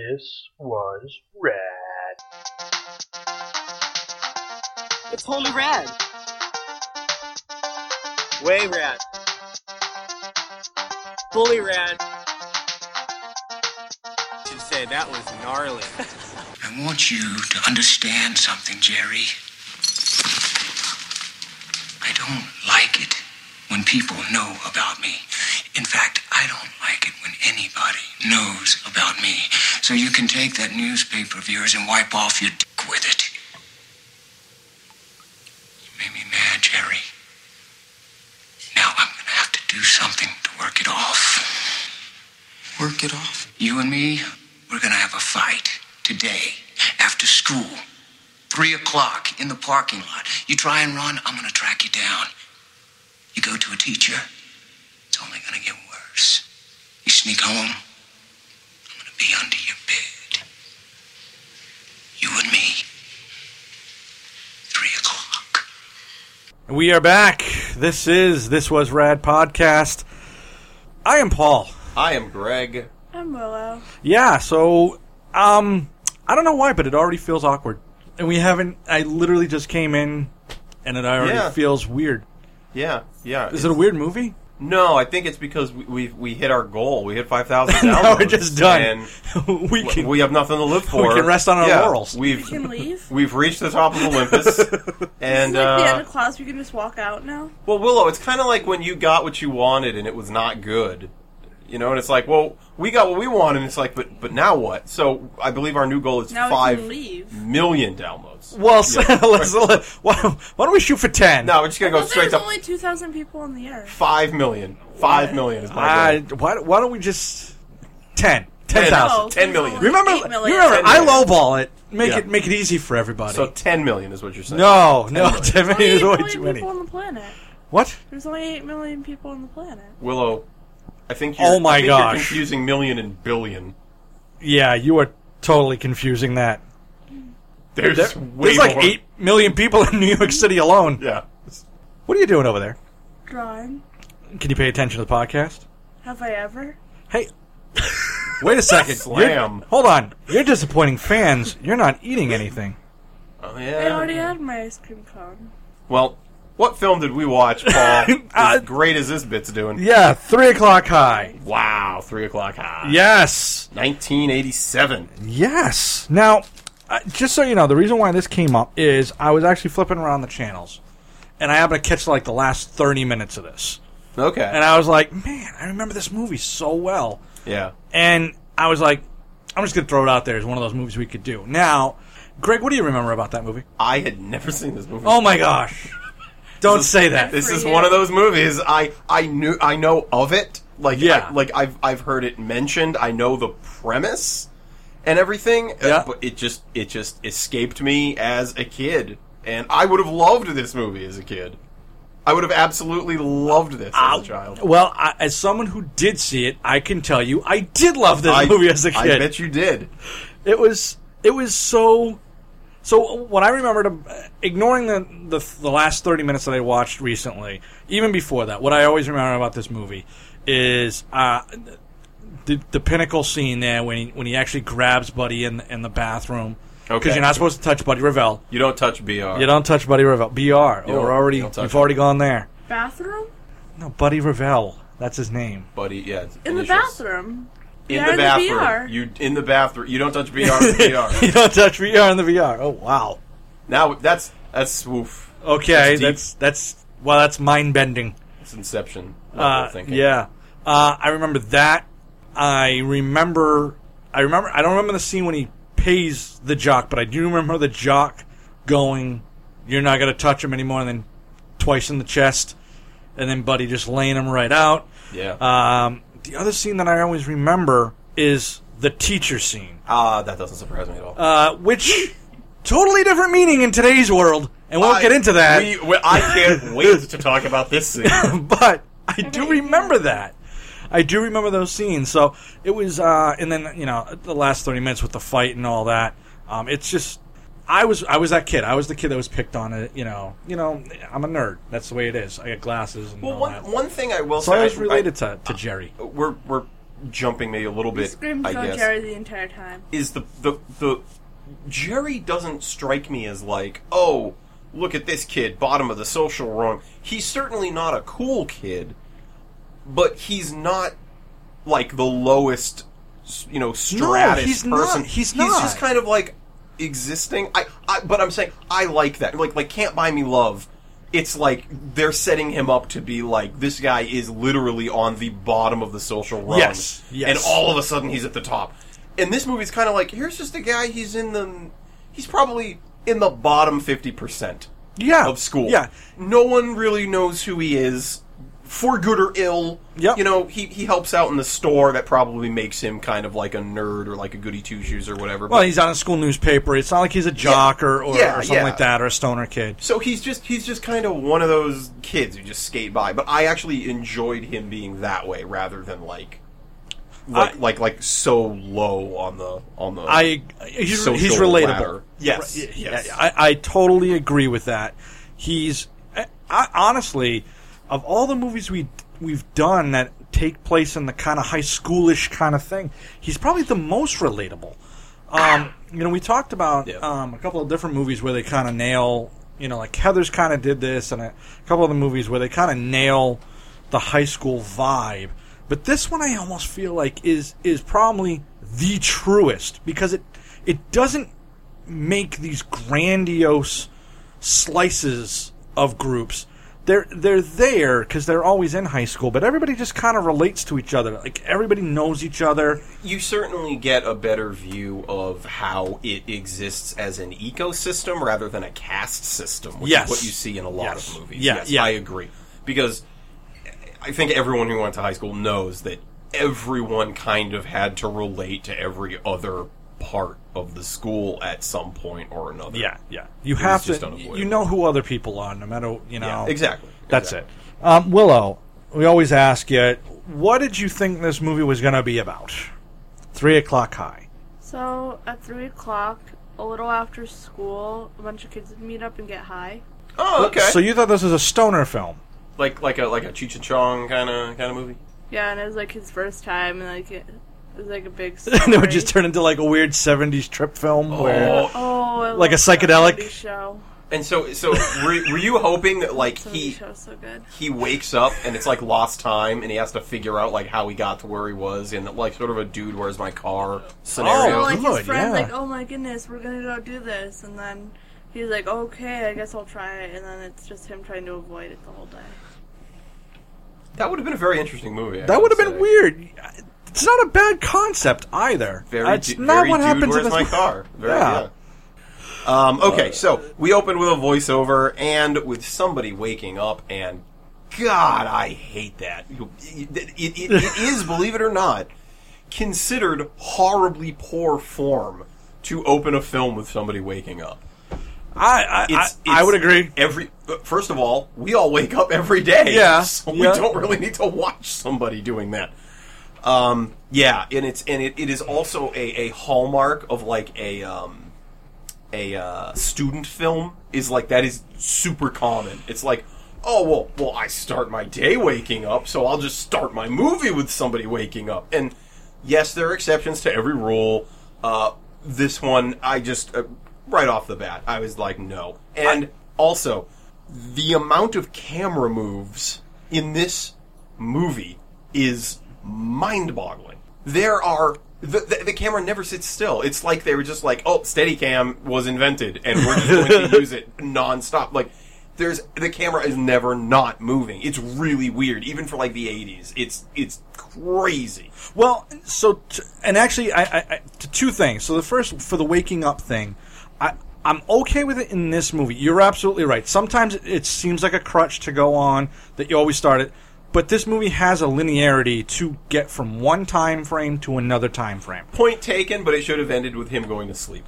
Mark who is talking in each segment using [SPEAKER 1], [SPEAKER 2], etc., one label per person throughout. [SPEAKER 1] This was rad.
[SPEAKER 2] It's totally rad. Way rad. Fully rad. Should say that was gnarly.
[SPEAKER 3] I want you to understand something, Jerry. I don't like it when people know about me. In fact, I don't like it when anybody knows about me. So you can take that newspaper of yours and wipe off your dick with it. You made me mad, Jerry. Now I'm gonna have to do something to work it off.
[SPEAKER 4] Work it off.
[SPEAKER 3] You and me, we're gonna have a fight today after school. Three o'clock in the parking lot. You try and run, I'm gonna track you down. You go to a teacher, it's only gonna get worse. You sneak home, I'm gonna be under your bed. You and me. Three o'clock.
[SPEAKER 5] We are back. This is This Was Rad podcast. I am Paul.
[SPEAKER 6] I am Greg.
[SPEAKER 7] I'm Willow.
[SPEAKER 5] Yeah, so um I don't know why, but it already feels awkward. And we haven't I literally just came in and it already
[SPEAKER 6] Yeah.
[SPEAKER 5] feels weird.
[SPEAKER 6] Yeah, yeah.
[SPEAKER 5] Is it a weird movie?
[SPEAKER 6] No, I think it's because we we, we hit our goal. We hit five thousand downloads.
[SPEAKER 5] No, we're just done.
[SPEAKER 6] and
[SPEAKER 5] we
[SPEAKER 6] w-
[SPEAKER 5] can
[SPEAKER 6] we have nothing to live for.
[SPEAKER 5] can rest on our
[SPEAKER 6] Yeah,
[SPEAKER 5] laurels.
[SPEAKER 7] We
[SPEAKER 6] We've
[SPEAKER 7] can leave.
[SPEAKER 6] we've reached the top of Olympus, and
[SPEAKER 7] it's like the end
[SPEAKER 6] uh,
[SPEAKER 7] of class. We can just walk out now.
[SPEAKER 6] well, Willow, it's kind of like when you got what you wanted and it was not good. You know, and it's like, well, we got what we wanted, and it's like, but but now what? So I believe our new goal is
[SPEAKER 7] Now
[SPEAKER 6] five
[SPEAKER 7] we can leave.
[SPEAKER 6] million downloads.
[SPEAKER 5] well, so, let's, let, why, why don't we shoot for ten?
[SPEAKER 6] No, we're just gonna
[SPEAKER 7] Well,
[SPEAKER 6] go straight
[SPEAKER 7] there's
[SPEAKER 6] to
[SPEAKER 7] only 2,000 people on the earth.
[SPEAKER 6] five million. Five million is my
[SPEAKER 5] I,
[SPEAKER 6] goal.
[SPEAKER 5] Uh, why, why don't we just ten? Ten
[SPEAKER 6] Ten.
[SPEAKER 5] thousand.
[SPEAKER 7] No,
[SPEAKER 6] 10 million.
[SPEAKER 7] Oh, there's only
[SPEAKER 5] Remember,
[SPEAKER 7] 8 million.
[SPEAKER 5] remember, I
[SPEAKER 6] Ten million.
[SPEAKER 5] lowball it. Make
[SPEAKER 6] Yeah.
[SPEAKER 5] it make it easy for everybody.
[SPEAKER 6] So ten million is what you're saying.
[SPEAKER 5] no, no,
[SPEAKER 6] million.
[SPEAKER 5] ten
[SPEAKER 7] Only
[SPEAKER 5] million is
[SPEAKER 7] 8
[SPEAKER 5] way
[SPEAKER 7] million
[SPEAKER 5] too many.
[SPEAKER 7] people on the planet.
[SPEAKER 5] What?
[SPEAKER 7] There's only 8 million people on the planet.
[SPEAKER 6] Willow, I think you're,
[SPEAKER 5] Oh my
[SPEAKER 6] I think
[SPEAKER 5] gosh.
[SPEAKER 6] you're confusing million and billion.
[SPEAKER 5] Yeah, you are totally confusing that.
[SPEAKER 6] There's
[SPEAKER 5] There-
[SPEAKER 6] way
[SPEAKER 5] there's like
[SPEAKER 6] more.
[SPEAKER 5] eight million people in New York City alone.
[SPEAKER 6] Yeah.
[SPEAKER 5] What are you doing over there?
[SPEAKER 7] Drawing.
[SPEAKER 5] Can you pay attention to the podcast?
[SPEAKER 7] Have I ever?
[SPEAKER 5] Hey, wait a second. You're-
[SPEAKER 6] Slam.
[SPEAKER 5] Hold on. You're disappointing fans. You're not eating anything.
[SPEAKER 6] Oh
[SPEAKER 7] I
[SPEAKER 6] yeah.
[SPEAKER 7] already had my ice cream cone.
[SPEAKER 6] Well, what film did we watch, Paul?
[SPEAKER 5] Uh,
[SPEAKER 6] as great as this bit's doing.
[SPEAKER 5] Yeah, three o'clock high.
[SPEAKER 6] Wow, three o'clock high.
[SPEAKER 5] Yes.
[SPEAKER 6] 1987.
[SPEAKER 5] Yes. Now, uh, just so you know, the reason why this came up is I was actually flipping around the channels, and I happened to catch like the last thirty minutes of this,
[SPEAKER 6] Okay.
[SPEAKER 5] and I was like, "Man, I remember this movie so well."
[SPEAKER 6] yeah.
[SPEAKER 5] And I was like, "I'm just gonna throw it out there as one of those movies we could do." Now, Greg, what do you remember about that movie?
[SPEAKER 6] I had never seen this movie.
[SPEAKER 5] Oh my gosh! Don't say that.
[SPEAKER 6] This
[SPEAKER 7] For
[SPEAKER 6] is
[SPEAKER 7] you.
[SPEAKER 6] one of those movies I I knew I know of it. Like
[SPEAKER 5] Yeah.
[SPEAKER 6] I, like I've I've heard it mentioned. I know the premise and everything. uh,
[SPEAKER 5] Yeah.
[SPEAKER 6] But it just it just escaped me as a kid, and I would have loved this movie as a kid. I would have absolutely loved this as a child.
[SPEAKER 5] Well, I, as someone who did see it, I can tell you, I did love this
[SPEAKER 6] I,
[SPEAKER 5] movie as a
[SPEAKER 6] I
[SPEAKER 5] kid.
[SPEAKER 6] bet you did.
[SPEAKER 5] it was it was so so what i remembered uh, ignoring the, the the last 30 minutes that i watched recently even before that what i always remember about this movie is uh the, the pinnacle scene there when he when he actually grabs buddy in in the bathroom because
[SPEAKER 6] Okay.
[SPEAKER 5] you're not supposed to touch buddy revell
[SPEAKER 6] You don't touch BR. You
[SPEAKER 5] you don't touch buddy revell br
[SPEAKER 6] You don't-
[SPEAKER 5] or Oh, already
[SPEAKER 6] you don't touch
[SPEAKER 5] you've already gone there
[SPEAKER 7] Bathroom?
[SPEAKER 5] no buddy revell that's his name
[SPEAKER 6] buddy. Yeah. it's
[SPEAKER 7] In the
[SPEAKER 6] initials.
[SPEAKER 7] bathroom.
[SPEAKER 6] In
[SPEAKER 7] Yeah,
[SPEAKER 6] the bathroom.
[SPEAKER 7] VR.
[SPEAKER 6] You in the bathroom. You don't touch BR. BR.
[SPEAKER 5] you don't touch vr in the vr oh wow
[SPEAKER 6] Now that's that's woof.
[SPEAKER 5] okay
[SPEAKER 6] deep.
[SPEAKER 5] that's that's well that's mind bending
[SPEAKER 6] It's Inception. level
[SPEAKER 5] Uh,
[SPEAKER 6] thinking.
[SPEAKER 5] yeah, uh, I remember that. I remember. I remember. I don't remember the scene when he pays the jock, but I do remember the jock going, "You're not gonna touch him anymore," and then twice in the chest, and then Buddy just laying him right out.
[SPEAKER 6] Yeah.
[SPEAKER 5] Um, the other scene that I always remember is the teacher scene,
[SPEAKER 6] Ah, that doesn't surprise me at all.
[SPEAKER 5] uh, which totally different meaning in today's world, and we'll
[SPEAKER 6] I-
[SPEAKER 5] get into that.
[SPEAKER 6] We, we, I can't wait to talk about this scene.
[SPEAKER 5] but I do
[SPEAKER 7] bet you
[SPEAKER 5] remember that. I do remember those scenes. So it was, uh, and then you know the last thirty minutes with the fight and all that. Um, it's just, I was, I was that kid. I was the kid that was picked on. It, you know, you know, I'm a nerd. That's the way it is. I got glasses and
[SPEAKER 6] Well,
[SPEAKER 5] all
[SPEAKER 6] one
[SPEAKER 5] that.
[SPEAKER 6] one thing I will
[SPEAKER 5] so
[SPEAKER 6] say
[SPEAKER 5] I was
[SPEAKER 6] I-
[SPEAKER 5] related to, to Jerry.
[SPEAKER 6] I- we're we're jumping maybe a little bit.
[SPEAKER 7] Scream
[SPEAKER 6] I
[SPEAKER 7] cone
[SPEAKER 6] guess
[SPEAKER 7] Jerry the entire time.
[SPEAKER 6] is the the the Jerry doesn't strike me as like, oh, look at this kid, bottom of the social rung. He's certainly not a cool kid, but he's not like the lowest, s- you know, stratus
[SPEAKER 5] he's not.
[SPEAKER 6] person.
[SPEAKER 5] He's
[SPEAKER 6] He's
[SPEAKER 5] not.
[SPEAKER 6] just kind of like existing. I, I but I'm saying I like that. Like like can't buy me love. It's like they're setting him up to be like this guy is literally on the bottom of the social rung,
[SPEAKER 5] Yes, yes.
[SPEAKER 6] and all all of a sudden he's at the top. And this movie's kind of like here's just a guy. He's in the he's probably in the bottom fifty percent
[SPEAKER 5] Yeah.
[SPEAKER 6] of school.
[SPEAKER 5] Yeah.
[SPEAKER 6] no one really knows who he is for good or ill.
[SPEAKER 5] Yep.
[SPEAKER 6] you know he he helps out in the store. That probably makes him kind of like a nerd or like a goody two shoes or whatever.
[SPEAKER 5] Well,
[SPEAKER 6] but-
[SPEAKER 5] he's on a school newspaper. It's not like he's a jock or, or,
[SPEAKER 6] Yeah,
[SPEAKER 5] or something
[SPEAKER 6] yeah.
[SPEAKER 5] like that or a stoner kid.
[SPEAKER 6] so he's just he's just kind of one of those kids who just skate by. But I actually enjoyed him being that way rather than like. Like,
[SPEAKER 5] I-
[SPEAKER 6] like like so low on the on the
[SPEAKER 5] I he's,
[SPEAKER 6] Social
[SPEAKER 5] he's relatable.
[SPEAKER 6] ladder. Yes,
[SPEAKER 5] Right, yeah,
[SPEAKER 6] yes.
[SPEAKER 5] yeah, I, I totally agree with that. He's I, I, honestly, of all the movies we we've done that take place in the kind of high schoolish kind of thing, he's probably the most relatable. Um, you know, we talked about
[SPEAKER 6] Yeah.
[SPEAKER 5] um, a couple of different movies where they kind of nail. You know, like Heather's kind of did this, and a couple of the movies where they kind of nail the high school vibe. But this one, I almost feel like is is probably the truest because it it doesn't make these grandiose slices of groups. They're they're there because they're always in high school, but everybody just kind of relates to each other. Like everybody knows each other.
[SPEAKER 6] you certainly get a better view of how it exists as an ecosystem rather than a caste system, which
[SPEAKER 5] Yes.
[SPEAKER 6] is what you see in a lot
[SPEAKER 5] Yes.
[SPEAKER 6] of movies.
[SPEAKER 5] Yeah,
[SPEAKER 6] yes,
[SPEAKER 5] yeah.
[SPEAKER 6] I agree. Because I think everyone who went to high school knows that everyone kind of had to relate to every other part of the school at some point or another.
[SPEAKER 5] yeah. You have
[SPEAKER 6] just
[SPEAKER 5] to.
[SPEAKER 6] unavoidable.
[SPEAKER 5] You know who other people are, no matter you know.
[SPEAKER 6] Yeah, exactly.
[SPEAKER 5] That's
[SPEAKER 6] exactly.
[SPEAKER 5] it. Um, Willow, we always ask you, what did you think this movie was going to be about? Three o'clock high.
[SPEAKER 7] So at three o'clock, a little after school, a bunch of kids would meet up and get high.
[SPEAKER 6] Oh, okay.
[SPEAKER 5] So you thought this was a stoner film?
[SPEAKER 6] like like a like a Cheech and Chong kind of kind of movie.
[SPEAKER 7] Yeah, and it was like his first time, and like it, it was like a big.
[SPEAKER 5] and it would
[SPEAKER 7] story.
[SPEAKER 5] just turn into like a weird '70s trip film where
[SPEAKER 6] Oh,
[SPEAKER 7] Oh, I
[SPEAKER 5] Like a
[SPEAKER 7] love that
[SPEAKER 5] psychedelic?
[SPEAKER 7] comedy show.
[SPEAKER 6] and so so were, were you hoping that like
[SPEAKER 7] Comedy
[SPEAKER 6] he
[SPEAKER 7] show's so good.
[SPEAKER 6] he wakes up and it's like lost time and he has to figure out like how he got to where he was and like sort of a dude where's my car scenario.
[SPEAKER 7] Oh, like
[SPEAKER 5] good,
[SPEAKER 7] his friend's
[SPEAKER 5] yeah.
[SPEAKER 7] like, oh my goodness, we're gonna go do this, and then he's like, okay, I guess I'll try it, and then it's just him trying to avoid it the whole day.
[SPEAKER 6] that would have been a very interesting movie. I
[SPEAKER 5] that would have
[SPEAKER 6] say.
[SPEAKER 5] been weird. It's not a bad concept either.
[SPEAKER 6] Very,
[SPEAKER 5] it's
[SPEAKER 6] du-
[SPEAKER 5] not
[SPEAKER 6] very
[SPEAKER 5] what
[SPEAKER 6] dude,
[SPEAKER 5] happens in
[SPEAKER 6] where's
[SPEAKER 5] this
[SPEAKER 6] my
[SPEAKER 5] movie.
[SPEAKER 6] car? Very,
[SPEAKER 5] Yeah.
[SPEAKER 6] yeah. Um, okay, so we open with a voiceover and with somebody waking up, and God, I hate that. You- It, it- it- it is, believe it or not, considered horribly poor form to open a film with somebody waking up.
[SPEAKER 5] I I,
[SPEAKER 6] it's,
[SPEAKER 5] I, I
[SPEAKER 6] it's
[SPEAKER 5] would agree.
[SPEAKER 6] Every uh, first of all, we all wake up every day.
[SPEAKER 5] Yeah,
[SPEAKER 6] so we
[SPEAKER 5] yeah.
[SPEAKER 6] don't really need to watch somebody doing that. Um, yeah, and it's and it, it is also a, a hallmark of like a um, a uh, student film is like that is super common. It's like oh well well I start my day waking up, so I'll just start my movie with somebody waking up. And yes, there are exceptions to every rule. Uh, this one I just uh, right off the bat I was like no, and also the amount of camera moves in this movie is mind-boggling. There are the, the, the camera never sits still. It's like they were just like, "Oh, Steadicam was invented, and we're just going to use it nonstop." Like, there's the camera is never not moving. It's really weird, even for like the '80s. It's it's crazy.
[SPEAKER 5] Well, so t- and actually, I, I, I to two things. So the first for the waking up thing, I I'm okay with it in this movie. You're absolutely right. Sometimes it, it seems like a crutch to go on that you always start it, but this movie has a linearity to get from one time frame to another time frame.
[SPEAKER 6] Point taken, but it should have ended with him going to sleep.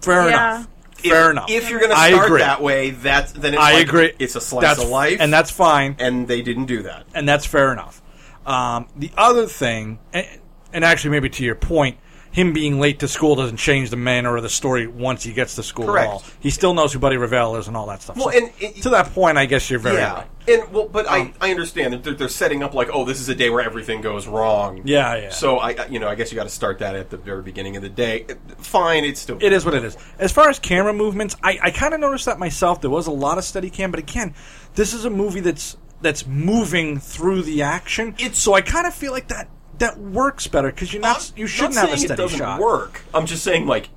[SPEAKER 5] Fair
[SPEAKER 7] Yeah.
[SPEAKER 5] enough. Fair
[SPEAKER 6] if,
[SPEAKER 5] enough.
[SPEAKER 6] If you're going to
[SPEAKER 5] I
[SPEAKER 6] start
[SPEAKER 5] agree.
[SPEAKER 6] that way, that's then it's
[SPEAKER 5] I
[SPEAKER 6] like,
[SPEAKER 5] agree.
[SPEAKER 6] It's a slice
[SPEAKER 5] That's-
[SPEAKER 6] of life,
[SPEAKER 5] and that's fine.
[SPEAKER 6] and they didn't do that.
[SPEAKER 5] and that's fair enough. Um, the other thing, and, and actually, maybe to your point, him being late to school doesn't change the manner of the story once he gets to school
[SPEAKER 6] Correct.
[SPEAKER 5] at all. He still knows who Buddy Revell is and all that stuff.
[SPEAKER 6] Well,
[SPEAKER 5] So
[SPEAKER 6] and it-
[SPEAKER 5] to that point, I guess you're very
[SPEAKER 6] yeah,
[SPEAKER 5] right.
[SPEAKER 6] And well, but
[SPEAKER 5] Um,
[SPEAKER 6] I, I understand that they're, they're setting up like, oh, this is a day where everything goes wrong.
[SPEAKER 5] Yeah, yeah.
[SPEAKER 6] So I, I- you know, I guess you got to start that at the very beginning of the day. Fine, it's still
[SPEAKER 5] it is what it is. As far as camera movements, I, I kind of noticed that myself. There was a lot of steady cam, but again, this is a movie that's that's moving through the action.
[SPEAKER 6] It's-
[SPEAKER 5] so I kind of feel like that that works better because you're not you shouldn't
[SPEAKER 6] not
[SPEAKER 5] have a
[SPEAKER 6] saying
[SPEAKER 5] steady
[SPEAKER 6] it doesn't
[SPEAKER 5] shot.
[SPEAKER 6] work. I'm just saying like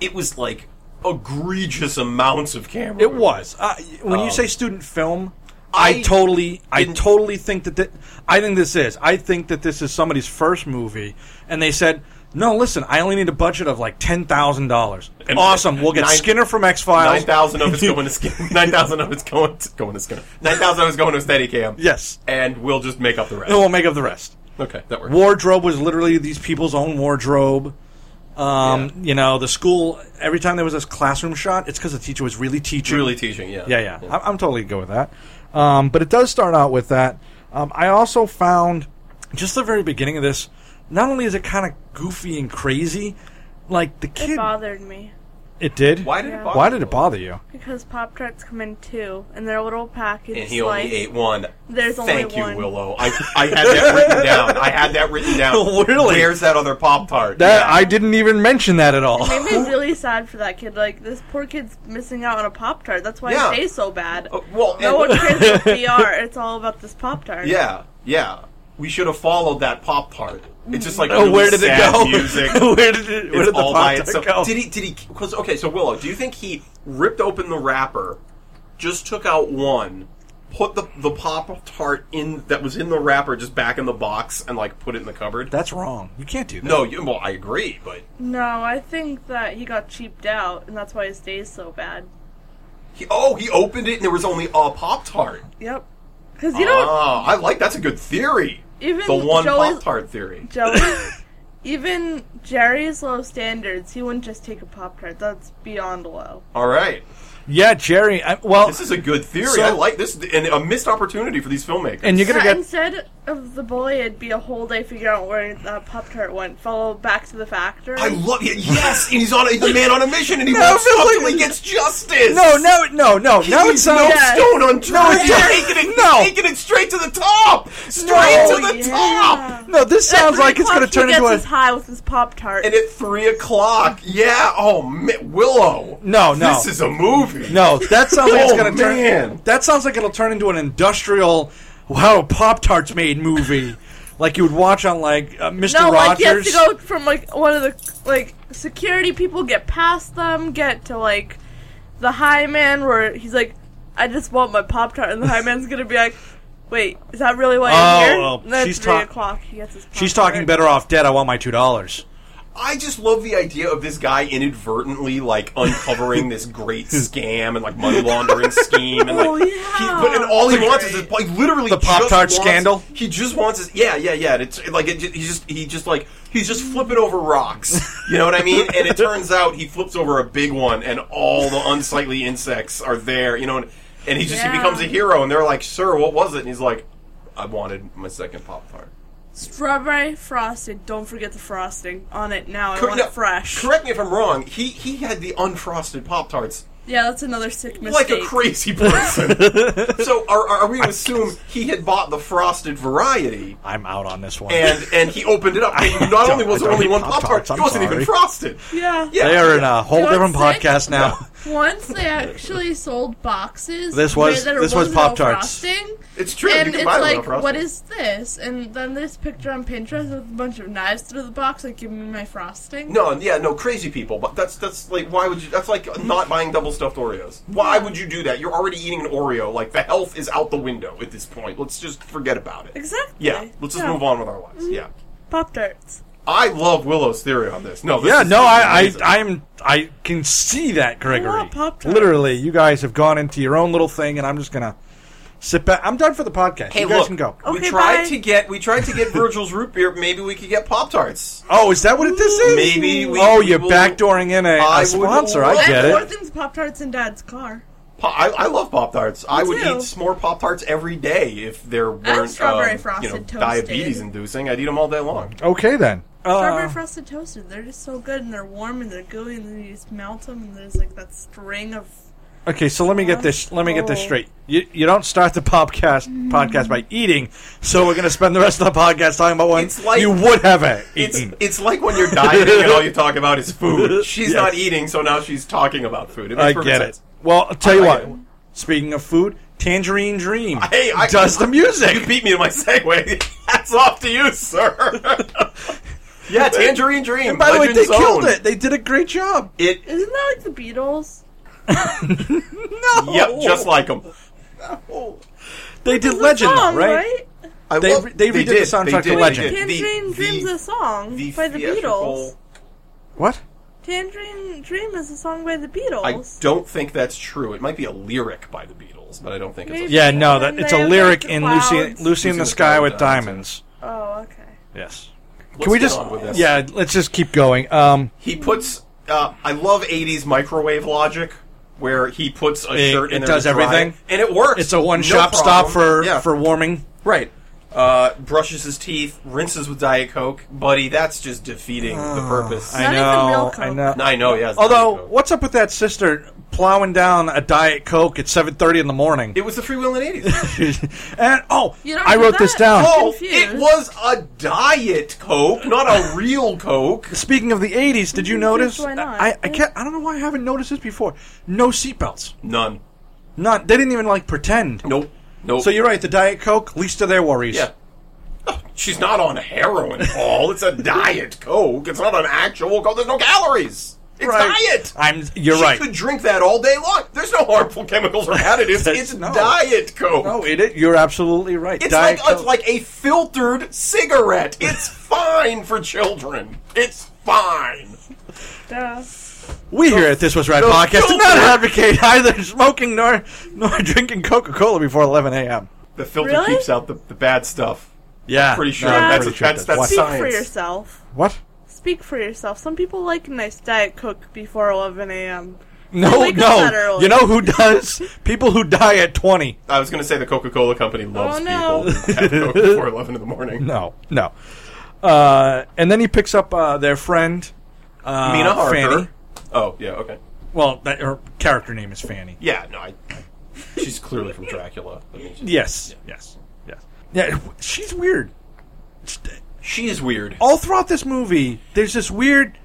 [SPEAKER 6] it was like egregious amounts of camera.
[SPEAKER 5] It was uh, when you
[SPEAKER 6] Um,
[SPEAKER 5] say student film. I,
[SPEAKER 6] I
[SPEAKER 5] totally, I
[SPEAKER 6] didn't-
[SPEAKER 5] totally think that, that. I think this is. I think that this is somebody's first movie, and they said, "No, listen, I only need a budget of like ten thousand dollars.
[SPEAKER 6] And-
[SPEAKER 5] Awesome, we'll get
[SPEAKER 6] Nine-
[SPEAKER 5] Skinner from X
[SPEAKER 6] Nine
[SPEAKER 5] Files.
[SPEAKER 6] thousand of it's going to skin. Nine thousand of it's going to, going to skin. Nine thousand of it's going to Steadicam.
[SPEAKER 5] Yes,
[SPEAKER 6] and we'll just make up the rest.
[SPEAKER 5] and we'll make up the rest."
[SPEAKER 6] Okay, that works.
[SPEAKER 5] wardrobe was literally these people's own wardrobe. Um,
[SPEAKER 6] Yeah.
[SPEAKER 5] You know, the school, every time there was this classroom shot, it's because the teacher was really teaching.
[SPEAKER 6] Really teaching, yeah,
[SPEAKER 5] Yeah, yeah. I'm, I'm totally good with that. Um, but it does start out with that. Um, I also found just the very beginning of this, not only is it kind of goofy and crazy, like the
[SPEAKER 7] It
[SPEAKER 5] kid.
[SPEAKER 7] bothered me
[SPEAKER 5] It did?
[SPEAKER 6] Why did
[SPEAKER 7] Yeah.
[SPEAKER 6] it bother?
[SPEAKER 5] Why did it bother you?
[SPEAKER 7] because Pop Tarts come in two, and they're little packets.
[SPEAKER 6] And he only
[SPEAKER 7] like,
[SPEAKER 6] ate one.
[SPEAKER 7] There's only
[SPEAKER 6] Thank you,
[SPEAKER 7] one.
[SPEAKER 6] Willow. I, I had that written down. I had that written down.
[SPEAKER 5] Really?
[SPEAKER 6] Where's that other Pop Tart?
[SPEAKER 5] That I didn't even mention that at all.
[SPEAKER 7] Made me really sad for that kid. Like this poor kid's missing out on a Pop Tart. That's why
[SPEAKER 6] Yeah.
[SPEAKER 7] I tastes so bad.
[SPEAKER 6] well,
[SPEAKER 7] no one
[SPEAKER 6] and-
[SPEAKER 7] cares about VR. It's all about this Pop Tart.
[SPEAKER 6] Yeah, yeah. We should have followed that pop part. It's just like
[SPEAKER 5] Oh,
[SPEAKER 6] really
[SPEAKER 5] where did it
[SPEAKER 6] sad
[SPEAKER 5] go?
[SPEAKER 6] Music.
[SPEAKER 5] where did it? Where
[SPEAKER 6] it's
[SPEAKER 5] did the
[SPEAKER 6] all by
[SPEAKER 5] Pop-Tart
[SPEAKER 6] itself.
[SPEAKER 5] go?
[SPEAKER 6] Did he? Did he? Because okay, so Willow, do you think he ripped open the wrapper, just took out one, put the the pop tart in that was in the wrapper just back in the box and like put it in the cupboard?
[SPEAKER 5] That's wrong. You can't do that.
[SPEAKER 6] no, you, well, I agree, but
[SPEAKER 7] No, I think that he got cheaped out, and that's why his tastes so bad.
[SPEAKER 6] he, oh, he opened it and there was only a pop tart.
[SPEAKER 7] Yep. Because you don't
[SPEAKER 6] Ah, I like that's a good theory.
[SPEAKER 7] even
[SPEAKER 6] The one
[SPEAKER 7] Joey's,
[SPEAKER 6] pop tart theory.
[SPEAKER 7] Joey, even Jerry's low standards, he wouldn't just take a pop tart. That's beyond low.
[SPEAKER 6] All right,
[SPEAKER 5] Yeah, Jerry. I, well,
[SPEAKER 6] this is a good theory.
[SPEAKER 5] So-
[SPEAKER 6] I like this and a missed opportunity for these filmmakers.
[SPEAKER 5] and you're gonna
[SPEAKER 7] Yeah,
[SPEAKER 5] get
[SPEAKER 7] instead of the bully, it'd be a whole day figure out where that pop tart went. Follow back to the factory.
[SPEAKER 6] I love it. Yes, and he's on a, he's a man on a mission, and he
[SPEAKER 5] No,
[SPEAKER 6] won't
[SPEAKER 5] I feel
[SPEAKER 6] stop
[SPEAKER 5] like-
[SPEAKER 6] till he gets justice.
[SPEAKER 5] No, no, no, no. Now it
[SPEAKER 6] He's no
[SPEAKER 5] sounds.
[SPEAKER 7] Yeah.
[SPEAKER 6] stone
[SPEAKER 5] it
[SPEAKER 6] unturned. He's
[SPEAKER 5] doesn't.
[SPEAKER 6] taking it,
[SPEAKER 5] No.
[SPEAKER 6] taking it straight to the top, straight
[SPEAKER 5] No.
[SPEAKER 6] to the
[SPEAKER 7] Yeah.
[SPEAKER 6] top.
[SPEAKER 5] No, this
[SPEAKER 7] At
[SPEAKER 5] sounds
[SPEAKER 7] three
[SPEAKER 5] like it's
[SPEAKER 7] o'clock,
[SPEAKER 5] going to turn
[SPEAKER 7] he
[SPEAKER 5] into
[SPEAKER 7] gets
[SPEAKER 5] a.
[SPEAKER 7] his high with his pop tart.
[SPEAKER 6] And at three o'clock, yeah. Oh, man, Willow.
[SPEAKER 5] No, no.
[SPEAKER 6] This is a movie.
[SPEAKER 5] No, that sounds like it's
[SPEAKER 6] Oh,
[SPEAKER 5] going to turn.
[SPEAKER 6] man.
[SPEAKER 5] That sounds like it'll turn into an industrial, wow, Pop Tarts made movie, like you would watch on like uh, Mister
[SPEAKER 7] no, like
[SPEAKER 5] Rogers.
[SPEAKER 7] you have to go from like one of the like security people get past them, get to like the high man where he's like, "I just want my pop tart," and the high man's gonna be like, "Wait, is that really why
[SPEAKER 5] Oh,
[SPEAKER 7] I'm here?"
[SPEAKER 5] well,
[SPEAKER 7] and then
[SPEAKER 5] she's
[SPEAKER 7] at three
[SPEAKER 5] talk-
[SPEAKER 7] o'clock, he gets his. Pop-Tart.
[SPEAKER 5] She's talking better off dead. I want my two dollars.
[SPEAKER 6] I just love the idea of this guy inadvertently like uncovering this great scam and like money laundering scheme and like
[SPEAKER 7] Oh, yeah.
[SPEAKER 6] he, but and all he wants is like literally
[SPEAKER 5] The Pop-Tart
[SPEAKER 6] just wants-
[SPEAKER 5] scandal?
[SPEAKER 6] He just wants his yeah yeah yeah. And it's it, like it, ju- he just he just like he's just flipping over rocks. You know what I mean? and it turns out he flips over a big one and all the unsightly insects are there. You know, and, and he just he
[SPEAKER 7] Yeah.
[SPEAKER 6] becomes a hero. And they're like, "Sir, what was it?" And he's like, "I wanted my second Pop Tart."
[SPEAKER 7] strawberry frosted. Don't forget the frosting on it now. I
[SPEAKER 6] Cor-
[SPEAKER 7] want
[SPEAKER 6] no,
[SPEAKER 7] it fresh.
[SPEAKER 6] Correct me if I'm wrong. He he had the unfrosted Pop Tarts.
[SPEAKER 7] yeah, that's another sick mistake.
[SPEAKER 6] like a crazy person. so are, are we to assume he had bought the frosted variety
[SPEAKER 5] I'm out on this one.
[SPEAKER 6] and and he opened it up? And
[SPEAKER 5] I
[SPEAKER 6] not
[SPEAKER 5] don't-
[SPEAKER 6] only was
[SPEAKER 5] I
[SPEAKER 6] it
[SPEAKER 5] don't
[SPEAKER 6] only
[SPEAKER 5] eat
[SPEAKER 6] one pop
[SPEAKER 5] Pop-Tarts,
[SPEAKER 6] tart, it
[SPEAKER 5] I'm
[SPEAKER 6] wasn't even
[SPEAKER 5] sorry.
[SPEAKER 6] frosted.
[SPEAKER 7] yeah.
[SPEAKER 6] Yeah,
[SPEAKER 5] they are in a whole
[SPEAKER 7] You know
[SPEAKER 5] different
[SPEAKER 7] what's sick?
[SPEAKER 5] podcast now.
[SPEAKER 7] Once they actually sold boxes.
[SPEAKER 5] This was-
[SPEAKER 7] where there
[SPEAKER 5] this was
[SPEAKER 7] no
[SPEAKER 5] Pop-Tarts.
[SPEAKER 7] frosting,
[SPEAKER 6] It's true.
[SPEAKER 7] And
[SPEAKER 6] you
[SPEAKER 7] it's
[SPEAKER 6] can buy them
[SPEAKER 7] like,
[SPEAKER 6] without frosting.
[SPEAKER 7] what is this? And then this picture on Pinterest with a bunch of knives through the box, like, give me my frosting.
[SPEAKER 6] No, yeah, no, crazy people. But that's that's like why would you? That's like not buying double stuffed Oreos. Why would you do that? You're already eating an Oreo. Like the health is out the window at this point. Let's just forget about it.
[SPEAKER 7] Exactly.
[SPEAKER 6] Yeah, let's just move on with our lives. Yeah,
[SPEAKER 7] Pop Tarts.
[SPEAKER 6] I love Willow's theory on this. No, this
[SPEAKER 5] yeah,
[SPEAKER 6] is
[SPEAKER 5] no, I,
[SPEAKER 6] amazing.
[SPEAKER 5] I, I'm, I can see that, Gregory.
[SPEAKER 7] want Pop-Tarts.
[SPEAKER 5] Literally, you guys have gone into your own little thing, and I'm just gonna sit back. I'm done for the podcast.
[SPEAKER 6] Hey,
[SPEAKER 5] you guys
[SPEAKER 6] look,
[SPEAKER 5] can go.
[SPEAKER 6] we
[SPEAKER 7] Okay,
[SPEAKER 6] tried
[SPEAKER 7] bye.
[SPEAKER 6] to get we tried to get Virgil's root beer. Maybe we could get Pop Tarts.
[SPEAKER 5] Oh, is that what it, this is?
[SPEAKER 6] Maybe we-
[SPEAKER 5] Oh,
[SPEAKER 6] we
[SPEAKER 5] you're
[SPEAKER 6] will-
[SPEAKER 5] backdooring in a,
[SPEAKER 6] I
[SPEAKER 5] a
[SPEAKER 6] would
[SPEAKER 5] sponsor. I
[SPEAKER 6] love-
[SPEAKER 5] get
[SPEAKER 7] More
[SPEAKER 5] it.
[SPEAKER 7] things Pop Tarts in Dad's car.
[SPEAKER 6] Pa- I, I love Pop Tarts. I would
[SPEAKER 7] too.
[SPEAKER 6] eat s'more Pop Tarts every day if there weren't
[SPEAKER 7] strawberry
[SPEAKER 6] um,
[SPEAKER 7] frosted
[SPEAKER 6] you know,
[SPEAKER 7] toasted.
[SPEAKER 6] diabetes inducing. I'd eat them all day long.
[SPEAKER 5] Okay then.
[SPEAKER 6] Uh,
[SPEAKER 7] Strawberry
[SPEAKER 5] Uh.
[SPEAKER 7] frosted toasted. They're just so good, and they're warm, and they're gooey, and then you just melt them, and there's like that string of
[SPEAKER 5] Okay, so let me get this. Let me get this straight. You, you don't start the podcast podcast by eating, so we're gonna spend the rest of the podcast talking about one
[SPEAKER 6] It's like-
[SPEAKER 5] you would have a-
[SPEAKER 6] It's
[SPEAKER 5] eaten.
[SPEAKER 6] it's like when you're dieting and all you talk about is food. She's
[SPEAKER 5] Yes.
[SPEAKER 6] not eating, so now she's talking about food. It makes
[SPEAKER 5] I
[SPEAKER 6] perfect
[SPEAKER 5] get it.
[SPEAKER 6] sense.
[SPEAKER 5] Well, I'll tell you
[SPEAKER 6] I
[SPEAKER 5] what.
[SPEAKER 6] get it.
[SPEAKER 5] Speaking of food, Tangerine Dream
[SPEAKER 6] Hey, I-
[SPEAKER 5] does the
[SPEAKER 6] You
[SPEAKER 5] music.
[SPEAKER 6] beat me to my segue. Hats off to you, sir. yeah, Tangerine Dream.
[SPEAKER 5] And by the way, they
[SPEAKER 6] Legend Zone.
[SPEAKER 5] killed it. They did a great job.
[SPEAKER 6] It.
[SPEAKER 7] Isn't that like the Beatles?
[SPEAKER 5] No,
[SPEAKER 6] Yep, just like them.
[SPEAKER 5] they did
[SPEAKER 7] It's a
[SPEAKER 5] Legend, though,
[SPEAKER 7] song,
[SPEAKER 5] right? They re- they redid the soundtrack to Legend.
[SPEAKER 7] Tangerine Dream's a song by the Beatles.
[SPEAKER 5] What?
[SPEAKER 7] Tangerine Dream is a song by the
[SPEAKER 6] I
[SPEAKER 7] Beatles.
[SPEAKER 6] don't think that's true. It might be a lyric by the Beatles, but I don't think it's. A,
[SPEAKER 7] Maybe.
[SPEAKER 5] Yeah, no, that
[SPEAKER 7] And
[SPEAKER 5] it's
[SPEAKER 7] they
[SPEAKER 5] a
[SPEAKER 7] have,
[SPEAKER 5] lyric
[SPEAKER 7] like,
[SPEAKER 5] in
[SPEAKER 7] clouds.
[SPEAKER 5] Lucy Lucy in the Sky with Diamonds.
[SPEAKER 7] Oh, okay.
[SPEAKER 5] Yes.
[SPEAKER 6] Let's
[SPEAKER 5] Can we
[SPEAKER 6] get
[SPEAKER 5] just
[SPEAKER 6] on with this.
[SPEAKER 5] Yeah, let's just keep going. Um
[SPEAKER 6] He puts. Uh, I love '80s microwave logic, where he puts a
[SPEAKER 5] It-
[SPEAKER 6] shirt in
[SPEAKER 5] it
[SPEAKER 6] there
[SPEAKER 5] does
[SPEAKER 6] to dry,
[SPEAKER 5] everything.
[SPEAKER 6] and it works.
[SPEAKER 5] it's a one
[SPEAKER 6] No
[SPEAKER 5] shop stop
[SPEAKER 6] problem.
[SPEAKER 5] for
[SPEAKER 6] yeah.
[SPEAKER 5] for warming.
[SPEAKER 6] right. Uh, brushes his teeth, rinses with Diet Coke, buddy. That's just defeating the purpose.
[SPEAKER 5] Ah. I
[SPEAKER 7] Not even
[SPEAKER 5] know.
[SPEAKER 7] real
[SPEAKER 5] I
[SPEAKER 7] Coke.
[SPEAKER 5] know.
[SPEAKER 6] I know, yeah. it's
[SPEAKER 5] Although,
[SPEAKER 6] Diet Coke.
[SPEAKER 5] what's up with that sister plowing down a diet coke at 7:30 in the morning?
[SPEAKER 6] it was the freewheeling '80s.
[SPEAKER 5] and oh,
[SPEAKER 7] You don't
[SPEAKER 5] I
[SPEAKER 7] do
[SPEAKER 5] wrote this
[SPEAKER 7] that?
[SPEAKER 5] down.
[SPEAKER 6] oh,
[SPEAKER 7] confused.
[SPEAKER 6] it was a Diet Coke, not a real Coke.
[SPEAKER 5] Speaking of the 80s, did you
[SPEAKER 7] Mhm,
[SPEAKER 5] notice?
[SPEAKER 7] why not?
[SPEAKER 5] I I can't I don't know why I haven't noticed this before. No seatbelts.
[SPEAKER 6] None.
[SPEAKER 5] Not they didn't even like pretend.
[SPEAKER 6] Nope. Nope.
[SPEAKER 5] So you're right, the diet coke least of their worries.
[SPEAKER 6] Yeah. Oh, She's not on heroin, Paul. It's a diet Coke. It's not an actual Coke. There's no calories. It's
[SPEAKER 5] Right.
[SPEAKER 6] diet.
[SPEAKER 5] I'm you're
[SPEAKER 6] she
[SPEAKER 5] right.
[SPEAKER 6] could drink that all day long. There's no harmful chemicals or additives.
[SPEAKER 5] That's-
[SPEAKER 6] it's
[SPEAKER 5] no.
[SPEAKER 6] diet Coke.
[SPEAKER 5] No, it is. You're absolutely right.
[SPEAKER 6] it's
[SPEAKER 5] Diet
[SPEAKER 6] like
[SPEAKER 5] Coke-
[SPEAKER 6] it's like a filtered cigarette. It's fine for children. It's fine.
[SPEAKER 7] Duh.
[SPEAKER 5] we here at This Was Red podcast do not
[SPEAKER 6] filter.
[SPEAKER 5] advocate either smoking nor nor drinking Coca Cola before 11 a.m.
[SPEAKER 6] The filter
[SPEAKER 7] Really?
[SPEAKER 6] keeps out the, the bad stuff.
[SPEAKER 5] Yeah,
[SPEAKER 6] Pretty sure
[SPEAKER 5] no, I'm
[SPEAKER 6] that's-
[SPEAKER 5] pretty
[SPEAKER 6] that's- that's-
[SPEAKER 5] what?
[SPEAKER 7] Speak for
[SPEAKER 6] Science.
[SPEAKER 7] yourself.
[SPEAKER 5] What?
[SPEAKER 7] Speak for yourself. Some people like a nice Diet Coke before 11 a.m.
[SPEAKER 5] No,
[SPEAKER 7] wake up that
[SPEAKER 5] no.
[SPEAKER 7] early.
[SPEAKER 5] You know who does? People who die at 20.
[SPEAKER 6] I was going to say the Coca Cola company loves
[SPEAKER 7] Oh, no.
[SPEAKER 6] people who have Coke before eleven in the morning.
[SPEAKER 5] No, no. Uh, and then he picks up uh, their friend, uh,
[SPEAKER 6] Mina Harker.
[SPEAKER 5] Fanny.
[SPEAKER 6] Oh yeah, okay.
[SPEAKER 5] Well, that, her character name is Fanny.
[SPEAKER 6] Yeah, no, I, I- she's clearly from Dracula. I mean, she-
[SPEAKER 5] Yes, yes, yes. Yeah, she's weird.
[SPEAKER 6] she is weird.
[SPEAKER 5] All throughout this movie, there's this weird.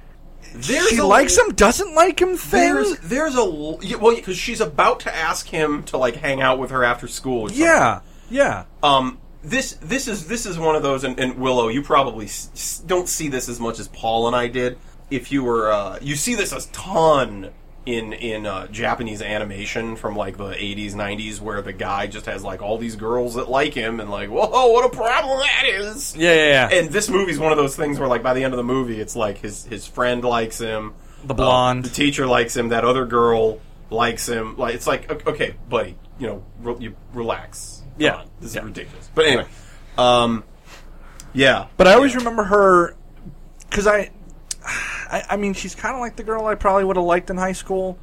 [SPEAKER 6] There's
[SPEAKER 5] she
[SPEAKER 6] a-
[SPEAKER 5] likes him, doesn't like him thing.
[SPEAKER 6] There's there's a l- yeah, well because she's about to ask him to like hang out with her after school. Or something.
[SPEAKER 5] Yeah, yeah.
[SPEAKER 6] Um. This this is this is one of those and, and Willow, you probably s- s- don't see this as much as Paul and I did. If you were uh, you see this a ton in in uh, Japanese animation from like the 80s 90s where the guy just has like all these girls that like him and like whoa what a problem that is.
[SPEAKER 5] Yeah, yeah, yeah.
[SPEAKER 6] and this movie's one of those things where like by the end of the movie it's like his his friend likes him
[SPEAKER 5] The
[SPEAKER 6] uh,
[SPEAKER 5] blonde.
[SPEAKER 6] the teacher likes him that other girl likes him like it's like o- okay buddy you know re- you relax Come
[SPEAKER 5] Yeah.
[SPEAKER 6] on, this
[SPEAKER 5] Yeah.
[SPEAKER 6] is ridiculous but anyway um yeah
[SPEAKER 5] but I always remember her because I, I, I mean, she's kind of like the girl I probably would have liked in high school,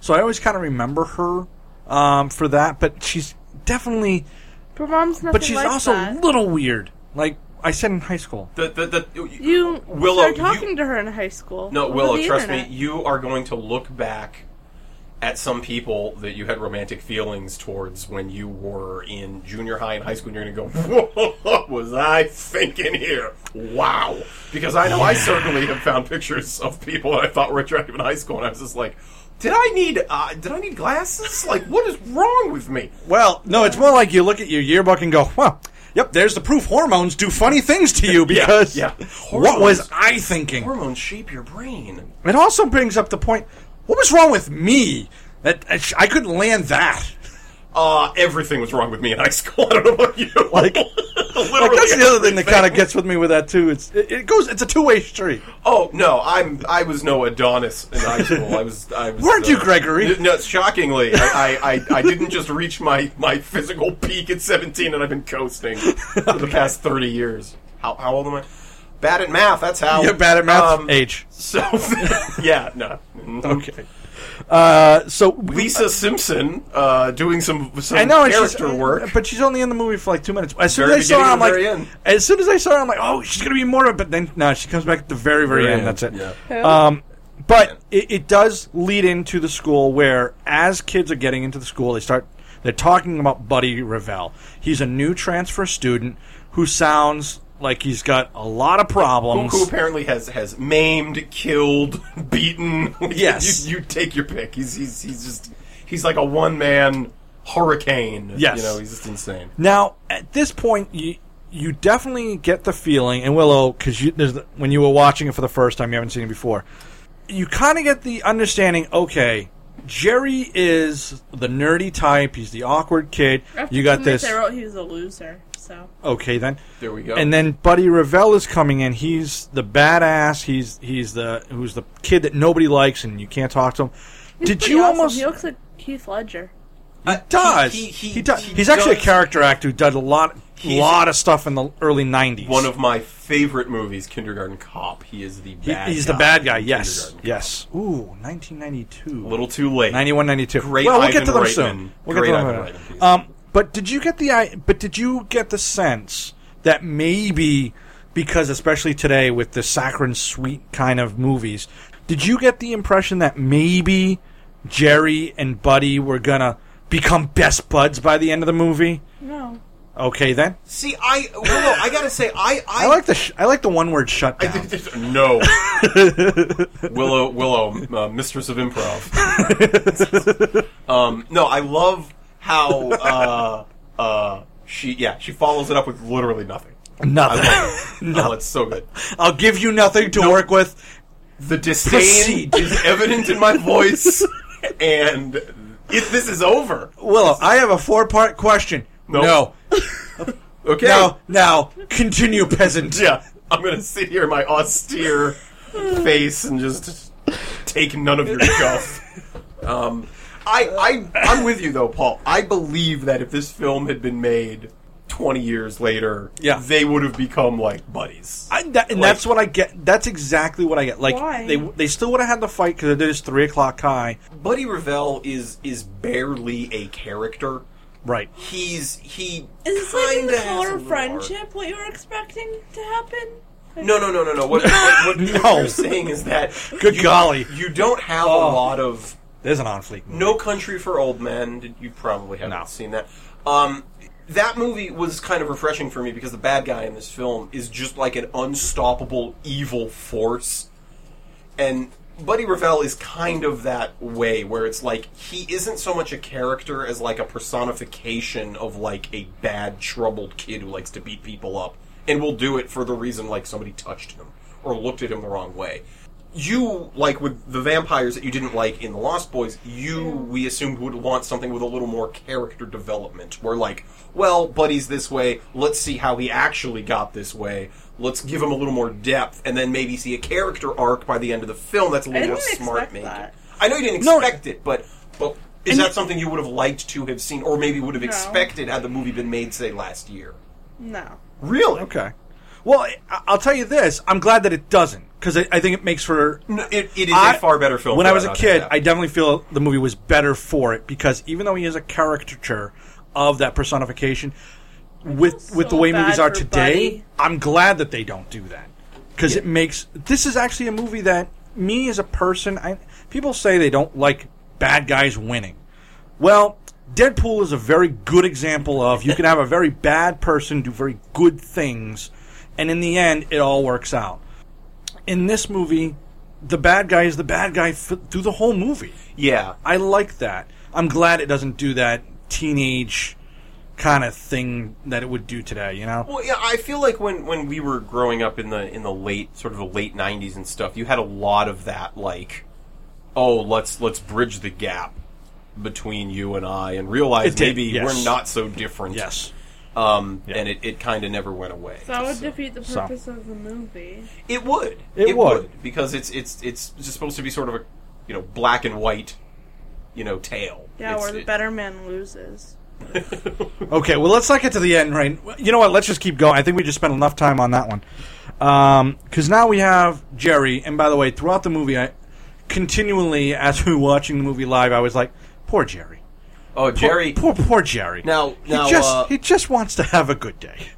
[SPEAKER 5] so I always kind of remember her um, for that. But she's definitely,
[SPEAKER 7] Her mom's nothing
[SPEAKER 5] but she's
[SPEAKER 7] like
[SPEAKER 5] also
[SPEAKER 7] that.
[SPEAKER 5] a little weird. Like I said in high school,
[SPEAKER 6] the the, the you,
[SPEAKER 7] you
[SPEAKER 6] Willow,
[SPEAKER 7] started talking
[SPEAKER 6] you-
[SPEAKER 7] to her in high school.
[SPEAKER 6] no
[SPEAKER 7] over
[SPEAKER 6] Willow
[SPEAKER 7] the
[SPEAKER 6] trust
[SPEAKER 7] internet.
[SPEAKER 6] me you are going to look back at some people that you had romantic feelings towards when you were in junior high and high school, and you're going to go, "What was I thinking here? Wow!" Because I know I certainly have found pictures of people that I thought were attractive in high school, and I was just like, "Did I need? Uh, did I need glasses? Like, what is wrong with me?"
[SPEAKER 5] well, no, it's more like you look at your yearbook and go, well. Yep, there's the proof. Hormones do funny things to you because
[SPEAKER 6] yeah.
[SPEAKER 5] what was
[SPEAKER 6] Hormones-
[SPEAKER 5] I thinking?
[SPEAKER 6] Hormones shape your brain.
[SPEAKER 5] It also brings up the point: what was wrong with me that I sh- I couldn't land that?
[SPEAKER 6] Uh, everything was wrong with me in high school. I don't know about you.
[SPEAKER 5] Like-
[SPEAKER 6] Literally
[SPEAKER 5] Like, that's the other thing that
[SPEAKER 6] everything.
[SPEAKER 5] kind of gets with me with that too. It's it, it goes. It's a two way street.
[SPEAKER 6] Oh no, I'm I was no Adonis in high school. I was. I was
[SPEAKER 5] Weren't you, Gregory?
[SPEAKER 6] n- No, shockingly, I, I, I, I didn't just reach my, my physical peak at 17, and I've been coasting for the past 30 years. How, how old am I? Bad at math. That's how
[SPEAKER 5] You're bad at math.
[SPEAKER 6] Um,
[SPEAKER 5] Age.
[SPEAKER 6] So yeah, no.
[SPEAKER 5] Okay. Uh, so
[SPEAKER 6] Lisa Simpson uh, doing some some
[SPEAKER 5] I know and she's- uh,
[SPEAKER 6] character work.
[SPEAKER 5] but she's only in the movie for like two minutes. As soon
[SPEAKER 6] Very
[SPEAKER 5] as I saw her, I'm
[SPEAKER 6] beginning
[SPEAKER 5] like,
[SPEAKER 6] and very end.
[SPEAKER 5] as soon as I saw her, I'm like, oh, she's gonna be more. But then no, she comes back at the very, very,
[SPEAKER 6] Very
[SPEAKER 5] end.
[SPEAKER 6] end,
[SPEAKER 5] That's it.
[SPEAKER 6] yeah.
[SPEAKER 5] Um, But it, it does lead into the school where, as kids are getting into the school, they start they're talking about Buddy Revell. He's a new transfer student who sounds like he's got a lot of
[SPEAKER 6] Who,
[SPEAKER 5] problems.
[SPEAKER 6] who apparently has has maimed, killed, beaten.
[SPEAKER 5] Yes.
[SPEAKER 6] you, you take your pick. He's he's he's just he's like a one man hurricane.
[SPEAKER 5] Yes.
[SPEAKER 6] you know he's just insane.
[SPEAKER 5] Now, at this point, you you definitely get the feeling, and Willow, because you, there's the, when you were watching it for the first time, you haven't seen it before. You kind of get the understanding. Okay, Jerry is the nerdy type. He's the awkward kid.
[SPEAKER 7] After
[SPEAKER 5] You got
[SPEAKER 7] two minutes,
[SPEAKER 5] this.
[SPEAKER 7] I wrote he was a loser. So
[SPEAKER 5] Okay, then.
[SPEAKER 6] There we go.
[SPEAKER 5] And then Buddy Revell is coming in. He's the badass. He's he's the who's the kid that nobody likes, and you can't talk to him.
[SPEAKER 7] He's
[SPEAKER 5] Did
[SPEAKER 7] pretty
[SPEAKER 5] you
[SPEAKER 7] awesome.
[SPEAKER 5] almost?
[SPEAKER 7] He looks like Keith Ledger.
[SPEAKER 5] does.
[SPEAKER 6] He-
[SPEAKER 5] He,
[SPEAKER 6] he-
[SPEAKER 5] does.
[SPEAKER 6] he
[SPEAKER 5] he's actually
[SPEAKER 6] does-
[SPEAKER 5] a character actor who did a lot,
[SPEAKER 6] He's-
[SPEAKER 5] lot of stuff in the early '90s.
[SPEAKER 6] One of my favorite movies, Kindergarten Cop. He is the
[SPEAKER 5] He-
[SPEAKER 6] bad
[SPEAKER 5] he's
[SPEAKER 6] guy
[SPEAKER 5] the bad guy.
[SPEAKER 6] in
[SPEAKER 5] Yes,
[SPEAKER 6] Kindergarten
[SPEAKER 5] yes. Ooh, 1992.
[SPEAKER 6] Cop. A little too late.
[SPEAKER 5] 91, 92.
[SPEAKER 6] Great
[SPEAKER 5] well, we'll get
[SPEAKER 6] Ivan
[SPEAKER 5] to them
[SPEAKER 6] Reitman.
[SPEAKER 5] soon. We'll
[SPEAKER 6] Great
[SPEAKER 5] get to
[SPEAKER 6] Ivan
[SPEAKER 5] them.
[SPEAKER 6] Reitman
[SPEAKER 5] soon.
[SPEAKER 6] piece.
[SPEAKER 5] Um, but did you get the i- but did you get the sense that maybe because especially today with the saccharine sweet kind of movies, did you get the impression that maybe Jerry and Buddy were gonna become best buds by the end of the movie?
[SPEAKER 7] No.
[SPEAKER 5] Okay, then.
[SPEAKER 6] See, I well, no, I gotta say, I I,
[SPEAKER 5] I like the sh- I like the one word shutdown.
[SPEAKER 6] no Willow Willow uh, Mistress of Improv. um, no, I love how uh, uh, she yeah she follows it up with literally nothing.
[SPEAKER 5] nothing.
[SPEAKER 6] I love it. Oh, it's so good.
[SPEAKER 5] I'll give you nothing to work with.
[SPEAKER 6] The disdain
[SPEAKER 5] Proceed.
[SPEAKER 6] is evident in my voice, and if this is over,
[SPEAKER 5] Willow, I have a four part question.
[SPEAKER 6] Nope.
[SPEAKER 5] No.
[SPEAKER 6] okay.
[SPEAKER 5] Now, now, continue, peasant.
[SPEAKER 6] Yeah, I'm gonna sit here in my austere face and just take none of your guff. Um, I, I, I'm with you though, Paul. I believe that if this film had been made 20 years later,
[SPEAKER 5] Yeah.
[SPEAKER 6] they would have become like buddies.
[SPEAKER 5] I, that, and
[SPEAKER 6] Like-
[SPEAKER 5] that's what I get. That's exactly what I get. Like
[SPEAKER 7] Why?
[SPEAKER 5] they they still would have had the fight because it is three o'clock high.
[SPEAKER 6] Buddy Revell is is barely a character.
[SPEAKER 5] Right.
[SPEAKER 6] He's he
[SPEAKER 7] Is this like in the
[SPEAKER 6] kinda has a
[SPEAKER 7] color of
[SPEAKER 6] little arc.
[SPEAKER 7] friendship? What you were expecting to happen?
[SPEAKER 6] No, no, no, no, no. What, what, what,
[SPEAKER 5] No.
[SPEAKER 6] what you're saying is that
[SPEAKER 5] Good
[SPEAKER 6] you-
[SPEAKER 5] golly.
[SPEAKER 6] you don't have a
[SPEAKER 7] Oh.
[SPEAKER 6] lot of
[SPEAKER 5] There's an on fleek. movie.
[SPEAKER 6] No Country for Old Men. Did- You probably haven't
[SPEAKER 5] No.
[SPEAKER 6] seen that. Um, that movie was kind of refreshing for me because the bad guy in this film is just like an unstoppable evil force, and Buddy Revell is kind of that way, where it's like he isn't so much a character as like a personification of like a bad, troubled kid who likes to beat people up and will do it for the reason like somebody touched him or looked at him the wrong way you like with the vampires that you didn't like in the Lost Boys, you we assumed would want something with a little more character development. Where like, well, Buddy's this way. Let's see how he actually got this way. Let's give him a little more depth, and then maybe see a character arc by the end of the film. That's a little
[SPEAKER 7] I
[SPEAKER 6] more
[SPEAKER 7] didn't
[SPEAKER 6] smart
[SPEAKER 7] expect
[SPEAKER 6] making.
[SPEAKER 7] that.
[SPEAKER 6] I know you didn't
[SPEAKER 5] No.
[SPEAKER 6] expect it, but but is that something you would have liked to have seen, or maybe would have expected had the movie been made say last year?
[SPEAKER 7] No.
[SPEAKER 6] Really?
[SPEAKER 5] Okay. Well, I- I'll tell you this. I'm glad that it doesn't because I, I think it makes for
[SPEAKER 6] No, it, it is
[SPEAKER 5] I-
[SPEAKER 6] a far better film.
[SPEAKER 5] When
[SPEAKER 6] for
[SPEAKER 5] I
[SPEAKER 6] that
[SPEAKER 5] was a
[SPEAKER 6] not to
[SPEAKER 5] kid,
[SPEAKER 6] happen.
[SPEAKER 5] I definitely feel the movie was better for it because even though he is a caricature of that personification, with
[SPEAKER 7] feel
[SPEAKER 5] with the
[SPEAKER 7] so
[SPEAKER 5] way
[SPEAKER 7] bad
[SPEAKER 5] movies are
[SPEAKER 7] for
[SPEAKER 5] today,
[SPEAKER 7] Buddy.
[SPEAKER 5] I'm glad that they don't do that because it makes this is actually a movie that me as a person, I, people say they don't like bad guys winning. Well. Deadpool is a very good example of you can have a very bad person do very good things, and in the end, it all works out in this movie, the bad guy is the bad guy f- through the whole movie.
[SPEAKER 6] yeah.
[SPEAKER 5] I like that. I'm glad it doesn't do that teenage kind of thing that it would do today. You know?
[SPEAKER 6] Well, yeah, I feel like when, when we were growing up in the in the late sort of the late '90s and stuff, you had a lot of that like, oh, let's let's bridge the gap between you and I and realize
[SPEAKER 5] It did,
[SPEAKER 6] maybe
[SPEAKER 5] yes.
[SPEAKER 6] we're not so different.
[SPEAKER 5] Yes.
[SPEAKER 6] Um, and it, it kind of never went away.
[SPEAKER 7] That would
[SPEAKER 6] So-
[SPEAKER 7] defeat the
[SPEAKER 5] so.
[SPEAKER 7] purpose of the movie.
[SPEAKER 6] It would.
[SPEAKER 5] It would.
[SPEAKER 6] because it's it's it's just supposed to be sort of a you know black and white, you know tale.
[SPEAKER 7] Yeah,
[SPEAKER 6] It's-
[SPEAKER 7] where the
[SPEAKER 6] it-
[SPEAKER 7] better man loses.
[SPEAKER 5] Okay. Well, let's not get to the end, right? You know what? Let's just keep going. I think we just spent enough time on that one. Because now we have Jerry. And by the way, throughout the movie, I continually as we were watching the movie live, I was like, "Poor Jerry.
[SPEAKER 6] Oh, Jerry.
[SPEAKER 5] Poor, poor Jerry.
[SPEAKER 6] Now-
[SPEAKER 5] he
[SPEAKER 6] now,
[SPEAKER 5] just
[SPEAKER 6] uh,
[SPEAKER 5] he just wants to have a good day."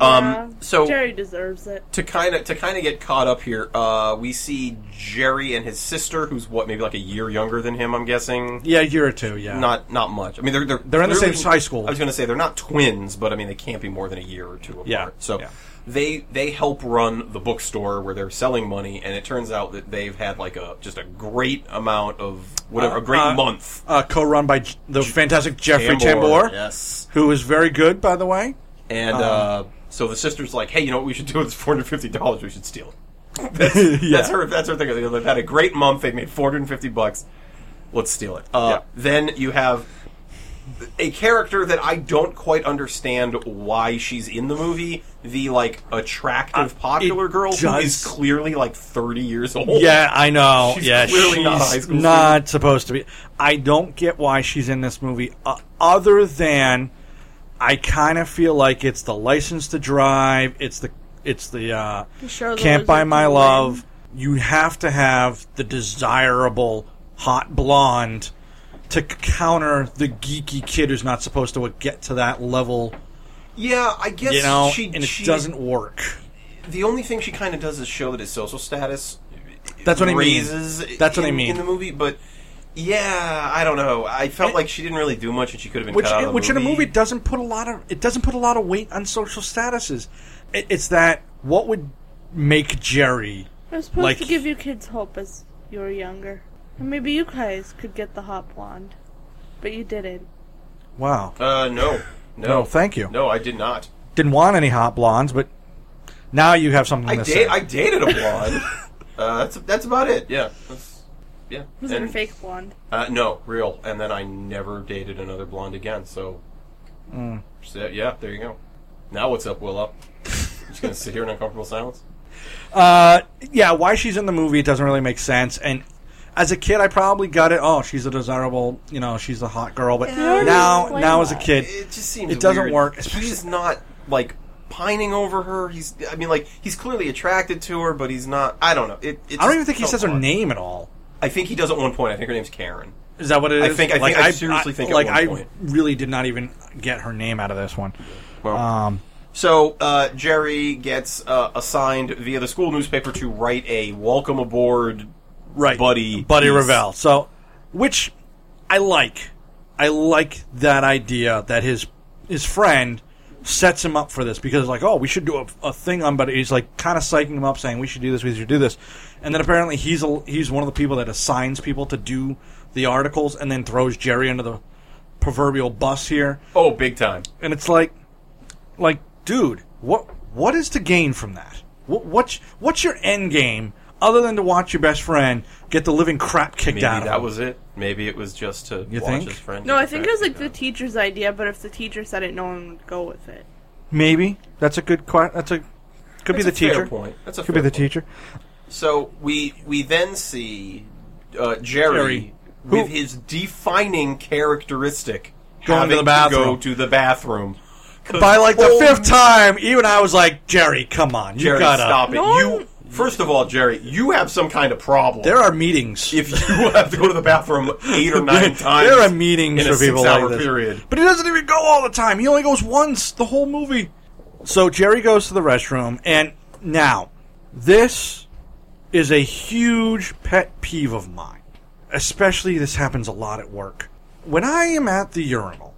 [SPEAKER 6] Um, so
[SPEAKER 7] Jerry deserves it.
[SPEAKER 6] to kind of to kind of get caught up here, uh, we see Jerry and his sister, who's what maybe like a year younger than him. I'm guessing.
[SPEAKER 5] Yeah, a year or two. Yeah.
[SPEAKER 6] Not not much. I mean, they're they're
[SPEAKER 5] They're in the
[SPEAKER 6] clearly-
[SPEAKER 5] same high school.
[SPEAKER 6] I was going to say they're not twins, but I mean they can't be more than a year or two apart.
[SPEAKER 5] Yeah,
[SPEAKER 6] So
[SPEAKER 5] yeah.
[SPEAKER 6] they they help run the bookstore where they're selling money, and it turns out that they've had like a just a great amount of whatever a great
[SPEAKER 5] Uh,
[SPEAKER 6] month.
[SPEAKER 5] uh, co-run by J- the fantastic Jeffrey Tambor,
[SPEAKER 6] Yes.
[SPEAKER 5] who is very good, by the way.
[SPEAKER 6] And
[SPEAKER 5] Uh-huh.
[SPEAKER 6] uh, so the sister's like, "Hey, you know what we should do with this four hundred fifty dollars? We should steal it." That's, that's her. That's her thing. They've had a great month. They made four hundred fifty bucks. Let's steal it. Uh,
[SPEAKER 5] Yeah.
[SPEAKER 6] Then you have a character that I don't quite understand why she's in the movie. The like attractive, popular girl who
[SPEAKER 5] Uh, does-
[SPEAKER 6] is clearly like thirty years old.
[SPEAKER 5] Yeah, I know.
[SPEAKER 6] She's
[SPEAKER 5] yeah,
[SPEAKER 6] clearly
[SPEAKER 5] she's
[SPEAKER 6] not a high school
[SPEAKER 5] not supposed to be. I don't get why she's in this movie, uh, other than I kind of feel like it's the license to drive. It's the it's the uh,
[SPEAKER 7] show the
[SPEAKER 5] can't buy
[SPEAKER 7] lizard
[SPEAKER 5] my
[SPEAKER 7] can
[SPEAKER 5] love. You have to have the desirable hot blonde to c- counter the geeky kid who's not supposed to get to that level.
[SPEAKER 6] yeah. I guess
[SPEAKER 5] You know,
[SPEAKER 6] she,
[SPEAKER 5] and it
[SPEAKER 6] she-
[SPEAKER 5] doesn't work.
[SPEAKER 6] The only thing she kind of does is show that his social status.
[SPEAKER 5] That's what I mean.
[SPEAKER 6] raises
[SPEAKER 5] That's what I
[SPEAKER 6] in-
[SPEAKER 5] mean.
[SPEAKER 6] in the movie, but yeah, I don't know. I felt like she didn't really do much, and she could have been
[SPEAKER 5] which
[SPEAKER 6] cut out of the
[SPEAKER 5] which in a
[SPEAKER 6] movie.
[SPEAKER 5] movie doesn't put a lot of it doesn't put a lot of weight on social statuses. It, it's that what would make Jerry
[SPEAKER 7] We're supposed
[SPEAKER 5] Like-
[SPEAKER 7] to give you kids hope as you were younger. And maybe you guys could get the hot blonde. But you didn't.
[SPEAKER 5] wow
[SPEAKER 6] Uh, no, no,
[SPEAKER 5] No, thank you.
[SPEAKER 6] No, I did not.
[SPEAKER 5] didn't want any hot blondes, but now you have something
[SPEAKER 6] I
[SPEAKER 5] to
[SPEAKER 6] date.
[SPEAKER 5] say.
[SPEAKER 6] I dated a blonde. uh, that's that's about it. Yeah. That's, yeah.
[SPEAKER 7] Was it a
[SPEAKER 6] and,
[SPEAKER 7] fake blonde?
[SPEAKER 6] Uh, no, real. And then I never dated another blonde again. So,
[SPEAKER 5] Mm.
[SPEAKER 6] so yeah, there you go. Now what's up, Willow? Just gonna sit here in uncomfortable silence.
[SPEAKER 5] uh, yeah, why she's in the movie it doesn't really make sense. And as a kid, I probably got it. Oh, she's a desirable, you know, she's a hot girl. But
[SPEAKER 7] already
[SPEAKER 5] now,
[SPEAKER 7] explained
[SPEAKER 5] now as a
[SPEAKER 7] that.
[SPEAKER 5] kid,
[SPEAKER 6] it just seems
[SPEAKER 5] it doesn't
[SPEAKER 6] weird.
[SPEAKER 5] work,
[SPEAKER 6] He's
[SPEAKER 5] especially-
[SPEAKER 6] not like pining over her. He's I mean like he's clearly attracted to her, but he's not. I don't know. It, it
[SPEAKER 5] I don't
[SPEAKER 6] just
[SPEAKER 5] even think he
[SPEAKER 6] felt
[SPEAKER 5] says her
[SPEAKER 6] odd.
[SPEAKER 5] name at all.
[SPEAKER 6] I think he does at one point. I think her name's Karen.
[SPEAKER 5] Is that what it
[SPEAKER 6] I
[SPEAKER 5] is?
[SPEAKER 6] think- I think- I seriously think at
[SPEAKER 5] like
[SPEAKER 6] one
[SPEAKER 5] I
[SPEAKER 6] point.
[SPEAKER 5] really did not even get her name out of this one.
[SPEAKER 6] Well,
[SPEAKER 5] Um,
[SPEAKER 6] so uh, Jerry gets uh, assigned via the school newspaper to write a welcome aboard.
[SPEAKER 5] right
[SPEAKER 6] Buddy
[SPEAKER 5] buddy
[SPEAKER 6] Heath.
[SPEAKER 5] Ravel. So, which I like. I like that idea that his his friend sets him up for this because like, oh, we should do a, a thing on Buddy. He's like kind of psyching him up, saying we should do this, we should do this, and then apparently he's a, he's one of the people that assigns people to do the articles and then throws Jerry under the proverbial bus here,
[SPEAKER 6] Oh, big time!
[SPEAKER 5] and it's like, like, dude, what what is to gain from that? What what's what's your end game other than to watch your best friend get the living crap kicked
[SPEAKER 6] Maybe
[SPEAKER 5] out of
[SPEAKER 6] that
[SPEAKER 5] him?
[SPEAKER 6] was it. Maybe it was just to
[SPEAKER 5] You
[SPEAKER 6] watch
[SPEAKER 5] think?
[SPEAKER 6] his friend.
[SPEAKER 7] No,
[SPEAKER 6] get
[SPEAKER 7] I think it
[SPEAKER 6] back
[SPEAKER 7] was like the
[SPEAKER 6] together.
[SPEAKER 7] teacher's idea, but if the teacher said it, no one would go with it.
[SPEAKER 5] Maybe that's a good que- that's a could be
[SPEAKER 6] That's
[SPEAKER 5] the
[SPEAKER 6] a fair
[SPEAKER 5] teacher.
[SPEAKER 6] point. That's a
[SPEAKER 5] could
[SPEAKER 6] fair
[SPEAKER 5] be the
[SPEAKER 6] point.
[SPEAKER 5] teacher.
[SPEAKER 6] So we we then see uh, Jerry,
[SPEAKER 5] Jerry,
[SPEAKER 6] with
[SPEAKER 5] who-
[SPEAKER 6] his defining characteristic
[SPEAKER 5] Going to
[SPEAKER 6] having
[SPEAKER 5] the bathroom.
[SPEAKER 6] go to the bathroom. 'Cause
[SPEAKER 5] By like the
[SPEAKER 6] old
[SPEAKER 5] fifth time, even I was like, Jerry, come on, you
[SPEAKER 6] Jerry,
[SPEAKER 5] gotta
[SPEAKER 6] stop it!
[SPEAKER 7] No
[SPEAKER 6] You first of all, Jerry, you have some kind of problem.
[SPEAKER 5] There are meetings.
[SPEAKER 6] if you have to go to the bathroom eight or nine times,
[SPEAKER 5] there are meetings
[SPEAKER 6] in
[SPEAKER 5] for
[SPEAKER 6] a
[SPEAKER 5] people
[SPEAKER 6] six-hour
[SPEAKER 5] like this.
[SPEAKER 6] period.
[SPEAKER 5] But he doesn't even go all the time. He only goes once the whole movie. So Jerry goes to the restroom, and now this is a huge pet peeve of mine. Especially this happens a lot at work. When I am at the urinal,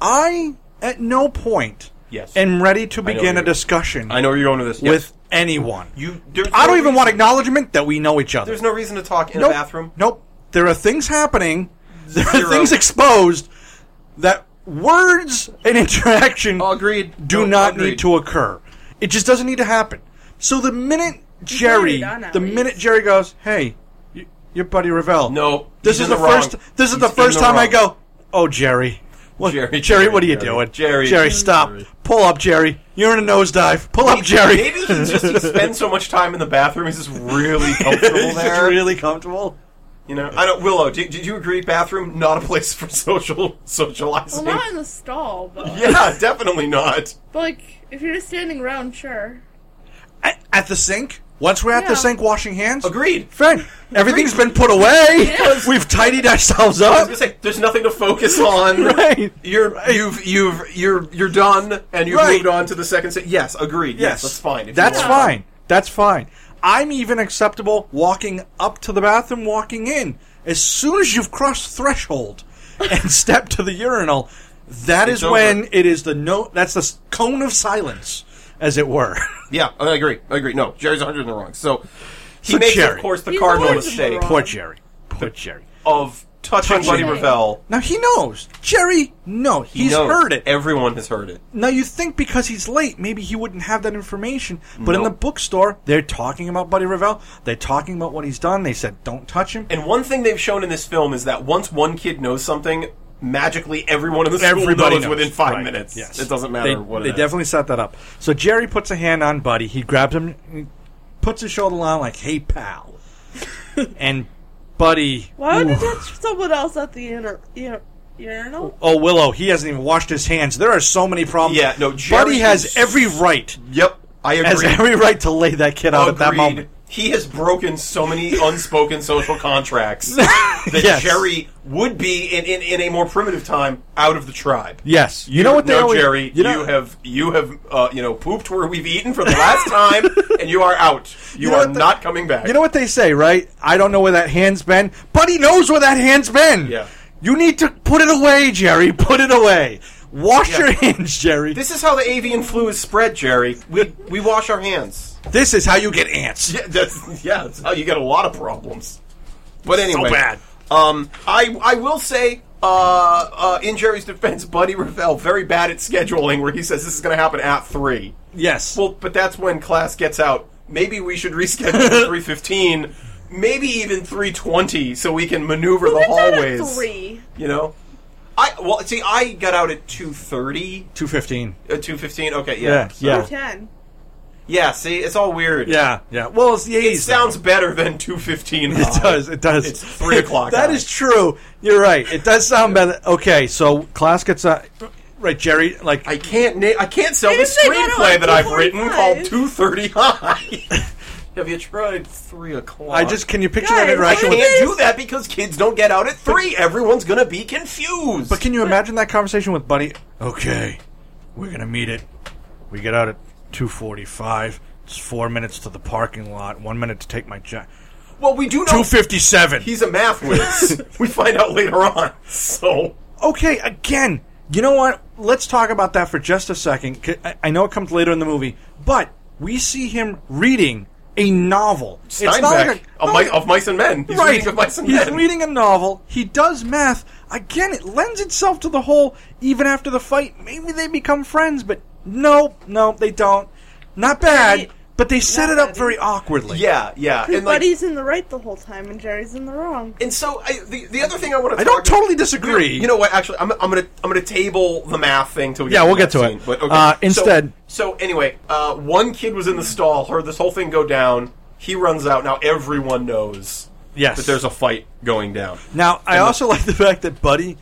[SPEAKER 5] I at no point
[SPEAKER 6] Yes.
[SPEAKER 5] am ready to begin a
[SPEAKER 6] you're-
[SPEAKER 5] discussion
[SPEAKER 6] I know where you're going with this. Yes.
[SPEAKER 5] with anyone.
[SPEAKER 6] you, there's
[SPEAKER 5] I
[SPEAKER 6] no
[SPEAKER 5] don't even
[SPEAKER 6] reason-
[SPEAKER 5] want acknowledgement that we know each other.
[SPEAKER 6] There's no reason to talk in
[SPEAKER 5] nope.
[SPEAKER 6] a bathroom.
[SPEAKER 5] Nope. There are things happening. There
[SPEAKER 6] Zero.
[SPEAKER 5] are things exposed that words and interaction
[SPEAKER 6] Agreed.
[SPEAKER 5] do
[SPEAKER 6] No,
[SPEAKER 5] not
[SPEAKER 6] agreed.
[SPEAKER 5] need to occur. It just doesn't need to happen. So the minute Jerry,
[SPEAKER 7] already done at
[SPEAKER 5] the
[SPEAKER 7] least.
[SPEAKER 5] minute Jerry goes, "Hey, y- your buddy Ravel."
[SPEAKER 6] No,
[SPEAKER 5] This
[SPEAKER 6] he's
[SPEAKER 5] is the,
[SPEAKER 6] in the wrong.
[SPEAKER 5] first. This is
[SPEAKER 6] He's
[SPEAKER 5] the
[SPEAKER 6] in
[SPEAKER 5] first
[SPEAKER 6] the
[SPEAKER 5] time I
[SPEAKER 6] wrong.
[SPEAKER 5] go. Oh, Jerry. What,
[SPEAKER 6] Jerry,
[SPEAKER 5] Jerry, what are you
[SPEAKER 6] Jerry,
[SPEAKER 5] doing?
[SPEAKER 6] Jerry,
[SPEAKER 5] Jerry,
[SPEAKER 6] Jerry.
[SPEAKER 5] stop. Pull up, Jerry. You're in a nosedive. Pull up, Jerry.
[SPEAKER 6] Maybe he's just he spends so much time in the bathroom, he's just really comfortable
[SPEAKER 5] He's just
[SPEAKER 6] there.
[SPEAKER 5] really comfortable.
[SPEAKER 6] You know, I don't. Willow, did, did you agree? Bathroom not a place for social
[SPEAKER 7] Well,
[SPEAKER 6] socializing.
[SPEAKER 7] not in the stall, but,
[SPEAKER 6] yeah, definitely not.
[SPEAKER 7] but like if you're just standing around, sure.
[SPEAKER 5] At, at the sink, Once we're at
[SPEAKER 7] Yeah.
[SPEAKER 5] the sink washing hands,
[SPEAKER 6] Agreed.
[SPEAKER 5] fine. Everything's been put away. We've tidied ourselves
[SPEAKER 6] I was
[SPEAKER 5] up.
[SPEAKER 6] gonna say, there's nothing to focus on.
[SPEAKER 5] Right.
[SPEAKER 6] You're you've you've you're you're done, and you've
[SPEAKER 5] Right.
[SPEAKER 6] moved on to the second. Se- yes, agreed. Yes, that's fine. If you
[SPEAKER 5] That's
[SPEAKER 6] want.
[SPEAKER 5] fine. That's fine. I'm even acceptable walking up to the bathroom, walking in. As soon as you've crossed threshold and stepped to the urinal, that is
[SPEAKER 6] It's over.
[SPEAKER 5] when it is the no. That's the s- cone of silence, as it were.
[SPEAKER 6] Yeah, I agree. I agree. No, Jerry's 100 in the wrong. So he
[SPEAKER 5] So
[SPEAKER 6] makes,
[SPEAKER 5] Jerry.
[SPEAKER 6] of course, the
[SPEAKER 7] He's
[SPEAKER 6] cardinal
[SPEAKER 7] always in the
[SPEAKER 6] mistake
[SPEAKER 7] wrong.
[SPEAKER 5] Poor Jerry. Poor Jerry.
[SPEAKER 6] of touching
[SPEAKER 5] Touching.
[SPEAKER 6] Buddy Revell.
[SPEAKER 5] Now he knows. Jerry, no,
[SPEAKER 6] He
[SPEAKER 5] he's
[SPEAKER 6] knows.
[SPEAKER 5] heard it.
[SPEAKER 6] Everyone has heard it.
[SPEAKER 5] Now you think because he's late, maybe he wouldn't have that information. But in
[SPEAKER 6] No.
[SPEAKER 5] the bookstore, they're talking about Buddy Revell. They're talking about what he's done. They said, "Don't touch him."
[SPEAKER 6] And one thing they've shown in this film is that once one kid knows something, magically everyone in the school knows, within five
[SPEAKER 5] Right.
[SPEAKER 6] minutes.
[SPEAKER 5] Yes.
[SPEAKER 6] It doesn't matter
[SPEAKER 5] They,
[SPEAKER 6] what
[SPEAKER 5] they
[SPEAKER 6] it is.
[SPEAKER 5] definitely set that up. So Jerry puts a hand on Buddy. He grabs him, puts his shoulder on, like, "Hey, pal," and Buddy.
[SPEAKER 7] Why would you
[SPEAKER 5] Ooh.
[SPEAKER 7] touch someone else at the inner, ur- urinal?
[SPEAKER 5] Oh Willow, he hasn't even washed his hands. There are so many problems.
[SPEAKER 6] Yeah, no,
[SPEAKER 5] Buddy
[SPEAKER 6] Jerry
[SPEAKER 5] has
[SPEAKER 6] is-
[SPEAKER 5] every right,
[SPEAKER 6] Yep, I agree.
[SPEAKER 5] has every right to lay that kid out at that
[SPEAKER 6] Agreed.
[SPEAKER 5] moment.
[SPEAKER 6] He has broken so many unspoken social contracts that
[SPEAKER 5] Yes.
[SPEAKER 6] Jerry would be in, in, in a more primitive time out of the tribe.
[SPEAKER 5] Yes, you, know what they
[SPEAKER 6] no,
[SPEAKER 5] always,
[SPEAKER 6] Jerry, you,
[SPEAKER 5] you, know,
[SPEAKER 6] have you have uh, you know pooped where we've eaten for the last time, and you are out. You,
[SPEAKER 5] You know
[SPEAKER 6] are
[SPEAKER 5] what the-
[SPEAKER 6] not coming back.
[SPEAKER 5] You know what they say, right? I don't know where that hand's been. Buddy knows where that hand's been.
[SPEAKER 6] Yeah.
[SPEAKER 5] You need to put it away, Jerry. Put it away. Wash
[SPEAKER 6] Yeah.
[SPEAKER 5] your hands, Jerry. This,
[SPEAKER 6] This is how the avian flu is spread, Jerry. We we wash our hands.
[SPEAKER 5] is how you get ants.
[SPEAKER 6] Yeah, that's yeah. That's how you get a lot of problems. But anyway,
[SPEAKER 5] bad.
[SPEAKER 6] Um, I I will say. Uh, uh, in Jerry's defense, Buddy Revell very bad at scheduling, where he says this is going to happen at three.
[SPEAKER 5] Yes.
[SPEAKER 6] Well, but that's when class gets out. Maybe we should reschedule three fifteen, maybe even three twenty, so we can maneuver the
[SPEAKER 7] Who gets out at
[SPEAKER 6] hallways.
[SPEAKER 7] three?
[SPEAKER 6] You know, I well see. I got out at two thirty,
[SPEAKER 5] two fifteen.
[SPEAKER 6] uh, two fifteen. Okay,
[SPEAKER 5] Yeah.
[SPEAKER 6] yeah, So-
[SPEAKER 5] Yeah.
[SPEAKER 7] Ten.
[SPEAKER 6] yeah. See, it's all weird.
[SPEAKER 5] Yeah. Yeah. Well, it's the
[SPEAKER 6] it
[SPEAKER 5] eighties.
[SPEAKER 6] sounds better than two fifteen.
[SPEAKER 5] It does. It does.
[SPEAKER 6] Oh, It's three o'clock.
[SPEAKER 5] That is true. You're right. It does sound better. Okay, so class gets uh, right, Jerry. Like
[SPEAKER 6] I can't. Na- I can't sell
[SPEAKER 7] They
[SPEAKER 6] this
[SPEAKER 7] didn't say that
[SPEAKER 6] screenplay
[SPEAKER 7] at
[SPEAKER 6] that I've written called
[SPEAKER 7] 2:45.
[SPEAKER 6] Two Thirty High. Have you tried three o'clock?
[SPEAKER 5] I just can you picture that
[SPEAKER 7] Guys,
[SPEAKER 6] I
[SPEAKER 5] interaction? with,
[SPEAKER 6] can't do that because kids don't get out at three. Everyone's gonna be confused.
[SPEAKER 5] But can you imagine that conversation with Bunny? Okay, we're gonna meet it. We get out at two forty-five. It's four minutes to the parking lot. One minute to take my jack.
[SPEAKER 6] well, we do know
[SPEAKER 5] Two fifty-seven.
[SPEAKER 6] he's a math whiz. we find out later on. So
[SPEAKER 5] Okay, again. You know what? Let's talk about that for just a second. 'Cause I- I know it comes later in the movie, but we see him reading a novel. It's not
[SPEAKER 6] Steinbeck
[SPEAKER 5] like a-
[SPEAKER 6] of,
[SPEAKER 5] not
[SPEAKER 6] mi-
[SPEAKER 5] like a-
[SPEAKER 6] of mice and men. He's reading of mice and
[SPEAKER 5] He's
[SPEAKER 6] men.
[SPEAKER 5] reading a novel. He does math. Again, it lends itself to the whole. Even after the fight, maybe they become friends, but no, no, they don't. Not bad,
[SPEAKER 7] Right.
[SPEAKER 5] but they set it up
[SPEAKER 7] bad.
[SPEAKER 5] very awkwardly.
[SPEAKER 6] yeah, yeah.
[SPEAKER 7] His
[SPEAKER 6] And like,
[SPEAKER 7] buddy's in the right the whole time, and Jerry's in the wrong.
[SPEAKER 6] and so I, the the other thing I want to
[SPEAKER 5] I don't totally disagree.
[SPEAKER 6] You know what? Actually, I'm, I'm gonna I'm gonna table the math thing till we
[SPEAKER 5] Yeah,
[SPEAKER 6] to
[SPEAKER 5] we'll
[SPEAKER 6] that
[SPEAKER 5] get to it.
[SPEAKER 6] scene, But okay.
[SPEAKER 5] Uh,
[SPEAKER 6] So-
[SPEAKER 5] instead-
[SPEAKER 6] so, anyway, uh, one kid was in the stall, heard this whole thing go down. He runs out. Now everyone knows
[SPEAKER 5] yes.
[SPEAKER 6] that there's a fight going down.
[SPEAKER 5] now, I also like the fact that Buddy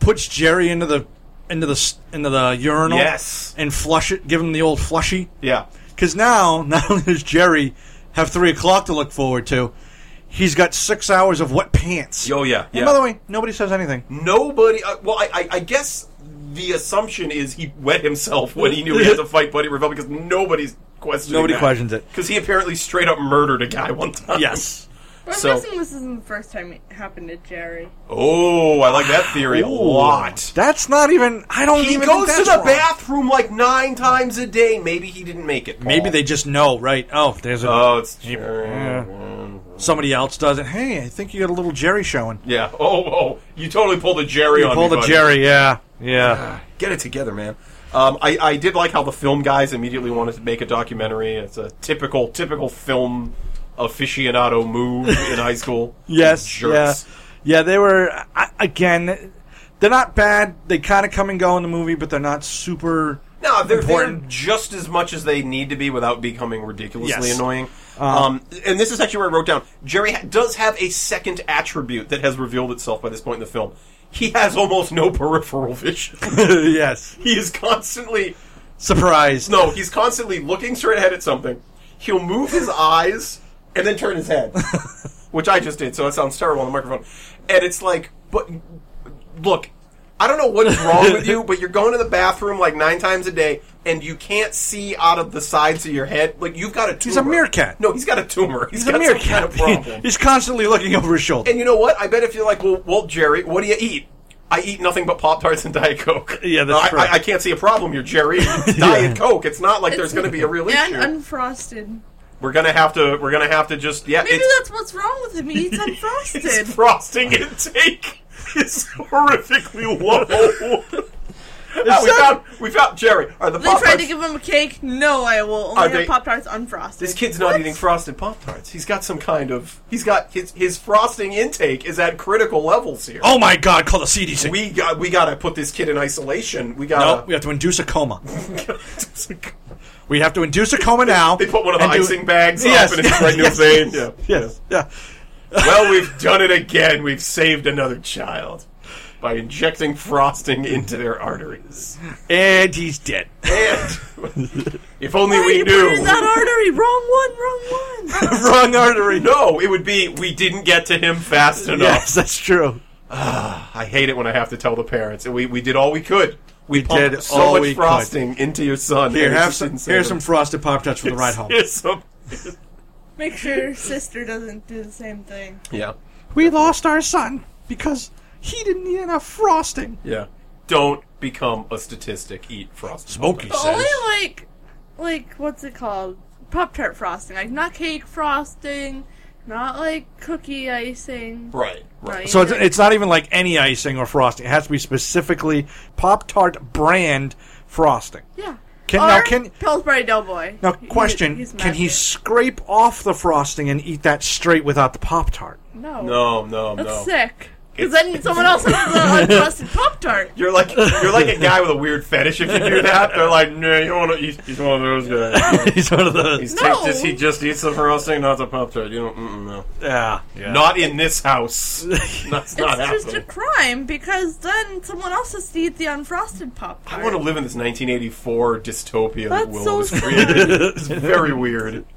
[SPEAKER 5] puts Jerry into the into the s- into the urinal.
[SPEAKER 6] Yes.
[SPEAKER 5] and flush it. Give him the old flushy.
[SPEAKER 6] Yeah,
[SPEAKER 5] Because now, not only does Jerry have three o'clock to look forward to, he's got six hours of wet pants.
[SPEAKER 6] Oh, yeah,
[SPEAKER 5] And
[SPEAKER 6] yeah.
[SPEAKER 5] by the way, nobody says anything.
[SPEAKER 6] nobody. Uh, well, I, I, I guess the assumption is he wet himself when he knew he had to fight Buddy Revell because nobody's questioning.
[SPEAKER 5] Nobody questions it.
[SPEAKER 6] because he apparently straight up murdered a guy one time.
[SPEAKER 5] Yes.
[SPEAKER 7] But I'm
[SPEAKER 6] So-
[SPEAKER 7] guessing this isn't the first time it happened to Jerry.
[SPEAKER 6] Oh, I like that theory a lot.
[SPEAKER 5] That's not even. I don't
[SPEAKER 6] He
[SPEAKER 5] even.
[SPEAKER 6] goes
[SPEAKER 5] think
[SPEAKER 6] to
[SPEAKER 5] that's
[SPEAKER 6] the
[SPEAKER 5] wrong.
[SPEAKER 6] bathroom like nine times a day. Maybe he didn't make it. Paul.
[SPEAKER 5] Maybe they just know, right? Oh, there's a
[SPEAKER 6] Oh, it's
[SPEAKER 5] somebody else does it. Hey, I think you got a little Jerry showing.
[SPEAKER 6] yeah. Oh, oh, you totally pulled a Jerry on
[SPEAKER 5] Pull
[SPEAKER 6] me,
[SPEAKER 5] the
[SPEAKER 6] buddy.
[SPEAKER 5] Jerry, yeah, yeah.
[SPEAKER 6] Get it together, man. Um, I, I did like how the film guys immediately wanted to make a documentary. It's a typical typical film aficionado move in high school.
[SPEAKER 5] yes,
[SPEAKER 6] jerks.
[SPEAKER 5] yeah, yeah. They were I, again. They're not bad. They kind of come and go in the movie, but they're not super.
[SPEAKER 6] No, they're, they're
[SPEAKER 5] Important.
[SPEAKER 6] just as much as they need to be without becoming ridiculously
[SPEAKER 5] Yes.
[SPEAKER 6] annoying. Um, and this is actually where I wrote down Jerry ha- does have a second attribute that has revealed itself by this point in the film. He has almost no peripheral vision.
[SPEAKER 5] yes,
[SPEAKER 6] he is constantly
[SPEAKER 5] surprised.
[SPEAKER 6] no, he's constantly looking straight ahead at something. he'll move his eyes and then turn his head, which I just did, so it sounds terrible on the microphone. And it's like, but look, I don't know what is wrong with you, but you're going to the bathroom like nine times a day, and you can't see out of the sides of your head. Like you've got a tumor.
[SPEAKER 5] He's a meerkat.
[SPEAKER 6] No, he's got a tumor.
[SPEAKER 5] He's
[SPEAKER 6] got
[SPEAKER 5] a
[SPEAKER 6] some
[SPEAKER 5] meerkat.
[SPEAKER 6] kind of problem.
[SPEAKER 5] He's constantly looking over his shoulder.
[SPEAKER 6] and you know what? I bet if you're like, well, well, Jerry, what do you eat? I eat nothing but Pop Tarts and Diet Coke.
[SPEAKER 5] Yeah, that's
[SPEAKER 6] I, I-
[SPEAKER 5] correct.
[SPEAKER 6] I, can't see a problem here, Jerry. It's Diet Coke. It's not like there's going to be a real
[SPEAKER 7] and
[SPEAKER 6] issue.
[SPEAKER 7] unfrosted.
[SPEAKER 6] we're gonna have to. We're gonna have to just. Yeah,
[SPEAKER 7] Maybe
[SPEAKER 6] it's,
[SPEAKER 7] that's what's wrong with him. He eats unfrosted.
[SPEAKER 6] his frosting intake is horrifically low. Ah, we found. We found Jerry. Are the
[SPEAKER 7] they
[SPEAKER 6] Pop
[SPEAKER 7] tried to
[SPEAKER 6] Tarts?
[SPEAKER 7] give him a cake. No, I will
[SPEAKER 6] Are
[SPEAKER 7] only
[SPEAKER 6] they-
[SPEAKER 7] have Pop Tarts unfrosted.
[SPEAKER 6] This kid's not eating frosted Pop Tarts. He's got some kind of. He's got his his frosting intake is at critical levels here.
[SPEAKER 5] oh my God! Call the CDC.
[SPEAKER 6] We got we gotta put this kid in isolation. We
[SPEAKER 5] no,
[SPEAKER 6] gotta.
[SPEAKER 5] we have to induce a coma. We have to induce a coma now.
[SPEAKER 6] They put one of the
[SPEAKER 5] and do-
[SPEAKER 6] icing bags
[SPEAKER 5] Yes.
[SPEAKER 6] up and it's right in his vein. Yeah.
[SPEAKER 5] Yes. Yeah.
[SPEAKER 6] Well, we've done it again. We've saved another child by injecting frosting into their arteries.
[SPEAKER 5] And he's dead.
[SPEAKER 6] And if only
[SPEAKER 7] Why
[SPEAKER 6] we
[SPEAKER 7] you pointed
[SPEAKER 6] knew.
[SPEAKER 7] that artery. Wrong one. Wrong one.
[SPEAKER 5] Wrong artery.
[SPEAKER 6] No, it would be we didn't get to him fast enough.
[SPEAKER 5] Yes, that's true.
[SPEAKER 6] I hate it when I have to tell the parents. And we, we did all we could. We, pumped
[SPEAKER 5] did
[SPEAKER 6] so
[SPEAKER 5] all
[SPEAKER 6] much
[SPEAKER 5] we could.
[SPEAKER 6] frosting into your son.
[SPEAKER 5] Here,
[SPEAKER 6] and it
[SPEAKER 5] have
[SPEAKER 6] just
[SPEAKER 5] some.
[SPEAKER 6] didn't save
[SPEAKER 5] Here's some
[SPEAKER 6] him.
[SPEAKER 5] frosted pop tarts for the ride home.
[SPEAKER 6] Here's some.
[SPEAKER 7] Make sure your sister doesn't do the same thing.
[SPEAKER 6] Yeah.
[SPEAKER 5] We lost our son because he didn't eat enough frosting.
[SPEAKER 6] Yeah. Don't become a statistic. Eat frosting.
[SPEAKER 5] Smokey
[SPEAKER 7] But only
[SPEAKER 5] says.
[SPEAKER 7] like, like what's it called? Pop tart frosting. Like not cake frosting, not like cookie icing.
[SPEAKER 6] Right.
[SPEAKER 7] Right.
[SPEAKER 5] So it's, it's not even like any icing or frosting. It has to be specifically Pop Tart brand frosting.
[SPEAKER 7] yeah.
[SPEAKER 5] Can-
[SPEAKER 7] or
[SPEAKER 5] now can-
[SPEAKER 7] Pillsbury Doughboy?
[SPEAKER 5] Now,
[SPEAKER 7] He-
[SPEAKER 5] question:
[SPEAKER 7] he's
[SPEAKER 5] Can he
[SPEAKER 7] magic.
[SPEAKER 5] scrape off the frosting and eat that straight without the Pop Tart?
[SPEAKER 7] No.
[SPEAKER 6] No, no,
[SPEAKER 7] That's
[SPEAKER 6] no.
[SPEAKER 7] sick. Because then someone else has an unfrosted Pop Tart.
[SPEAKER 6] You're like you're like a guy with a weird fetish. If you do that, they're like, no, you want to. He's, he's one of those guys.
[SPEAKER 5] He's one of those.
[SPEAKER 6] He's
[SPEAKER 7] No.
[SPEAKER 6] take- just, he just eats the frosting, not the pop tart. You don't. Mm-mm, no.
[SPEAKER 5] Yeah, yeah.
[SPEAKER 6] Not in this house. That's
[SPEAKER 7] It's
[SPEAKER 6] not
[SPEAKER 7] just a
[SPEAKER 6] happening.
[SPEAKER 7] crime because then someone else has to eat the unfrosted Pop
[SPEAKER 6] I
[SPEAKER 7] Tart.
[SPEAKER 6] want to live in this 1984 dystopia that
[SPEAKER 7] That's
[SPEAKER 6] Will
[SPEAKER 7] so
[SPEAKER 6] has created. It's very weird.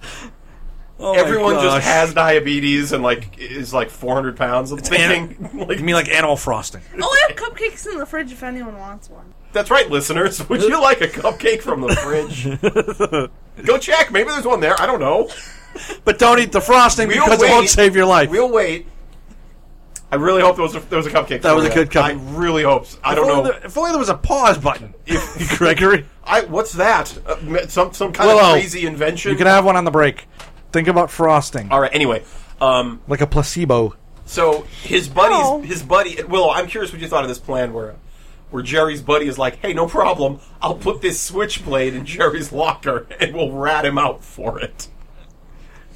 [SPEAKER 5] Oh my
[SPEAKER 6] Everyone
[SPEAKER 5] gosh.
[SPEAKER 6] just has diabetes and like is like 400 pounds. I'm
[SPEAKER 5] an-
[SPEAKER 6] thinking, like,
[SPEAKER 5] You mean like animal frosting?
[SPEAKER 7] Oh, I have cupcakes in the fridge if anyone wants one.
[SPEAKER 6] that's right, listeners. Would you like a cupcake from the fridge? Go check. Maybe there's one there. I don't know.
[SPEAKER 5] But don't eat the frosting
[SPEAKER 6] We'll
[SPEAKER 5] because
[SPEAKER 6] wait.
[SPEAKER 5] it won't save your life.
[SPEAKER 6] We'll wait. I really hope there was a, there was a cupcake.
[SPEAKER 5] That was
[SPEAKER 6] for
[SPEAKER 5] a good
[SPEAKER 6] that.
[SPEAKER 5] cupcake.
[SPEAKER 6] I really hope. So. I don't
[SPEAKER 5] if, only
[SPEAKER 6] know.
[SPEAKER 5] there, if only there was a pause button, Gregory.
[SPEAKER 6] I what's that? Uh, m- some some kind
[SPEAKER 5] Willow,
[SPEAKER 6] of crazy invention.
[SPEAKER 5] You can have one on the break. Think about frosting,
[SPEAKER 6] All right. Anyway, um,
[SPEAKER 5] like a placebo.
[SPEAKER 6] so his buddies,
[SPEAKER 7] No.
[SPEAKER 6] his buddy Willow. I'm curious what you thought of this plan where. Where Jerry's buddy is like, "Hey, no problem. I'll put this switchblade in Jerry's locker, and we'll rat him out for it."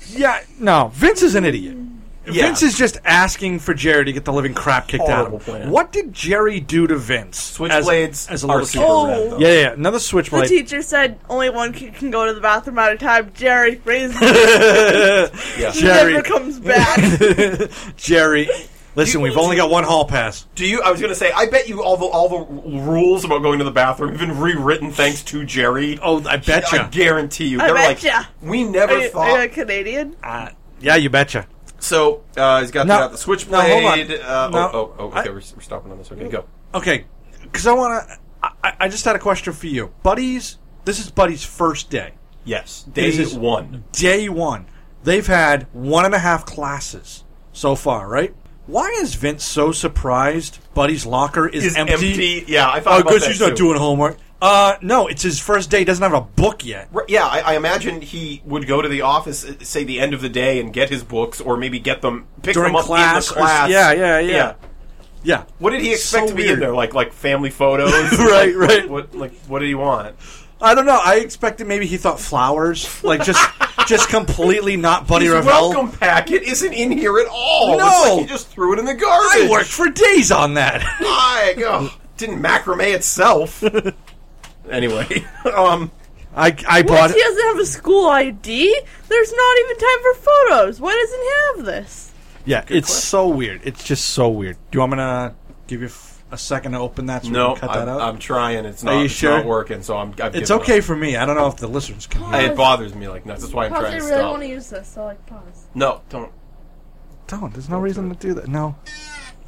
[SPEAKER 5] Yeah, no, Vince is an idiot.
[SPEAKER 6] Yeah.
[SPEAKER 5] Vince is just asking for Jerry to get the living crap kicked out of him.
[SPEAKER 6] Horrible plan.
[SPEAKER 5] What did Jerry do to Vince? as-
[SPEAKER 6] Switchblades
[SPEAKER 5] as a little
[SPEAKER 6] are
[SPEAKER 5] kid?
[SPEAKER 6] super rad,
[SPEAKER 7] Oh.
[SPEAKER 6] though.
[SPEAKER 5] Yeah, yeah, yeah, another
[SPEAKER 7] The
[SPEAKER 5] switchblade.
[SPEAKER 7] teacher said only one kid can go to the bathroom at a time. Jerry raises he never
[SPEAKER 5] Jerry,
[SPEAKER 7] comes back.
[SPEAKER 5] Jerry, listen, we've only got one hall pass.
[SPEAKER 6] Do you? I was going to say, I bet you all the all the rules about going to the bathroom have been rewritten thanks to Jerry.
[SPEAKER 5] Oh, I
[SPEAKER 6] I
[SPEAKER 5] betcha.
[SPEAKER 6] guarantee you.
[SPEAKER 7] I
[SPEAKER 6] They're like,
[SPEAKER 7] betcha.
[SPEAKER 6] we never
[SPEAKER 7] Are you,
[SPEAKER 6] thought.
[SPEAKER 7] are you a Canadian?
[SPEAKER 5] Uh, yeah, you betcha.
[SPEAKER 6] so uh, he's got
[SPEAKER 5] No,
[SPEAKER 6] the,
[SPEAKER 5] no, hold
[SPEAKER 6] got the
[SPEAKER 5] on.
[SPEAKER 6] switchblade. uh,
[SPEAKER 5] No,
[SPEAKER 6] oh, oh, oh, okay,
[SPEAKER 5] I-
[SPEAKER 6] we're, we're stopping on this. Okay, go.
[SPEAKER 5] Okay, because I want to. I, I just had a question for you, buddies. This is Buddy's first day,
[SPEAKER 6] Yes, day
[SPEAKER 5] This is-
[SPEAKER 6] one.
[SPEAKER 5] day one. They've had one and a half classes so far, right? Why is Vince so surprised? Buddy's locker is,
[SPEAKER 6] Is
[SPEAKER 5] empty.
[SPEAKER 6] empty. Yeah, I thought
[SPEAKER 5] Oh,
[SPEAKER 6] about
[SPEAKER 5] because
[SPEAKER 6] that,
[SPEAKER 5] he's not
[SPEAKER 6] too.
[SPEAKER 5] doing homework. Uh, no, it's his first day. He doesn't have a book yet.
[SPEAKER 6] Right, Yeah, I, I imagine he would go to the office, uh, say the end of the day, and get his books, or maybe get them pick
[SPEAKER 5] During
[SPEAKER 6] them up
[SPEAKER 5] class
[SPEAKER 6] in
[SPEAKER 5] or-
[SPEAKER 6] the class.
[SPEAKER 5] yeah, yeah, yeah. Yeah.
[SPEAKER 6] What did he expect
[SPEAKER 5] So
[SPEAKER 6] to be in
[SPEAKER 5] weird.
[SPEAKER 6] there? Like like family photos,
[SPEAKER 5] Right,
[SPEAKER 6] Like, what-
[SPEAKER 5] right.
[SPEAKER 6] What like what did he want?
[SPEAKER 5] I don't know. I expected maybe he thought flowers, like just just completely not Buddy
[SPEAKER 6] His
[SPEAKER 5] Revelle.
[SPEAKER 6] welcome packet isn't in here at all.
[SPEAKER 5] No.
[SPEAKER 6] It's like he just threw it in the garbage.
[SPEAKER 5] I worked for days on that.
[SPEAKER 6] My God. Didn't macrame itself. anyway, um,
[SPEAKER 5] I I
[SPEAKER 7] What?
[SPEAKER 5] bought.
[SPEAKER 7] He doesn't have a school ID? There's not even time for photos. Why doesn't he have this?
[SPEAKER 5] Yeah, it's so weird. It's just so weird. Do you want me to give you? F- a second to open that? So we
[SPEAKER 6] No,
[SPEAKER 5] can cut that
[SPEAKER 6] I'm,
[SPEAKER 5] out.
[SPEAKER 6] I'm trying. It's not.
[SPEAKER 5] you
[SPEAKER 6] it's
[SPEAKER 5] sure?
[SPEAKER 6] not working. So I'm. I've
[SPEAKER 5] it's
[SPEAKER 6] given
[SPEAKER 5] okay
[SPEAKER 6] up.
[SPEAKER 5] for me. I don't know if the listeners can. hear.
[SPEAKER 6] I- It bothers me like nuts. That's why I'm
[SPEAKER 7] Pause. I
[SPEAKER 6] trying
[SPEAKER 7] really
[SPEAKER 6] to
[SPEAKER 7] want to
[SPEAKER 6] stop.
[SPEAKER 7] use this, so like pause.
[SPEAKER 6] No, don't.
[SPEAKER 5] Don't. There's no reason to do that. No.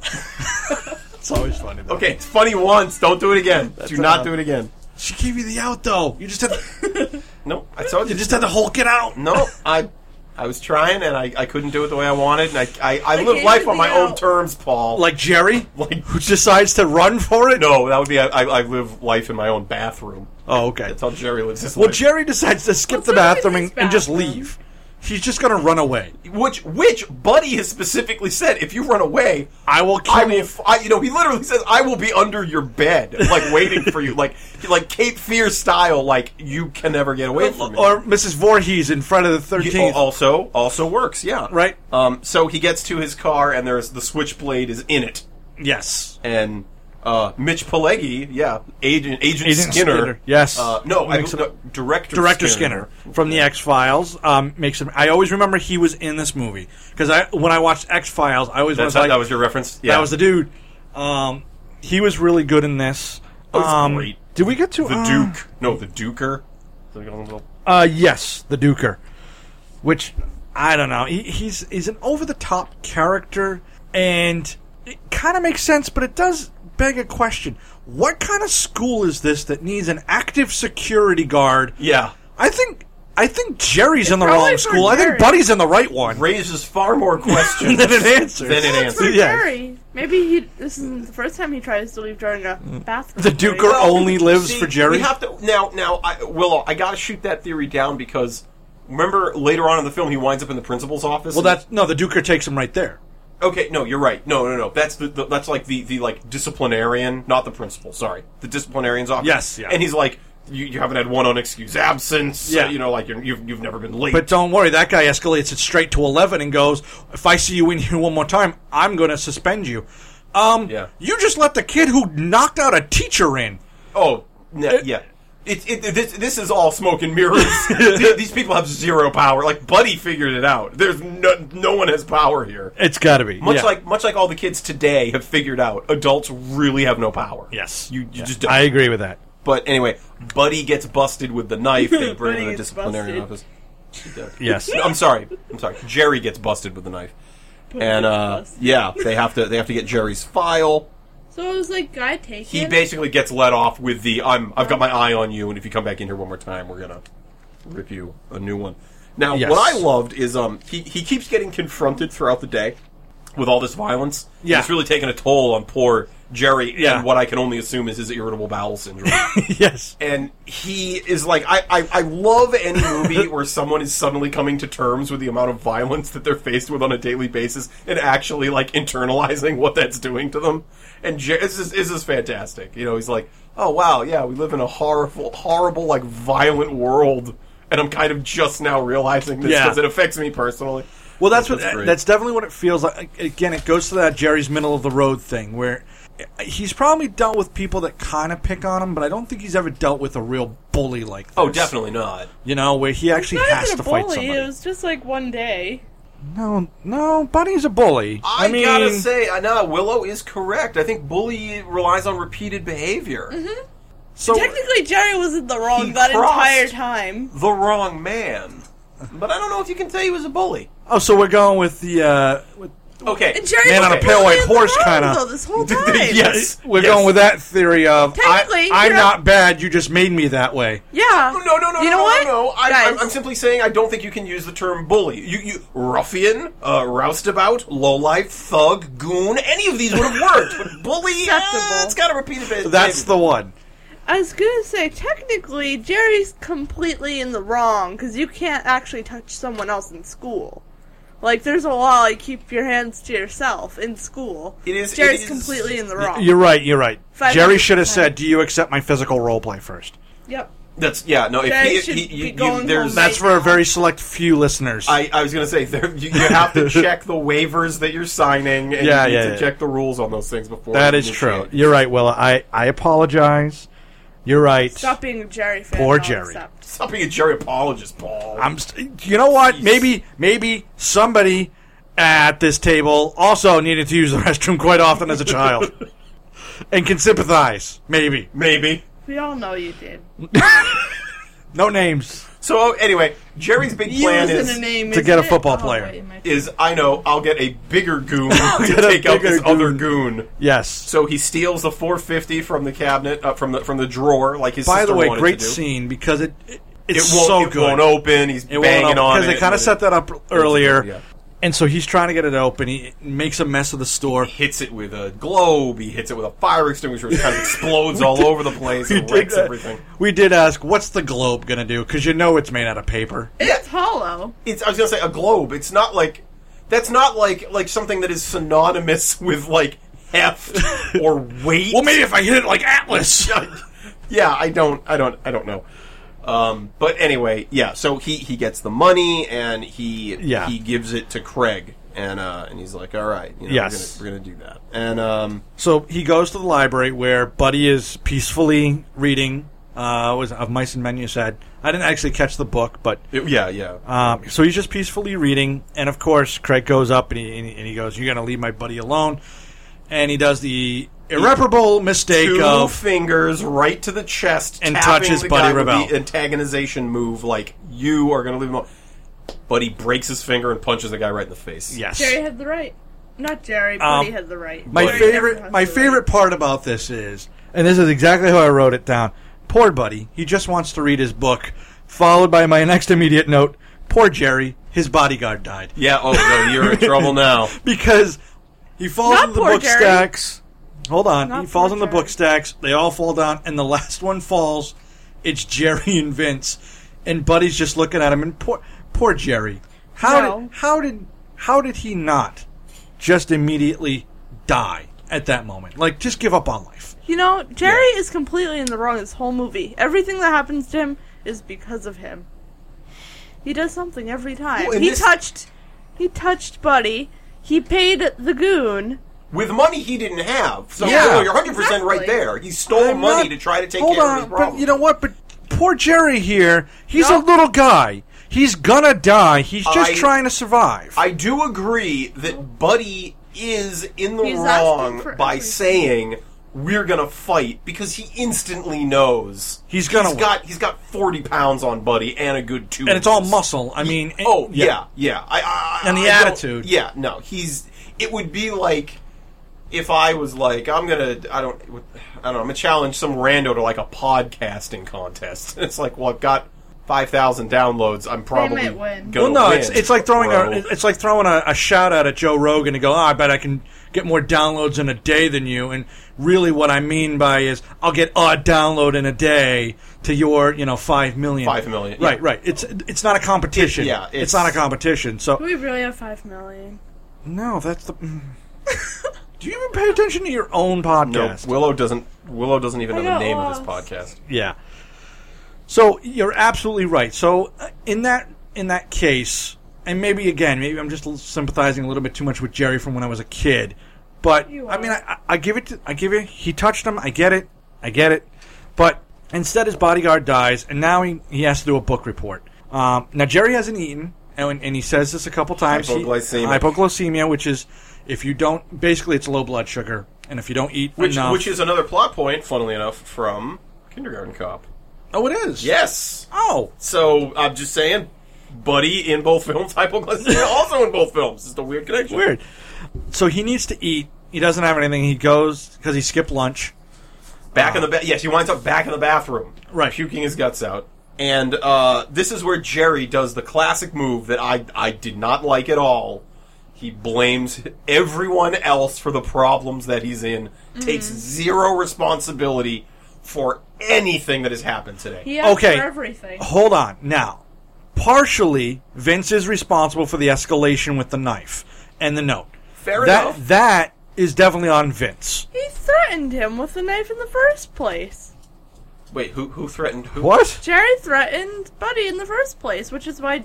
[SPEAKER 5] it's always funny. Though.
[SPEAKER 6] Okay, it's funny once. Don't do it again. do not do it again.
[SPEAKER 5] She gave you the out though. You just had.
[SPEAKER 6] No, I told
[SPEAKER 5] you
[SPEAKER 6] you.
[SPEAKER 5] just had to Hulk it out.
[SPEAKER 6] No, I. I was trying and I, I couldn't do it the way I wanted. And I I, I live
[SPEAKER 7] gave
[SPEAKER 6] life
[SPEAKER 7] you
[SPEAKER 6] on my
[SPEAKER 7] the
[SPEAKER 6] own
[SPEAKER 7] out.
[SPEAKER 6] terms, Paul.
[SPEAKER 5] Like Jerry,
[SPEAKER 6] Like-
[SPEAKER 5] who decides to run for it.
[SPEAKER 6] no, that would be I, I, I live life in my own bathroom.
[SPEAKER 5] Oh, okay.
[SPEAKER 6] That's how Jerry lives his
[SPEAKER 5] Well,
[SPEAKER 6] life.
[SPEAKER 5] Jerry decides to skip
[SPEAKER 7] Well,
[SPEAKER 5] the
[SPEAKER 7] so does
[SPEAKER 5] bathroom and,
[SPEAKER 7] his
[SPEAKER 5] and just
[SPEAKER 7] bathroom.
[SPEAKER 5] leave. He's just gonna run away.
[SPEAKER 6] which which Buddy has specifically said, if you run away,
[SPEAKER 5] I will kill
[SPEAKER 6] I will,
[SPEAKER 5] you.
[SPEAKER 6] f I you know, he literally says, "I will be under your bed, like waiting for you, like like Cape Fear style, like you can never get away from me." oh,
[SPEAKER 5] Or Mrs. Voorhees in front of the
[SPEAKER 6] He-
[SPEAKER 5] thirteenth.
[SPEAKER 6] also also works, yeah,
[SPEAKER 5] Right.
[SPEAKER 6] Um, so he gets to his car, and there's the switchblade is in it,
[SPEAKER 5] Yes.
[SPEAKER 6] and uh, Mitch Pileggi, yeah, agent Agent, Skinner,
[SPEAKER 5] Yes.
[SPEAKER 6] uh, no, I,
[SPEAKER 5] Makes
[SPEAKER 6] no, director
[SPEAKER 5] Director Skinner, from the X Files um, makes him. I always remember he was in this movie because I when I watched X Files, I always
[SPEAKER 6] That's
[SPEAKER 5] was
[SPEAKER 6] how,
[SPEAKER 5] like,
[SPEAKER 6] that was your reference. Yeah,
[SPEAKER 5] that was the dude. Um, he was really good in this.
[SPEAKER 6] was
[SPEAKER 5] um,
[SPEAKER 6] great.
[SPEAKER 5] Did we get to
[SPEAKER 6] the
[SPEAKER 5] uh,
[SPEAKER 6] Duke. No, the Duker.
[SPEAKER 5] Uh, yes, the Duker, which I don't know. He, he's he's an over the top character, and it kind of makes sense, but it does beg a question: What kind of school is this that needs an active security guard?
[SPEAKER 6] Yeah,
[SPEAKER 5] I think I think Jerry's in the
[SPEAKER 7] probably
[SPEAKER 5] wrong
[SPEAKER 7] for
[SPEAKER 5] school. I
[SPEAKER 7] Jerry.
[SPEAKER 5] think Buddy's in the right one.
[SPEAKER 6] raises far more questions
[SPEAKER 5] Then it answers.
[SPEAKER 6] than it
[SPEAKER 7] That's for
[SPEAKER 6] answers.
[SPEAKER 5] Yeah.
[SPEAKER 7] Jerry. Maybe he. This isn't the first time he tries to leave during a Mm. bathroom.
[SPEAKER 5] The
[SPEAKER 7] break.
[SPEAKER 5] Duker only lives
[SPEAKER 6] See,
[SPEAKER 5] for Jerry.
[SPEAKER 6] We have to now. Now, I, Willow, I gotta shoot that theory down because remember later on in the film he winds up in the principal's office.
[SPEAKER 5] well, that's no. The Duker takes him right there.
[SPEAKER 6] okay. No, you're right. No, no, no. That's the, the that's like the the like disciplinarian, not the principal. Sorry, the disciplinarian's office.
[SPEAKER 5] Yes, yeah.
[SPEAKER 6] And he's like, you, you haven't had one unexcused absence.
[SPEAKER 5] Yeah.
[SPEAKER 6] you know, like you're, you've you've never been late.
[SPEAKER 5] But don't worry, that guy escalates it straight to eleven and goes, "If I see you in here one more time, I'm going to suspend you." Um,
[SPEAKER 6] Yeah.
[SPEAKER 5] you just let the kid who knocked out a teacher in.
[SPEAKER 6] Oh, no, yeah. It, it, this, this is all smoke and mirrors. Th- These people have zero power. Like Buddy figured it out. There's no, no one has power here.
[SPEAKER 5] It's got to be
[SPEAKER 6] Much like much like all the kids today have figured out, adults really have no power.
[SPEAKER 5] Yes.
[SPEAKER 6] you, you just don't.
[SPEAKER 5] agree with that.
[SPEAKER 6] but anyway, Buddy gets busted with the knife. They bring him
[SPEAKER 7] Buddy
[SPEAKER 6] to the
[SPEAKER 7] gets
[SPEAKER 6] disciplinary
[SPEAKER 7] busted.
[SPEAKER 6] office.
[SPEAKER 5] Yes.
[SPEAKER 6] No, I'm sorry. I'm sorry. Jerry gets busted with the knife, and uh,
[SPEAKER 7] busted.
[SPEAKER 6] yeah, they have to they have to get Jerry's file.
[SPEAKER 7] So it was like guy taken.
[SPEAKER 6] He basically gets let off with the "I'm I've got my eye on you, and if you come back in here one more time, we're gonna rip you a new one." Now,
[SPEAKER 5] Yes.
[SPEAKER 6] what I loved is um he he keeps getting confronted throughout the day with all this violence.
[SPEAKER 5] Yeah.
[SPEAKER 6] it's really taking a toll on poor Jerry
[SPEAKER 5] Yeah.
[SPEAKER 6] and what I can only assume is his irritable bowel syndrome.
[SPEAKER 5] yes,
[SPEAKER 6] and he is like, I I, I love any movie where someone is suddenly coming to terms with the amount of violence that they're faced with on a daily basis and actually like internalizing what that's doing to them. And Jer- this is this is fantastic. You know, he's like, oh wow, yeah, we live in a horrible, horrible, like violent world. And I'm kind of just now realizing this
[SPEAKER 5] Yeah.
[SPEAKER 6] because it affects me personally.
[SPEAKER 5] Well, that's what
[SPEAKER 6] That's great.
[SPEAKER 5] that's definitely what it feels like. Again, it goes to that Jerry's middle of the road thing where he's probably dealt with people that kind of pick on him, but I don't think he's ever dealt with a real bully like this.
[SPEAKER 6] Oh, definitely not.
[SPEAKER 5] You know, where he
[SPEAKER 7] It's
[SPEAKER 5] actually
[SPEAKER 7] not
[SPEAKER 5] has
[SPEAKER 7] even
[SPEAKER 5] to
[SPEAKER 7] a bully.
[SPEAKER 5] fight somebody.
[SPEAKER 7] It was just like one day.
[SPEAKER 5] No, no, Buddy's a bully. I,
[SPEAKER 6] I,
[SPEAKER 5] mean,
[SPEAKER 6] gotta say, I know Willow is correct. I think bully relies on repeated behavior.
[SPEAKER 5] so
[SPEAKER 7] Technically, Jerry was in the
[SPEAKER 6] He
[SPEAKER 7] wrong that
[SPEAKER 6] crossed.
[SPEAKER 7] entire time.
[SPEAKER 6] the wrong man. But I don't know if you can say he was a bully.
[SPEAKER 5] oh, so we're going with the uh, with,
[SPEAKER 6] Okay.
[SPEAKER 7] And Jerry
[SPEAKER 5] Man
[SPEAKER 7] was
[SPEAKER 5] on a
[SPEAKER 7] really
[SPEAKER 5] pale white
[SPEAKER 7] in the
[SPEAKER 5] horse
[SPEAKER 7] wrong,
[SPEAKER 5] kinda-
[SPEAKER 7] though, this whole time.
[SPEAKER 6] Yes.
[SPEAKER 5] we're
[SPEAKER 6] yes.
[SPEAKER 5] going with that theory of I,
[SPEAKER 7] Technically,
[SPEAKER 5] I'm
[SPEAKER 7] yeah.
[SPEAKER 5] not bad. You just made me that way.
[SPEAKER 7] Yeah.
[SPEAKER 6] No, no, no,
[SPEAKER 7] You
[SPEAKER 6] no,
[SPEAKER 7] know
[SPEAKER 6] no,
[SPEAKER 7] what?
[SPEAKER 6] no. I,
[SPEAKER 7] Guys.
[SPEAKER 6] I'm, I'm simply saying I don't think you can use the term bully. You, you ruffian, uh, roustabout, lowlife, thug, goon. Any of these would have worked. But bully, uh,
[SPEAKER 7] Acceptable.
[SPEAKER 6] it's got to repeat a bit.
[SPEAKER 5] That's the one.
[SPEAKER 7] I was gonna say, technically, Jerry's completely in the wrong because you can't actually touch someone else in school. Like, there's a law like keep your hands to yourself in school.
[SPEAKER 6] It is- it
[SPEAKER 7] Jerry's
[SPEAKER 6] is-
[SPEAKER 7] completely in the wrong.
[SPEAKER 5] You're right. You're right.
[SPEAKER 7] Five
[SPEAKER 5] Jerry
[SPEAKER 7] hundred
[SPEAKER 5] should have
[SPEAKER 7] percent.
[SPEAKER 5] said, "Do you accept my physical role play first?
[SPEAKER 7] yep.
[SPEAKER 6] That's yeah. No, if
[SPEAKER 7] Guys
[SPEAKER 6] he, if
[SPEAKER 7] should
[SPEAKER 6] he,
[SPEAKER 7] be
[SPEAKER 6] you, you-
[SPEAKER 7] going
[SPEAKER 6] there's
[SPEAKER 7] home
[SPEAKER 5] That's
[SPEAKER 7] Right
[SPEAKER 5] for a
[SPEAKER 7] now.
[SPEAKER 5] very select few listeners.
[SPEAKER 6] I, I was gonna say there, you, you have to check the waivers that you're signing, and
[SPEAKER 5] Yeah,
[SPEAKER 6] you need
[SPEAKER 5] yeah,
[SPEAKER 6] to
[SPEAKER 5] yeah.
[SPEAKER 6] check the rules on those things before.
[SPEAKER 5] that
[SPEAKER 6] you
[SPEAKER 5] is true.
[SPEAKER 6] initiate.
[SPEAKER 5] You're right, Willa. I I apologize. You're right.
[SPEAKER 7] Stop being a Jerry fan.
[SPEAKER 5] Poor
[SPEAKER 7] I'll
[SPEAKER 5] Jerry.
[SPEAKER 7] accept.
[SPEAKER 6] Stop being a Jerry apologist, Paul.
[SPEAKER 5] I'm. St- you know what? Maybe maybe somebody at this table also needed to use the restroom quite often as a child. and can sympathize. Maybe.
[SPEAKER 6] Maybe.
[SPEAKER 7] We all know you did.
[SPEAKER 5] No names.
[SPEAKER 6] So anyway, Jerry's big plan
[SPEAKER 7] Using
[SPEAKER 6] is
[SPEAKER 7] a name
[SPEAKER 5] to
[SPEAKER 7] isn't
[SPEAKER 5] get a
[SPEAKER 7] it?
[SPEAKER 5] football
[SPEAKER 7] Oh,
[SPEAKER 5] player.
[SPEAKER 7] wait, my-
[SPEAKER 6] is I know I'll get a bigger goon to
[SPEAKER 5] Get a
[SPEAKER 6] take out
[SPEAKER 5] bigger
[SPEAKER 6] this other
[SPEAKER 5] goon.
[SPEAKER 6] goon.
[SPEAKER 5] Yes.
[SPEAKER 6] So he steals the 450 from the cabinet, uh, from the from the drawer, like his
[SPEAKER 5] By the
[SPEAKER 6] sister
[SPEAKER 5] way,
[SPEAKER 6] wanted
[SPEAKER 5] great
[SPEAKER 6] to do.
[SPEAKER 5] scene because it, it
[SPEAKER 6] It
[SPEAKER 5] it's
[SPEAKER 6] won't,
[SPEAKER 5] so
[SPEAKER 6] it
[SPEAKER 5] good.
[SPEAKER 6] won't open. He's
[SPEAKER 5] It won't
[SPEAKER 6] banging
[SPEAKER 5] open,
[SPEAKER 6] on it
[SPEAKER 5] they kind
[SPEAKER 6] and
[SPEAKER 5] of
[SPEAKER 6] it
[SPEAKER 5] set that up earlier.
[SPEAKER 6] Yeah.
[SPEAKER 5] And so he's trying to get it open. He makes a mess of the store.
[SPEAKER 6] Hits it with a globe. He hits it with a fire extinguisher. It kind of explodes all over the place
[SPEAKER 5] We
[SPEAKER 6] and
[SPEAKER 5] did,
[SPEAKER 6] wrecks
[SPEAKER 5] uh,
[SPEAKER 6] everything.
[SPEAKER 5] we did ask, what's the globe going to do? Because you know it's made out of paper.
[SPEAKER 7] It's hollow.
[SPEAKER 6] It's, I was gonna say a globe. It's not like that's not like like something that is synonymous with like heft or weight.
[SPEAKER 5] Well, maybe if I hit it like Atlas.
[SPEAKER 6] yeah, I don't, I don't, I don't know. Um, but anyway, yeah. So he he gets the money and he
[SPEAKER 5] Yeah.
[SPEAKER 6] he gives it to Craig and uh and he's like, all right, you know,
[SPEAKER 5] Yes.
[SPEAKER 6] we're, gonna, we're gonna do that. And um,
[SPEAKER 5] So he goes to the library where Buddy is peacefully reading. Uh, was of Mice and Men? You said I didn't actually catch the book, but
[SPEAKER 6] it- yeah, yeah.
[SPEAKER 5] um, so he's just peacefully reading, and of course Craig goes up and he, and he- and he goes, "You're gonna leave my buddy alone," and he does the irreparable mistake
[SPEAKER 6] Two
[SPEAKER 5] of
[SPEAKER 6] fingers right to the chest
[SPEAKER 5] And
[SPEAKER 6] tapping
[SPEAKER 5] touches
[SPEAKER 6] the
[SPEAKER 5] Buddy
[SPEAKER 6] guy with
[SPEAKER 5] Revelle.
[SPEAKER 6] The antagonization move, like you are gonna leave him. alone. Buddy breaks his finger and punches the guy right in the face.
[SPEAKER 5] yes.
[SPEAKER 7] Jerry had the right. Not Jerry, Buddy
[SPEAKER 5] Um,
[SPEAKER 7] had the right.
[SPEAKER 5] My
[SPEAKER 7] Jerry definitely
[SPEAKER 5] favorite,
[SPEAKER 7] has
[SPEAKER 5] my
[SPEAKER 7] the
[SPEAKER 5] favorite part about this is, and this is exactly how I wrote it down. Poor Buddy, he just wants to read his book. Followed by my next immediate note: Poor Jerry, his bodyguard died.
[SPEAKER 6] Yeah. Oh no, you're in trouble now.
[SPEAKER 5] because he falls
[SPEAKER 7] Not
[SPEAKER 5] in the
[SPEAKER 7] poor
[SPEAKER 5] book
[SPEAKER 7] Jerry.
[SPEAKER 5] stacks. Hold on,
[SPEAKER 7] Not
[SPEAKER 5] he falls
[SPEAKER 7] poor
[SPEAKER 5] in the
[SPEAKER 7] Jerry.
[SPEAKER 5] book stacks. They all fall down, and the last one falls. It's Jerry and Vince, and Buddy's just looking at him. And poor, poor Jerry. How
[SPEAKER 7] No.
[SPEAKER 5] did how did how did he not just immediately die at that moment? Like just give up on life.
[SPEAKER 7] You know, Jerry is completely in the wrong this whole movie. Everything that happens to him is because of him. He does something every time.
[SPEAKER 6] Well, and
[SPEAKER 7] he
[SPEAKER 6] this-
[SPEAKER 7] touched he touched Buddy. He paid the goon.
[SPEAKER 6] with money he didn't have. So
[SPEAKER 5] Yeah.
[SPEAKER 6] no, you're 100 percent right
[SPEAKER 7] Exactly.
[SPEAKER 6] there. He stole
[SPEAKER 5] I'm
[SPEAKER 6] money
[SPEAKER 5] not-
[SPEAKER 6] to try to take
[SPEAKER 5] hold
[SPEAKER 6] care
[SPEAKER 5] on,
[SPEAKER 6] of his problem.
[SPEAKER 5] But you know what? But poor Jerry here, he's
[SPEAKER 7] No.
[SPEAKER 5] a little guy. He's gonna die. He's just
[SPEAKER 6] I-
[SPEAKER 5] trying to survive.
[SPEAKER 6] I do agree that Buddy is in the
[SPEAKER 7] He's asking for
[SPEAKER 6] wrong by
[SPEAKER 7] everything.
[SPEAKER 6] saying we're gonna fight because he instantly knows
[SPEAKER 5] He's gonna
[SPEAKER 6] He's
[SPEAKER 5] win.
[SPEAKER 6] got he's got 40 pounds on Buddy and a good two.
[SPEAKER 5] and it's all
[SPEAKER 6] inches.
[SPEAKER 5] muscle. I mean, it-
[SPEAKER 6] Oh yeah, yeah. I, I, I-
[SPEAKER 5] And the
[SPEAKER 6] I don't-
[SPEAKER 5] attitude.
[SPEAKER 6] Yeah, no, he's. It would be like if I was like, I'm gonna, I don't, I don't know, I'm gonna challenge some rando to like a podcasting contest. it's like, well, I've got five thousand downloads. I'm probably
[SPEAKER 7] might win.
[SPEAKER 6] gonna
[SPEAKER 5] well, no,
[SPEAKER 6] win,
[SPEAKER 5] it's it's like throwing
[SPEAKER 6] bro.
[SPEAKER 5] a it's like throwing a, a shout out at Joe Rogan to go. Oh, I bet I can get more downloads in a day than you. And really, what I mean by is I'll get a download in a day to your you know five million.
[SPEAKER 6] Five million, yeah.
[SPEAKER 5] Right, right. It's it's not a competition.
[SPEAKER 6] It- yeah,
[SPEAKER 5] it's,
[SPEAKER 6] it's-
[SPEAKER 5] not a competition. So
[SPEAKER 7] We really have five million.
[SPEAKER 5] no, that's the. mm. Do you even pay attention to your own
[SPEAKER 6] Nope,
[SPEAKER 5] podcast?
[SPEAKER 6] Willow doesn't. Willow doesn't even
[SPEAKER 7] I
[SPEAKER 6] know the
[SPEAKER 7] got
[SPEAKER 6] name of this
[SPEAKER 7] lost.
[SPEAKER 6] podcast.
[SPEAKER 5] Yeah. So you're absolutely right. So uh, in that in that case, and maybe again, maybe I'm just sympathizing a little bit too much with Jerry from when I was a kid. But
[SPEAKER 7] You
[SPEAKER 5] I mean,
[SPEAKER 7] are.
[SPEAKER 5] I, I- I give it. To, I give it. He touched him. I get it. I get it. But instead, his bodyguard dies, and now he, he has to do a book report. Um, now Jerry hasn't eaten, and, and he says this a couple times. He-
[SPEAKER 6] Hypoglycemia.
[SPEAKER 5] hypoglycemia, which is if you don't basically it's low blood sugar, and if you don't eat
[SPEAKER 6] Which,
[SPEAKER 5] enough,
[SPEAKER 6] which is another plot point, funnily enough, from Kindergarten Cop.
[SPEAKER 5] oh, it is.
[SPEAKER 6] Yes.
[SPEAKER 5] Oh,
[SPEAKER 6] So I'm just saying, Buddy in both films, hypoglycemia also in both films. It's a weird connection.
[SPEAKER 5] Weird. So he needs to eat. He doesn't have anything. He goes because he skipped lunch.
[SPEAKER 6] Back in the ba- yes, he winds up back in the bathroom,
[SPEAKER 5] Uh-huh. Right.
[SPEAKER 6] puking his guts out. And uh, this is where Jerry does the classic move that I I did not like at all. He blames everyone else for the problems that he's in. Takes zero responsibility for anything that has happened today.
[SPEAKER 7] He asked
[SPEAKER 5] Okay.
[SPEAKER 7] for everything.
[SPEAKER 5] Hold on. Now, partially, Vince is responsible for the escalation with the knife and the note.
[SPEAKER 6] Fair
[SPEAKER 5] that,
[SPEAKER 6] enough.
[SPEAKER 5] That is definitely on Vince.
[SPEAKER 7] He threatened him with the knife in the first place.
[SPEAKER 6] Wait, who who threatened who?
[SPEAKER 5] What?
[SPEAKER 7] Jerry threatened Buddy in the first place, which is why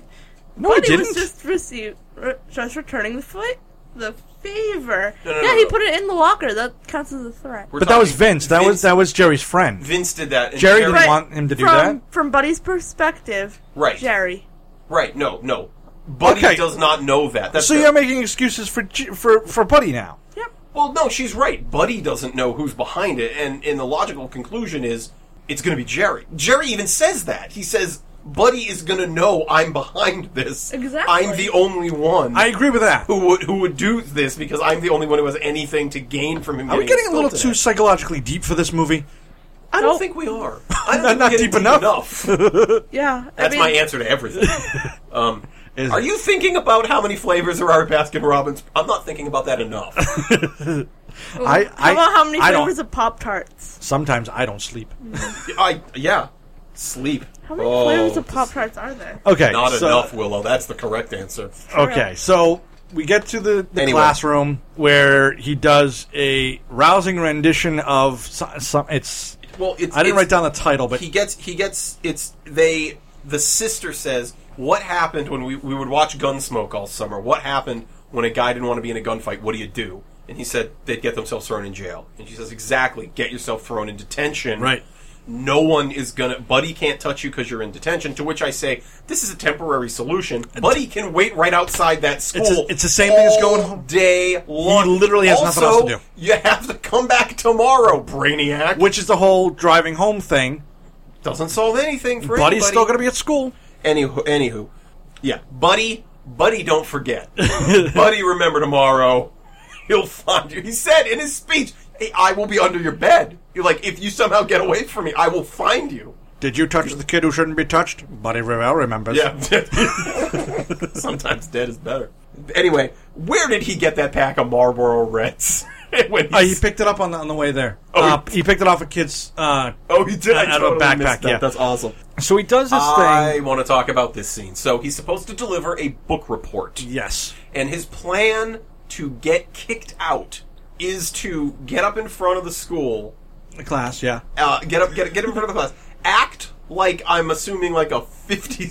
[SPEAKER 5] No, I
[SPEAKER 7] Buddy
[SPEAKER 5] didn't.
[SPEAKER 7] was just received, re- just returning the foot, the favor.
[SPEAKER 6] No, no,
[SPEAKER 7] yeah,
[SPEAKER 6] no,
[SPEAKER 7] he
[SPEAKER 6] no.
[SPEAKER 7] put it in the locker. That counts as a threat.
[SPEAKER 6] We're
[SPEAKER 5] but that was
[SPEAKER 6] talking-
[SPEAKER 5] Vince. That was that was Jerry's friend.
[SPEAKER 6] Vince did that. and
[SPEAKER 5] Jerry didn't
[SPEAKER 7] But
[SPEAKER 5] want him to do
[SPEAKER 7] from,
[SPEAKER 5] that?
[SPEAKER 7] From Buddy's perspective,
[SPEAKER 6] Right.
[SPEAKER 7] Jerry.
[SPEAKER 6] Right? No, no. Buddy
[SPEAKER 5] Okay.
[SPEAKER 6] does not know that. That's
[SPEAKER 5] so
[SPEAKER 6] the-
[SPEAKER 5] you're making excuses for J- for for Buddy now.
[SPEAKER 7] Yep.
[SPEAKER 6] Well, no, she's right. Buddy doesn't know who's behind it, and and the logical conclusion is it's going to be Jerry. Jerry even says that. He says Buddy is going to know I'm behind this.
[SPEAKER 7] Exactly.
[SPEAKER 6] I'm the only one.
[SPEAKER 5] I agree with that.
[SPEAKER 6] who would who would do this because I'm the only one who has anything to gain from him.
[SPEAKER 5] Are we getting a little too
[SPEAKER 6] Today.
[SPEAKER 5] psychologically deep for this movie?
[SPEAKER 6] I don't
[SPEAKER 7] No.
[SPEAKER 6] think we are. I don't
[SPEAKER 5] Not-
[SPEAKER 6] think we're
[SPEAKER 5] not
[SPEAKER 6] getting
[SPEAKER 5] deep enough.
[SPEAKER 7] Yeah, I
[SPEAKER 6] That's
[SPEAKER 7] mean,
[SPEAKER 6] my answer to everything. um,
[SPEAKER 5] Is
[SPEAKER 6] are
[SPEAKER 5] it?
[SPEAKER 6] you thinking about how many flavors there are at Baskin Robbins? I'm not thinking about that enough.
[SPEAKER 5] I,
[SPEAKER 7] How
[SPEAKER 5] I
[SPEAKER 7] about how many
[SPEAKER 5] I don't-
[SPEAKER 7] flavors of Pop Tarts?
[SPEAKER 5] Sometimes I don't sleep.
[SPEAKER 6] I yeah, sleep.
[SPEAKER 7] How many
[SPEAKER 6] Oh,
[SPEAKER 7] flavors of
[SPEAKER 6] this-
[SPEAKER 7] Pop Tarts are there?
[SPEAKER 5] Okay,
[SPEAKER 6] Not
[SPEAKER 5] so-
[SPEAKER 6] enough, Willow. That's the correct answer.
[SPEAKER 5] Okay, so we get to the, the
[SPEAKER 6] Anyway.
[SPEAKER 5] classroom where he does a rousing rendition of some. some it's
[SPEAKER 6] Well, it's,
[SPEAKER 5] I didn't
[SPEAKER 6] it's-
[SPEAKER 5] write down the title, but
[SPEAKER 6] he gets he gets it's they the sister says what happened when we, we would watch gunsmoke all summer what happened when a guy didn't want to be in a gunfight what do you do and he said they'd get themselves thrown in jail and she says exactly get yourself thrown in detention
[SPEAKER 5] Right.
[SPEAKER 6] no one is gonna buddy can't touch you because you're in detention to which i say this is a temporary solution buddy can wait right outside that school
[SPEAKER 5] it's the same thing as
[SPEAKER 6] all
[SPEAKER 5] going home.
[SPEAKER 6] day long
[SPEAKER 5] literally has nothing else to
[SPEAKER 6] Also,
[SPEAKER 5] do.
[SPEAKER 6] you have to come back tomorrow brainiac
[SPEAKER 5] which is the whole driving home thing.
[SPEAKER 6] doesn't solve anything for
[SPEAKER 5] Buddy's
[SPEAKER 6] anybody.
[SPEAKER 5] still going to be at school.
[SPEAKER 6] Anywho, anywho, yeah, buddy, buddy, don't forget, buddy, remember tomorrow. He'll find you. He said in his speech, hey, "I will be under your bed." You're like, if you somehow get away from me, I will find you.
[SPEAKER 5] Did you touch the kid who shouldn't be touched? Buddy Rivell remembers.
[SPEAKER 6] Yeah. Sometimes dead is better. Anyway, where did he get that pack of Marlboro Reds? when
[SPEAKER 5] Uh, he picked it up on the, on the way there.
[SPEAKER 6] Oh,
[SPEAKER 5] uh,
[SPEAKER 6] he-
[SPEAKER 5] he picked it off a kid's. Uh,
[SPEAKER 6] oh, he did. I
[SPEAKER 5] out of a
[SPEAKER 6] totally
[SPEAKER 5] backpack,
[SPEAKER 6] missed that.
[SPEAKER 5] yeah.
[SPEAKER 6] That's awesome.
[SPEAKER 5] so he does this
[SPEAKER 6] I
[SPEAKER 5] thing.
[SPEAKER 6] want to talk about this scene. So he's supposed to deliver a book report.
[SPEAKER 5] Yes.
[SPEAKER 6] and his plan to get kicked out is to get up in front of the school,
[SPEAKER 5] The class, yeah.
[SPEAKER 6] uh, get up, get get in front of the class, act like I'm assuming like a '50s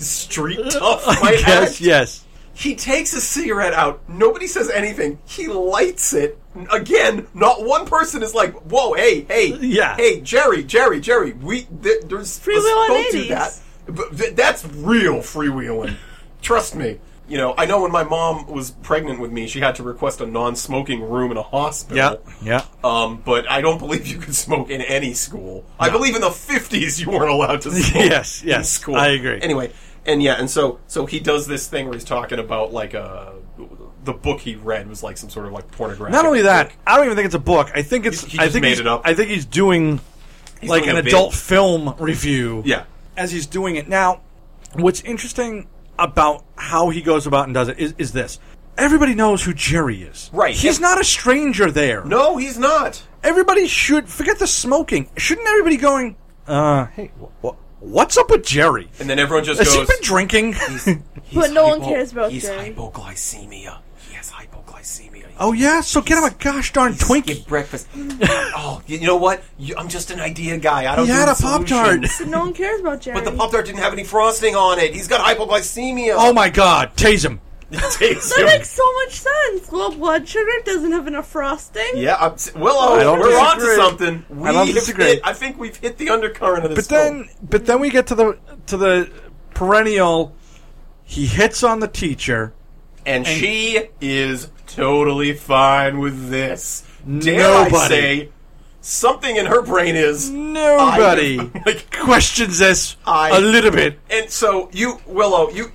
[SPEAKER 6] street tough might
[SPEAKER 5] Yes,
[SPEAKER 6] act.
[SPEAKER 5] yes.
[SPEAKER 6] He takes a cigarette out. Nobody says anything. He lights it. Again, not one person is like, "Whoa, hey, hey,
[SPEAKER 5] Yeah.
[SPEAKER 6] hey, Jerry, Jerry, Jerry." We th- there's
[SPEAKER 7] Freewheeling
[SPEAKER 6] don't do
[SPEAKER 7] 80s.
[SPEAKER 6] that. But th- that's real freewheeling. Trust me. You know, I know when my mom was pregnant with me, she had to request a non-smoking room in a hospital.
[SPEAKER 5] Yeah, yeah.
[SPEAKER 6] Um, but I don't believe you could smoke in any school. I believe in the fifties you weren't allowed to smoke.
[SPEAKER 5] Yes,
[SPEAKER 6] in
[SPEAKER 5] yes,
[SPEAKER 6] school.
[SPEAKER 5] I agree.
[SPEAKER 6] Anyway, and yeah, and so so he does this thing where he's talking about like uh, the book he read was like some sort of like pornographic.
[SPEAKER 5] Not only that,
[SPEAKER 6] book.
[SPEAKER 5] I don't even think it's a book. I think it's.
[SPEAKER 6] He- he
[SPEAKER 5] I
[SPEAKER 6] just
[SPEAKER 5] think
[SPEAKER 6] made
[SPEAKER 5] he's-
[SPEAKER 6] it up.
[SPEAKER 5] I think he's doing like
[SPEAKER 6] doing
[SPEAKER 5] an
[SPEAKER 6] a bit.
[SPEAKER 5] adult film review.
[SPEAKER 6] yeah,
[SPEAKER 5] As he's doing it now, what's interesting about how he goes about and does it is, is this: everybody knows who Jerry is.
[SPEAKER 6] Right.
[SPEAKER 5] He's not a stranger there.
[SPEAKER 6] no, he's not.
[SPEAKER 5] Everybody should forget the smoking. Shouldn't everybody going? Uh, hey, wh- wh- what's up with Jerry?
[SPEAKER 6] And then everyone just
[SPEAKER 5] Has he
[SPEAKER 6] goes.
[SPEAKER 5] been drinking?
[SPEAKER 7] But no one cares about
[SPEAKER 6] he's
[SPEAKER 7] Jerry.
[SPEAKER 6] hypoglycemia. He has hypoglycemia.
[SPEAKER 5] oh yeah, so get him a gosh darn Twinkie.
[SPEAKER 6] Skip breakfast. oh, you know what? You, I'm just an idea guy. I don't.
[SPEAKER 5] He
[SPEAKER 6] do
[SPEAKER 5] had a
[SPEAKER 6] solutions.
[SPEAKER 5] Pop-Tart.
[SPEAKER 7] But no one cares about Jerry.
[SPEAKER 6] But the Pop Tart didn't have any frosting on it. He's got hypoglycemia.
[SPEAKER 5] Oh my God, tase him.
[SPEAKER 6] Takes
[SPEAKER 7] that
[SPEAKER 6] him-
[SPEAKER 7] makes so much sense. Low blood sugar doesn't have enough frosting.
[SPEAKER 6] Yeah, I'm, s- well, oh,
[SPEAKER 5] I don't
[SPEAKER 6] we're on to
[SPEAKER 5] disagree.
[SPEAKER 6] something. We
[SPEAKER 5] I don't
[SPEAKER 6] have
[SPEAKER 5] disagree.
[SPEAKER 6] hit- I think we've hit the undercurrent of this.
[SPEAKER 5] But then, but then we get to the to the perennial. He hits on the teacher.
[SPEAKER 6] and, she is totally fine with this. Dare I
[SPEAKER 5] Nobody.
[SPEAKER 6] say, something in her brain is
[SPEAKER 5] Nobody
[SPEAKER 6] I- like,
[SPEAKER 5] questions this
[SPEAKER 6] I-
[SPEAKER 5] a little bit.
[SPEAKER 6] and so you, Willow, you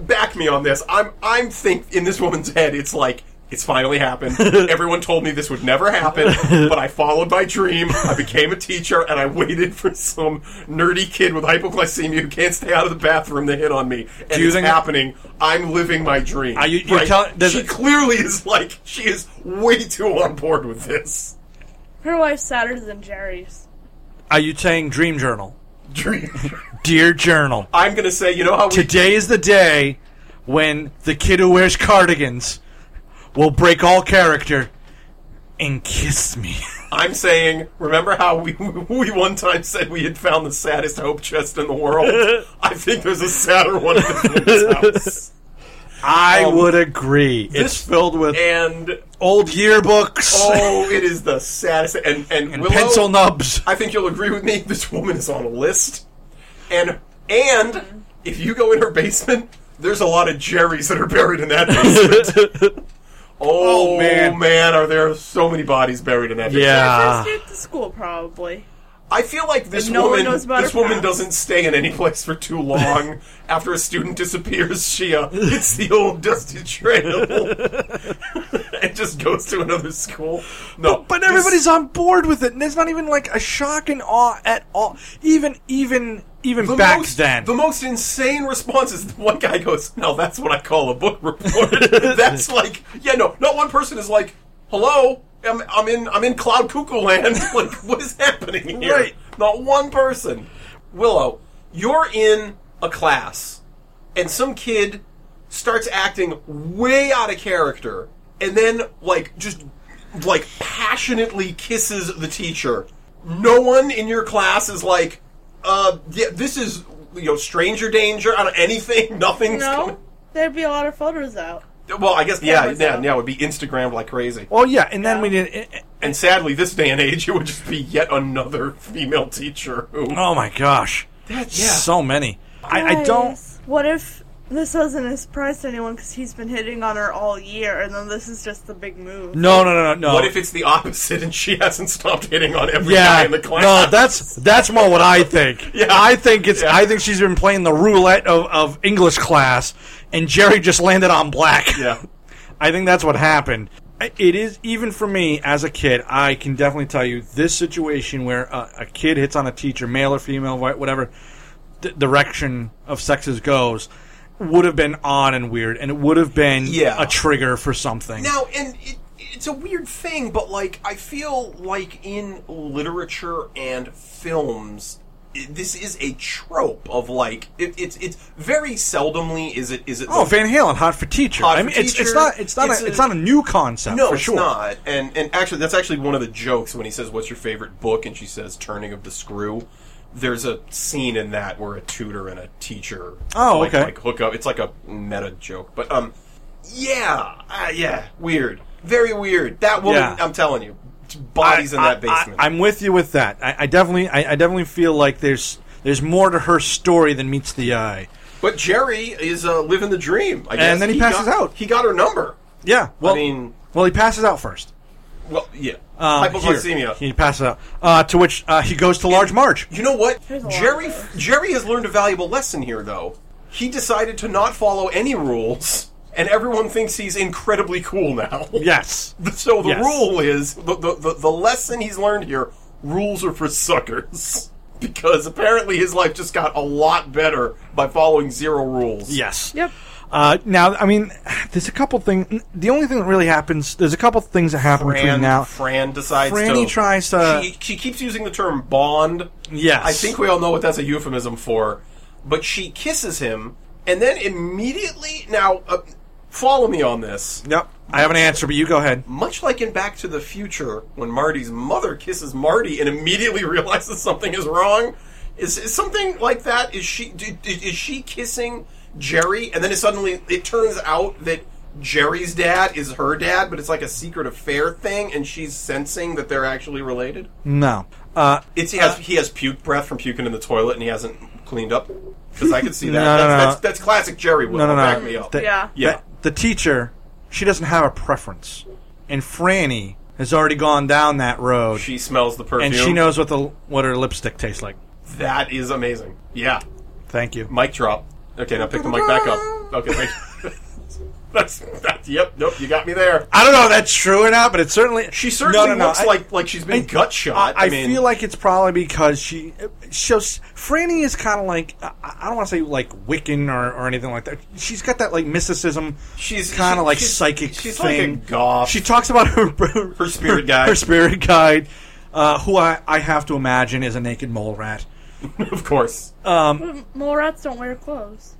[SPEAKER 6] back me on this. I'm, I'm think in this woman's head, it's like. It's finally happened. Everyone told me this would never happen, but I followed my dream. I became a teacher, and I waited for some nerdy kid with hypoglycemia who can't stay out of the bathroom to hit on me. And
[SPEAKER 5] Do you
[SPEAKER 6] it's
[SPEAKER 5] think-
[SPEAKER 6] happening. I'm living my dream.
[SPEAKER 5] Are you- you're telling- there's
[SPEAKER 6] she
[SPEAKER 5] a-
[SPEAKER 6] clearly is like she is way too on board with this
[SPEAKER 7] Her wife's sadder than Jerry's.
[SPEAKER 5] Are you saying dream journal,
[SPEAKER 6] dream.
[SPEAKER 5] dear journal?
[SPEAKER 6] I'm gonna say, you know how we
[SPEAKER 5] Today is the day when the kid who wears cardigans will break all character and kiss me.
[SPEAKER 6] I'm saying, remember how we we one time said we had found the saddest hope chest in the world? I think there's a sadder one in this house.
[SPEAKER 5] I
[SPEAKER 6] Um,
[SPEAKER 5] would agree. it's filled with
[SPEAKER 6] And
[SPEAKER 5] old yearbooks
[SPEAKER 6] oh, it is the saddest. And and,
[SPEAKER 5] and
[SPEAKER 6] Willow,
[SPEAKER 5] pencil nubs.
[SPEAKER 6] I think you'll agree with me. This woman is on a list. And and if you go in her basement, there's a lot of Jerry's that are buried in that basement. Oh,
[SPEAKER 5] Oh, man.
[SPEAKER 6] man. are there so many bodies buried in that? picture.
[SPEAKER 5] Yeah.
[SPEAKER 7] First day at the school, probably.
[SPEAKER 6] I feel like this
[SPEAKER 7] And no one
[SPEAKER 6] woman,
[SPEAKER 7] knows about
[SPEAKER 6] this
[SPEAKER 7] her
[SPEAKER 6] woman
[SPEAKER 7] past.
[SPEAKER 6] doesn't stay in any place for too long. After a student disappears, she uh, hits the old dusty trail and just goes to another school. No,
[SPEAKER 5] But
[SPEAKER 6] this-
[SPEAKER 5] everybody's on board with it, and there's not even like a shock and awe at all. Even, even, even
[SPEAKER 6] the
[SPEAKER 5] back
[SPEAKER 6] most,
[SPEAKER 5] then.
[SPEAKER 6] The most insane response is the one guy goes, "No, that's what I call a book report." that's like, yeah, no, not one person is like, "Hello, I'm, I'm in, I'm in cloud cuckoo land." like, what is happening here?
[SPEAKER 5] Right.
[SPEAKER 6] Not one person. Willow, you're in a class, and some kid starts acting way out of character, and then like just like passionately kisses the teacher. No one in your class is like, uh, yeah, this is you know stranger danger. I don't anything. Nothing's
[SPEAKER 7] No? There'd be a lot of photos out.
[SPEAKER 6] coming. Well, I guess yeah,
[SPEAKER 7] Cameras
[SPEAKER 6] yeah,
[SPEAKER 7] out.
[SPEAKER 6] yeah. It would be Instagram like crazy.
[SPEAKER 5] well, Oh, yeah, and then we did. eh,
[SPEAKER 6] And sadly, this day and age, it would just be yet another female teacher who.
[SPEAKER 5] Oh my gosh,
[SPEAKER 6] That's
[SPEAKER 5] so many. I, I don't.
[SPEAKER 7] Guys, What if this wasn't a surprise to anyone because he's been hitting on her all year, and then this is just the big move?
[SPEAKER 5] No, no, no, no, no.
[SPEAKER 6] What if it's the opposite and she hasn't stopped hitting on every guy
[SPEAKER 5] yeah,
[SPEAKER 6] in the class?
[SPEAKER 5] no, that's that's more what I think. yeah, I think it's. I think she's been playing the roulette of, of English class, and Jerry just landed on black.
[SPEAKER 6] yeah.
[SPEAKER 5] I think that's what happened. I- It is even for me as a kid. I can definitely tell you this situation where a, a kid hits on a teacher, male or female, wh- whatever d- direction of sexes goes, would have been odd and weird, and it would have been
[SPEAKER 6] Yeah.
[SPEAKER 5] a trigger for something.
[SPEAKER 6] Now, and it, it's a weird thing, but like I feel like in literature and films, i this is a trope of like it, it's it's very seldomly is it is it
[SPEAKER 5] Oh,
[SPEAKER 6] the-
[SPEAKER 5] Van Halen, hot for teacher.
[SPEAKER 6] Hot
[SPEAKER 5] I
[SPEAKER 6] for
[SPEAKER 5] mean, it's, it's
[SPEAKER 6] Teacher.
[SPEAKER 5] not it's not
[SPEAKER 6] It's
[SPEAKER 5] a,
[SPEAKER 6] a-
[SPEAKER 5] it's not a new concept.
[SPEAKER 6] no,
[SPEAKER 5] for
[SPEAKER 6] it's
[SPEAKER 5] sure.
[SPEAKER 6] not. And and actually, that's actually one of the jokes when he says, "What's your favorite book?" and she says, "Turning of the Screw." There's a scene in that where a tutor and a teacher
[SPEAKER 5] Oh,
[SPEAKER 6] like,
[SPEAKER 5] okay.
[SPEAKER 6] like hook up. It's like a meta joke, but um, yeah, uh, yeah, weird, very weird. That woman,
[SPEAKER 5] Yeah.
[SPEAKER 6] I'm telling you, bodies in that basement.
[SPEAKER 5] I, am with you with that. I, I definitely I, I definitely feel like there's there's more to her story than meets the eye.
[SPEAKER 6] but Jerry is uh, living the dream, I guess.
[SPEAKER 5] then he passes
[SPEAKER 6] got-
[SPEAKER 5] out.
[SPEAKER 6] He got her number.
[SPEAKER 5] Yeah. Well,
[SPEAKER 6] mean-
[SPEAKER 5] well, he passes out first.
[SPEAKER 6] Well, yeah,
[SPEAKER 5] Um, here.
[SPEAKER 6] hypoglycemia.
[SPEAKER 5] He passes out. Uh, to which uh, he goes to large Marge.
[SPEAKER 6] You know what?
[SPEAKER 7] There's a lot
[SPEAKER 6] Jerry
[SPEAKER 7] of those.
[SPEAKER 6] Jerry has learned a valuable lesson here though. He decided to not follow any rules and everyone thinks he's incredibly cool now.
[SPEAKER 5] Yes.
[SPEAKER 6] So the
[SPEAKER 5] Yes.
[SPEAKER 6] rule is the, the, the, the lesson he's learned here, rules are for suckers. Because apparently his life just got a lot better by following zero rules.
[SPEAKER 5] Yes.
[SPEAKER 7] Yep.
[SPEAKER 5] Uh, now, I mean, there's a couple things. The only thing that really happens, there's a couple things that happen between
[SPEAKER 6] Fran,
[SPEAKER 5] now.
[SPEAKER 6] Fran decides
[SPEAKER 5] Franny
[SPEAKER 6] to.
[SPEAKER 5] tries to-
[SPEAKER 6] She, she keeps using the term bond.
[SPEAKER 5] Yes.
[SPEAKER 6] I think we all know what that's a euphemism for. But she kisses him, and then immediately. Now, uh, follow me on this.
[SPEAKER 5] Yep. I have an answer, but you go ahead.
[SPEAKER 6] Much like in Back to the Future, when Marty's mother kisses Marty and immediately realizes something is wrong, is, is something like that? Is she do- is is she kissing Jerry, and then it suddenly it turns out that Jerry's dad is her dad, but it's like a secret affair thing, and she's sensing that they're actually related.
[SPEAKER 5] No. Uh,
[SPEAKER 6] It's he has he has puke breath from puking in the toilet, and he hasn't cleaned up because I could see that.
[SPEAKER 5] No, no,
[SPEAKER 6] that's,
[SPEAKER 5] no.
[SPEAKER 6] That's, that's classic Jerry. Will
[SPEAKER 5] no, no, no.
[SPEAKER 6] back me up.
[SPEAKER 5] The,
[SPEAKER 7] Yeah.
[SPEAKER 6] Yeah.
[SPEAKER 5] The, the teacher, she doesn't have a preference, and Franny has already gone down that road,
[SPEAKER 6] she smells the perfume,
[SPEAKER 5] and she knows what the what her lipstick tastes like.
[SPEAKER 6] that is amazing. Yeah,
[SPEAKER 5] Thank you.
[SPEAKER 6] Mic drop. Okay, now pick the mic back up. Okay, thank you. that's, that's yep, nope, you got me there.
[SPEAKER 5] I don't know if that's true or not, but it certainly
[SPEAKER 6] She certainly
[SPEAKER 5] No, no, no.
[SPEAKER 6] looks
[SPEAKER 5] I-
[SPEAKER 6] like like she's been gut shot.
[SPEAKER 5] I,
[SPEAKER 6] I, mean,
[SPEAKER 5] feel like it's probably because she. So s- Franny is kind of like I, I don't want to say like Wiccan or, or anything like that. She's got that like mysticism.
[SPEAKER 6] She's-
[SPEAKER 5] kind of
[SPEAKER 6] she-
[SPEAKER 5] like
[SPEAKER 6] she's-
[SPEAKER 5] psychic.
[SPEAKER 6] she's like a
[SPEAKER 5] thing.
[SPEAKER 6] goth.
[SPEAKER 5] She talks about her
[SPEAKER 6] Her spirit guide.
[SPEAKER 5] Her spirit guide, uh, who I, I have to imagine is a naked mole rat.
[SPEAKER 6] of course.
[SPEAKER 7] But mole rats don't wear clothes.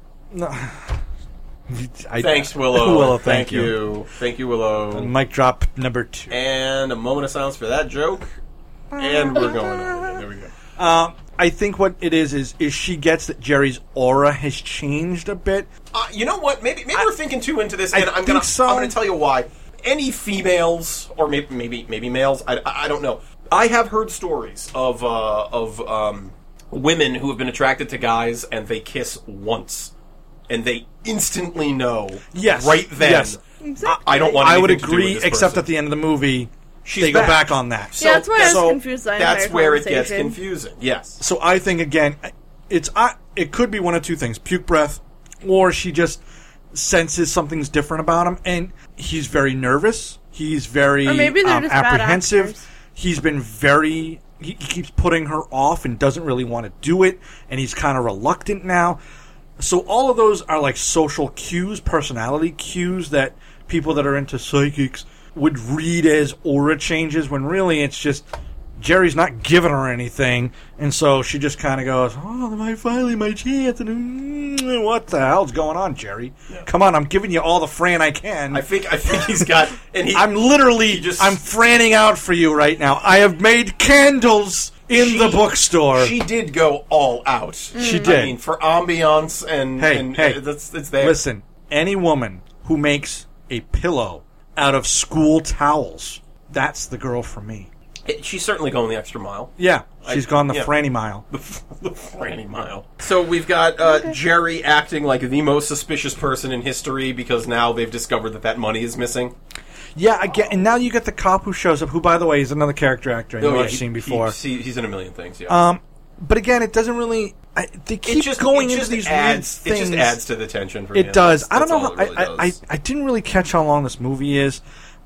[SPEAKER 5] I,
[SPEAKER 6] Thanks, Willow.
[SPEAKER 5] Willow, thank,
[SPEAKER 6] you. Thank you, Willow.
[SPEAKER 5] Mic drop number two.
[SPEAKER 6] And a moment of silence for that joke. And we're going. Over. There we go.
[SPEAKER 5] Um, I think what it is is is she gets that Jerry's aura has changed a bit.
[SPEAKER 6] Uh, you know what? Maybe maybe we're thinking too into this,
[SPEAKER 5] I
[SPEAKER 6] and I'm
[SPEAKER 5] think
[SPEAKER 6] gonna
[SPEAKER 5] so.
[SPEAKER 6] I'm gonna tell you why. Any females, or maybe maybe maybe males, I, I I don't know. I have heard stories of uh, of um, women who have been attracted to guys and they kiss once, and they instantly know.
[SPEAKER 5] Yes,
[SPEAKER 6] right then
[SPEAKER 5] yes.
[SPEAKER 7] I'm sick.
[SPEAKER 6] I, I don't want.
[SPEAKER 5] I would
[SPEAKER 6] anything to do
[SPEAKER 5] agree,
[SPEAKER 6] with this
[SPEAKER 5] except
[SPEAKER 6] person.
[SPEAKER 5] at the end of the movie,
[SPEAKER 6] She's
[SPEAKER 5] they go
[SPEAKER 6] back.
[SPEAKER 5] back on that.
[SPEAKER 7] Yeah, that's why I was
[SPEAKER 6] so
[SPEAKER 7] confused that
[SPEAKER 6] That's
[SPEAKER 7] entire
[SPEAKER 6] where it gets
[SPEAKER 7] conversation.
[SPEAKER 6] confusing. Yes.
[SPEAKER 5] So I think again, it's I, it could be one of two things: puke breath, or she just senses something's different about him, and he's very nervous. He's very
[SPEAKER 7] Or maybe they're
[SPEAKER 5] um,
[SPEAKER 7] just bad actors.
[SPEAKER 5] apprehensive. He's been very. He, he keeps putting her off and doesn't really want to do it, and he's kind of reluctant now. So all of those are like social cues, personality cues that people that are into psychics would read as aura changes when really it's just Jerry's not giving her anything, and so she just kind of goes, "Oh, my finally my chance!" And mm, what the hell's going on, Jerry? Come on, I'm giving you all the Fran I can.
[SPEAKER 6] I think I think he's got and he
[SPEAKER 5] I'm literally,
[SPEAKER 6] just-
[SPEAKER 5] I'm franning out for you right now. I have made candles in
[SPEAKER 6] She-
[SPEAKER 5] the bookstore.
[SPEAKER 6] She did go all out.
[SPEAKER 5] She
[SPEAKER 6] I mean,
[SPEAKER 5] did.
[SPEAKER 6] for ambiance and
[SPEAKER 5] Hey,
[SPEAKER 6] and,
[SPEAKER 5] hey.
[SPEAKER 6] uh, that's it's there.
[SPEAKER 5] Listen, any woman who makes a pillow out of school towels, that's the girl for me.
[SPEAKER 6] It- she's certainly going the extra mile.
[SPEAKER 5] Yeah, she's gone the
[SPEAKER 6] yeah.
[SPEAKER 5] franny mile.
[SPEAKER 6] The, f- the Franny mile. So we've got uh, Jerry acting like the most suspicious person in history because now they've discovered that that money is missing.
[SPEAKER 5] Yeah, again, and now you get the cop who shows up, who, by the way, is another character actor I know
[SPEAKER 6] Oh, yeah,
[SPEAKER 5] I've
[SPEAKER 6] he-
[SPEAKER 5] seen
[SPEAKER 6] he-
[SPEAKER 5] before.
[SPEAKER 6] he- he's in a million things. Yeah.
[SPEAKER 5] um, but again, it doesn't really. I, they keep going into these
[SPEAKER 6] adds,
[SPEAKER 5] weird
[SPEAKER 6] It
[SPEAKER 5] things.
[SPEAKER 6] just adds to the tension for
[SPEAKER 5] It
[SPEAKER 6] him.
[SPEAKER 5] does.
[SPEAKER 6] That's-
[SPEAKER 5] I don't
[SPEAKER 6] that's
[SPEAKER 5] know.
[SPEAKER 6] all
[SPEAKER 5] How,
[SPEAKER 6] it really
[SPEAKER 5] I, I, I
[SPEAKER 6] does.
[SPEAKER 5] I didn't really catch how long this movie is.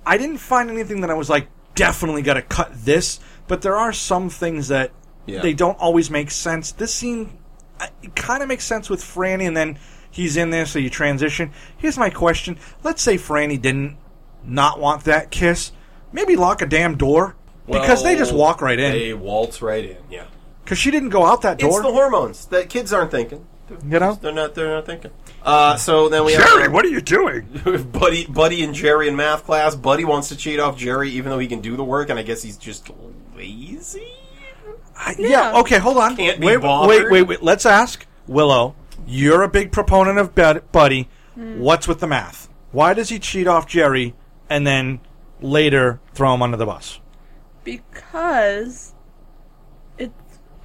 [SPEAKER 5] I didn't find anything that I was like definitely got to cut this, but there are some things that
[SPEAKER 6] Yeah.
[SPEAKER 5] they don't always make sense. This scene I- it kind of makes sense with Franny, and then he's in there, so you transition. Here's my question: Let's say Franny didn't not want that kiss, maybe lock a damn door because they just
[SPEAKER 6] Well,
[SPEAKER 5] walk right in
[SPEAKER 6] They waltz right in. Yeah.
[SPEAKER 5] because she didn't go out that
[SPEAKER 6] It's
[SPEAKER 5] door.
[SPEAKER 6] the hormones that kids aren't thinking.
[SPEAKER 5] you know,
[SPEAKER 6] They're not. They're not thinking. Uh, so then we have
[SPEAKER 5] are you doing?
[SPEAKER 6] Buddy, Buddy, and Jerry in math class. Buddy wants to cheat off Jerry, even though he can do the work, and I guess he's just lazy.
[SPEAKER 5] I- yeah.
[SPEAKER 7] Yeah.
[SPEAKER 5] Okay. Hold on.
[SPEAKER 6] Can't be
[SPEAKER 5] wait,
[SPEAKER 6] bothered.
[SPEAKER 5] wait. Wait. Wait. Let's ask Willow. You're a big proponent of Bud- Buddy. What's with the math? Why does he cheat off Jerry and then later throw him under the bus?
[SPEAKER 7] because it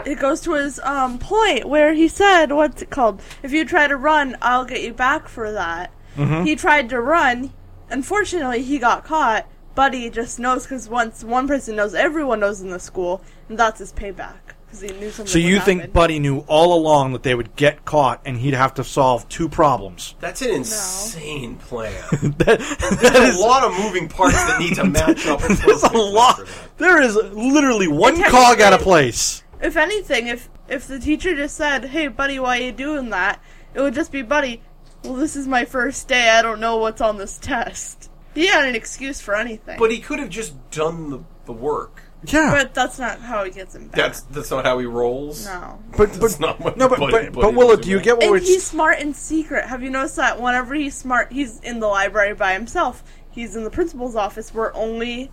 [SPEAKER 7] it goes to his um point where he said what's it called if you try to run i'll get you back for that he tried to run unfortunately he got caught buddy just knows because once one person knows everyone knows in the school and that's his payback because he knew something
[SPEAKER 5] So you
[SPEAKER 7] would
[SPEAKER 5] think
[SPEAKER 7] happen.
[SPEAKER 5] Buddy knew all along that they would get caught and he'd have to solve two problems?
[SPEAKER 6] That's an insane plan.
[SPEAKER 5] That
[SPEAKER 6] There's
[SPEAKER 5] is-
[SPEAKER 6] a lot of moving parts that need to match up.
[SPEAKER 5] there's a lot. There is literally one
[SPEAKER 7] technically-
[SPEAKER 5] cog out of place.
[SPEAKER 7] if anything if if the teacher just said hey buddy why you doing that it would just be buddy well this is my first day i don't know what's on this test he had an excuse for anything
[SPEAKER 6] But he could have just done the, the work.
[SPEAKER 5] Yeah.
[SPEAKER 7] But that's not how he gets him back.
[SPEAKER 6] That's that's not how he rolls.
[SPEAKER 7] no.
[SPEAKER 5] but
[SPEAKER 6] That's not what
[SPEAKER 5] no, but,
[SPEAKER 6] Buddy-
[SPEAKER 5] but,
[SPEAKER 6] Buddy
[SPEAKER 5] but Willow,
[SPEAKER 6] would do
[SPEAKER 5] do you
[SPEAKER 6] that.
[SPEAKER 5] get what
[SPEAKER 7] And
[SPEAKER 5] we're?
[SPEAKER 7] he's smart in secret. Have you noticed that whenever he's smart, he's in the library by himself. He's in the principal's office where only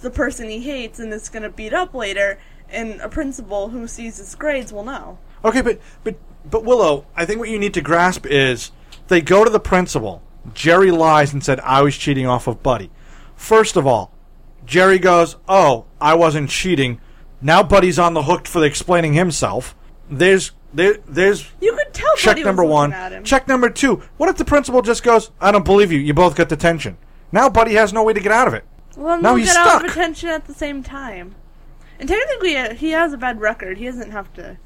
[SPEAKER 7] the person he hates and is going to beat up later, and a principal who sees his grades will know.
[SPEAKER 5] Okay, but but but Willow, I think what you need to grasp is they go to the principal. Jerry lies and said I was cheating off of Buddy. First of all, Jerry goes, "Oh, I wasn't cheating." Now Buddy's on the hook for explaining himself. There's there there's
[SPEAKER 7] You could tell.
[SPEAKER 5] check
[SPEAKER 7] Buddy
[SPEAKER 5] number
[SPEAKER 7] was
[SPEAKER 5] one.
[SPEAKER 7] looking At him.
[SPEAKER 5] Check number two. What if the principal just goes, "I don't believe you. You both got detention." Now Buddy has no way to get out of it.
[SPEAKER 7] Well,
[SPEAKER 5] now
[SPEAKER 7] they'll
[SPEAKER 5] he's
[SPEAKER 7] get out of
[SPEAKER 5] stuck.
[SPEAKER 7] attention at the same time. And technically, uh, he has a bad record. He doesn't have to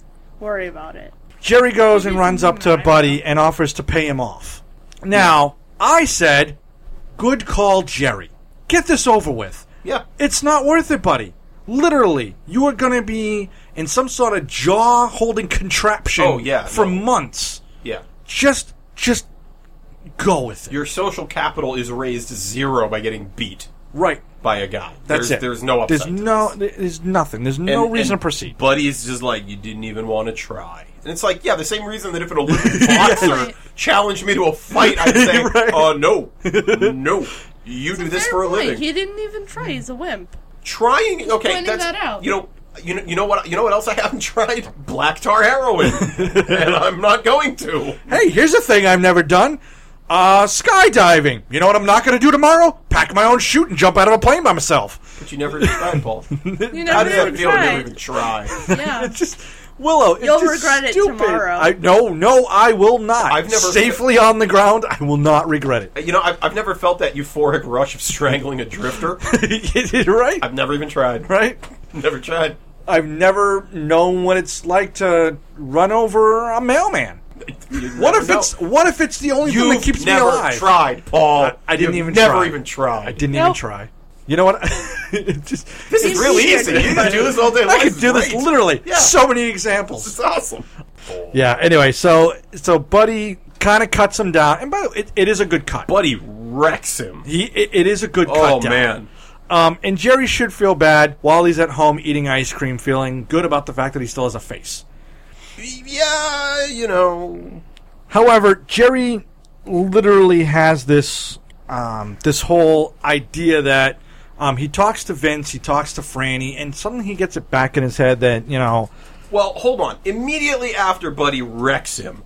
[SPEAKER 7] worry about it.
[SPEAKER 5] Jerry goes and runs up to Buddy and offers to pay him off. Now, I said, good call, Jerry. Get this over with.
[SPEAKER 6] Yeah.
[SPEAKER 5] It's not worth it, buddy. Literally, you are going to be in some sort of jaw holding contraption
[SPEAKER 6] Oh, yeah,
[SPEAKER 5] for
[SPEAKER 6] no.
[SPEAKER 5] months.
[SPEAKER 6] Yeah.
[SPEAKER 5] Just, just go with it.
[SPEAKER 6] Your social capital is raised to zero by getting beat
[SPEAKER 5] right.
[SPEAKER 6] by a guy.
[SPEAKER 5] That's
[SPEAKER 6] there's,
[SPEAKER 5] it.
[SPEAKER 6] There's no upside.
[SPEAKER 5] There's
[SPEAKER 6] to
[SPEAKER 5] no, there's nothing. There's no
[SPEAKER 6] And-
[SPEAKER 5] reason
[SPEAKER 6] and
[SPEAKER 5] to proceed.
[SPEAKER 6] Buddy's just like, you didn't even want to try. And it's like, yeah, the same reason that if an Olympic boxer challenged me to a fight, I'd say,
[SPEAKER 5] Right.
[SPEAKER 6] uh, no, no, you do this
[SPEAKER 7] Fair
[SPEAKER 6] for a
[SPEAKER 7] point.
[SPEAKER 6] living.
[SPEAKER 7] He didn't even try. He's a wimp.
[SPEAKER 6] Trying, okay,
[SPEAKER 7] pointing
[SPEAKER 6] that's
[SPEAKER 7] that out.
[SPEAKER 6] you know, you know, you know what, you know what else I haven't tried? Black tar heroin, and I'm not going to.
[SPEAKER 5] Hey, here's a thing I've never done. Uh, skydiving. You know what I'm not going to do tomorrow? Pack my own chute and jump out of a plane by myself.
[SPEAKER 6] But you never even tried, Paul.
[SPEAKER 7] You
[SPEAKER 6] How
[SPEAKER 7] never
[SPEAKER 6] does that
[SPEAKER 7] even
[SPEAKER 6] feel to never
[SPEAKER 7] tried.
[SPEAKER 6] even try?
[SPEAKER 7] Yeah.
[SPEAKER 5] It's just Willow, it's
[SPEAKER 7] You'll
[SPEAKER 5] just
[SPEAKER 7] regret it
[SPEAKER 5] stupid.
[SPEAKER 7] tomorrow.
[SPEAKER 5] I no, no, I will not.
[SPEAKER 6] I've never-
[SPEAKER 5] safely on the ground. I will not regret it.
[SPEAKER 6] Uh, You know, I've, I've never felt that euphoric rush of strangling a drifter.
[SPEAKER 5] right,
[SPEAKER 6] I've never even tried.
[SPEAKER 5] right.
[SPEAKER 6] Never tried.
[SPEAKER 5] I've never known what it's like to run over a mailman.
[SPEAKER 6] You
[SPEAKER 5] What
[SPEAKER 6] never
[SPEAKER 5] if
[SPEAKER 6] know.
[SPEAKER 5] it's what if it's the only
[SPEAKER 6] You've
[SPEAKER 5] thing that keeps
[SPEAKER 6] never
[SPEAKER 5] me alive?
[SPEAKER 6] tried, Paul.
[SPEAKER 5] I didn't
[SPEAKER 6] You've
[SPEAKER 5] even
[SPEAKER 6] never
[SPEAKER 5] try.
[SPEAKER 6] even tried.
[SPEAKER 5] I didn't even
[SPEAKER 7] Nope.
[SPEAKER 5] try. You know what? It just,
[SPEAKER 6] This is real easy. You can do this all day.
[SPEAKER 5] I
[SPEAKER 6] long.
[SPEAKER 5] could do this
[SPEAKER 6] Great.
[SPEAKER 5] literally.
[SPEAKER 6] Yeah.
[SPEAKER 5] So many examples.
[SPEAKER 6] It's awesome.
[SPEAKER 5] Yeah. Anyway, so so Buddy kind of cuts him down, and by the way, it, it is a good cut.
[SPEAKER 6] Buddy wrecks him.
[SPEAKER 5] he it, it is a good
[SPEAKER 6] Oh
[SPEAKER 5] cut. down.
[SPEAKER 6] man.
[SPEAKER 5] Um, and Jerry should feel bad while he's at home eating ice cream, feeling good about the fact that he still has a face.
[SPEAKER 6] Yeah, you know.
[SPEAKER 5] However, Jerry literally has this um, this whole idea that um, he talks to Vince, he talks to Franny, and suddenly he gets it back in his head that you know
[SPEAKER 6] Well, hold on. Immediately after Buddy wrecks him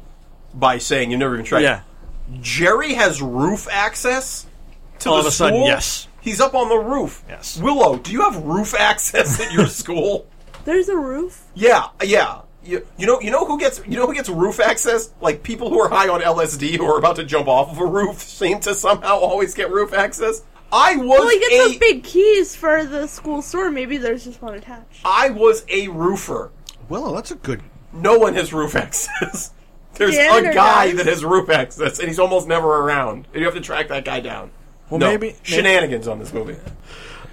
[SPEAKER 6] by saying you never even tried.
[SPEAKER 5] Yeah.
[SPEAKER 6] Jerry has roof access to
[SPEAKER 5] All
[SPEAKER 6] the
[SPEAKER 5] of a sudden,
[SPEAKER 6] school?
[SPEAKER 5] yes.
[SPEAKER 6] He's up on the roof.
[SPEAKER 5] Yes.
[SPEAKER 6] Willow, do you have roof access at your school?
[SPEAKER 7] There's a roof.
[SPEAKER 6] Yeah, yeah. You, you know, you know who gets you know who gets roof access? Like people who are high on LSD who are about to jump off of a roof seem to somehow always get roof access. I was
[SPEAKER 7] Well, he gets
[SPEAKER 6] a
[SPEAKER 7] those big keys for the school store. Maybe there's just one attached.
[SPEAKER 6] I was a roofer.
[SPEAKER 5] Willow, that's a good.
[SPEAKER 6] No one has roof access. There's
[SPEAKER 7] Leander
[SPEAKER 6] a guy
[SPEAKER 7] does.
[SPEAKER 6] that has roof access, and he's almost never around. And you have to track that guy down.
[SPEAKER 5] Well,
[SPEAKER 6] No,
[SPEAKER 5] maybe- Uh,
[SPEAKER 6] shenanigans on this movie.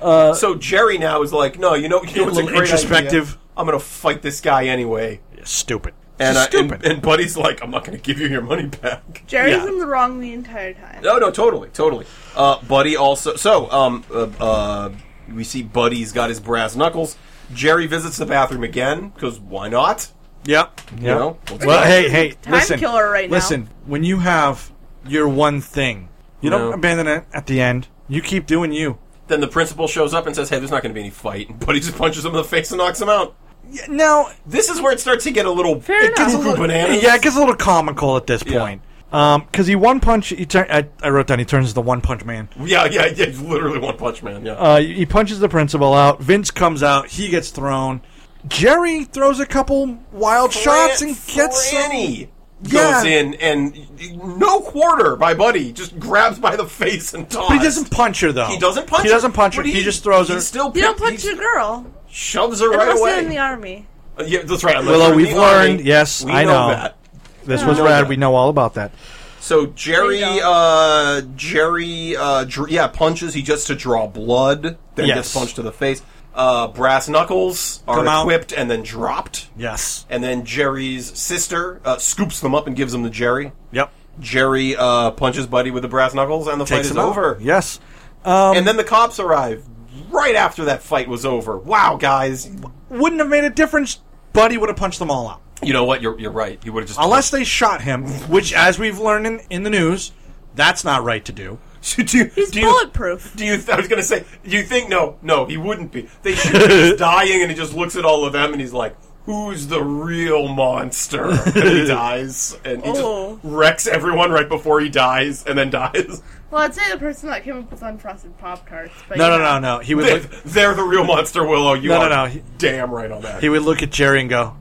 [SPEAKER 6] so Jerry now is like, no, you know, you know what's a
[SPEAKER 5] little
[SPEAKER 6] great idea?
[SPEAKER 5] introspective.
[SPEAKER 6] I'm gonna fight this guy anyway.
[SPEAKER 5] Stupid.
[SPEAKER 6] And, I, and
[SPEAKER 5] stupid.
[SPEAKER 6] and Buddy's like, I'm not gonna give you your money back.
[SPEAKER 7] Jerry's
[SPEAKER 5] Yeah.
[SPEAKER 7] in the wrong the entire time.
[SPEAKER 6] No, no, totally, totally. Uh, Buddy also. So, um, uh, uh, we see Buddy's got his brass knuckles. Jerry visits the bathroom again because why not?
[SPEAKER 5] Yep. Yep.
[SPEAKER 6] You know, let's
[SPEAKER 5] Well,
[SPEAKER 6] go.
[SPEAKER 5] hey, hey,
[SPEAKER 7] Time
[SPEAKER 5] listen,
[SPEAKER 7] killer right now.
[SPEAKER 5] Listen, when you have your one thing, you
[SPEAKER 6] No.
[SPEAKER 5] don't abandon it at the end. You keep doing you.
[SPEAKER 6] Then the principal shows up and says, "Hey, there's not going to be any fight." And Buddy just punches him in the face and knocks him out.
[SPEAKER 5] Yeah, Now,
[SPEAKER 6] This is where it starts to get a little
[SPEAKER 7] Fair
[SPEAKER 6] it gets a
[SPEAKER 7] enough.
[SPEAKER 6] little bananas.
[SPEAKER 5] yeah, it gets a little comical at this
[SPEAKER 6] Yeah.
[SPEAKER 5] point. Um 'cause because he one punch. He turn, I, I wrote down. He turns into one punch man.
[SPEAKER 6] yeah, yeah, yeah. It's literally one punch man. Yeah,
[SPEAKER 5] Uh, he punches the principal out. Vince comes out. He gets thrown. Jerry throws a couple wild shots and gets some-
[SPEAKER 6] Franny goes
[SPEAKER 5] Yeah.
[SPEAKER 6] in and no quarter by Buddy just grabs by the face and tosses.
[SPEAKER 5] But he doesn't punch her though.
[SPEAKER 6] He doesn't punch.
[SPEAKER 5] He doesn't punch her.
[SPEAKER 6] but
[SPEAKER 5] He, just throws
[SPEAKER 6] he
[SPEAKER 5] her.
[SPEAKER 6] Still,
[SPEAKER 7] You don't
[SPEAKER 6] pick-
[SPEAKER 7] punch
[SPEAKER 6] he
[SPEAKER 7] a girl
[SPEAKER 6] Shoves her right
[SPEAKER 7] unless
[SPEAKER 6] away.
[SPEAKER 7] you're in the army.
[SPEAKER 6] Uh, yeah, that's right. unless
[SPEAKER 5] Willow,
[SPEAKER 6] you're in
[SPEAKER 5] we've
[SPEAKER 6] the army.
[SPEAKER 5] learned. Yes,
[SPEAKER 6] We
[SPEAKER 5] I know.
[SPEAKER 6] that.
[SPEAKER 5] This was
[SPEAKER 6] know
[SPEAKER 5] rad.
[SPEAKER 6] that.
[SPEAKER 5] We know all about that.
[SPEAKER 6] So Jerry,
[SPEAKER 7] There you go.
[SPEAKER 6] uh, Jerry, uh, dr- yeah, punches. He just to draw blood. Then
[SPEAKER 5] Yes.
[SPEAKER 6] gets punched to the face. Uh, brass knuckles are
[SPEAKER 5] Come out.
[SPEAKER 6] equipped and then dropped.
[SPEAKER 5] Yes.
[SPEAKER 6] And then Jerry's sister uh, scoops them up and gives them to Jerry.
[SPEAKER 5] Yep.
[SPEAKER 6] Jerry uh, punches Buddy with the brass knuckles, and the fight
[SPEAKER 5] Takes
[SPEAKER 6] is
[SPEAKER 5] him out.
[SPEAKER 6] over.
[SPEAKER 5] Yes.
[SPEAKER 6] And then the cops arrive right after that fight was over. Wow, guys,
[SPEAKER 5] Wouldn't have made a difference. Buddy would have punched them all out.
[SPEAKER 6] you know what? You're you're right. You would have just
[SPEAKER 5] Unless they shot him, which, as we've learned in, in the news, that's not right to do.
[SPEAKER 6] do you,
[SPEAKER 7] He's
[SPEAKER 6] do you-
[SPEAKER 7] bulletproof.
[SPEAKER 6] Do you? I was gonna say. Do you think? No, no, he wouldn't be. They shoot him. He's dying, and he just looks at all of them, and he's like, "Who's the real monster?" And he dies, and he
[SPEAKER 7] Oh.
[SPEAKER 6] just wrecks everyone right before he dies, and then dies.
[SPEAKER 7] Well, I'd say the person that came up with unfrosted pop tarts. but
[SPEAKER 5] No,
[SPEAKER 7] you
[SPEAKER 5] no,
[SPEAKER 7] know.
[SPEAKER 5] no, no. He would
[SPEAKER 6] They,
[SPEAKER 5] look,
[SPEAKER 6] they're the real monster, Willow. You
[SPEAKER 5] No, no,
[SPEAKER 6] are
[SPEAKER 5] no, he-
[SPEAKER 6] damn right on that.
[SPEAKER 5] he would look at Jerry and go,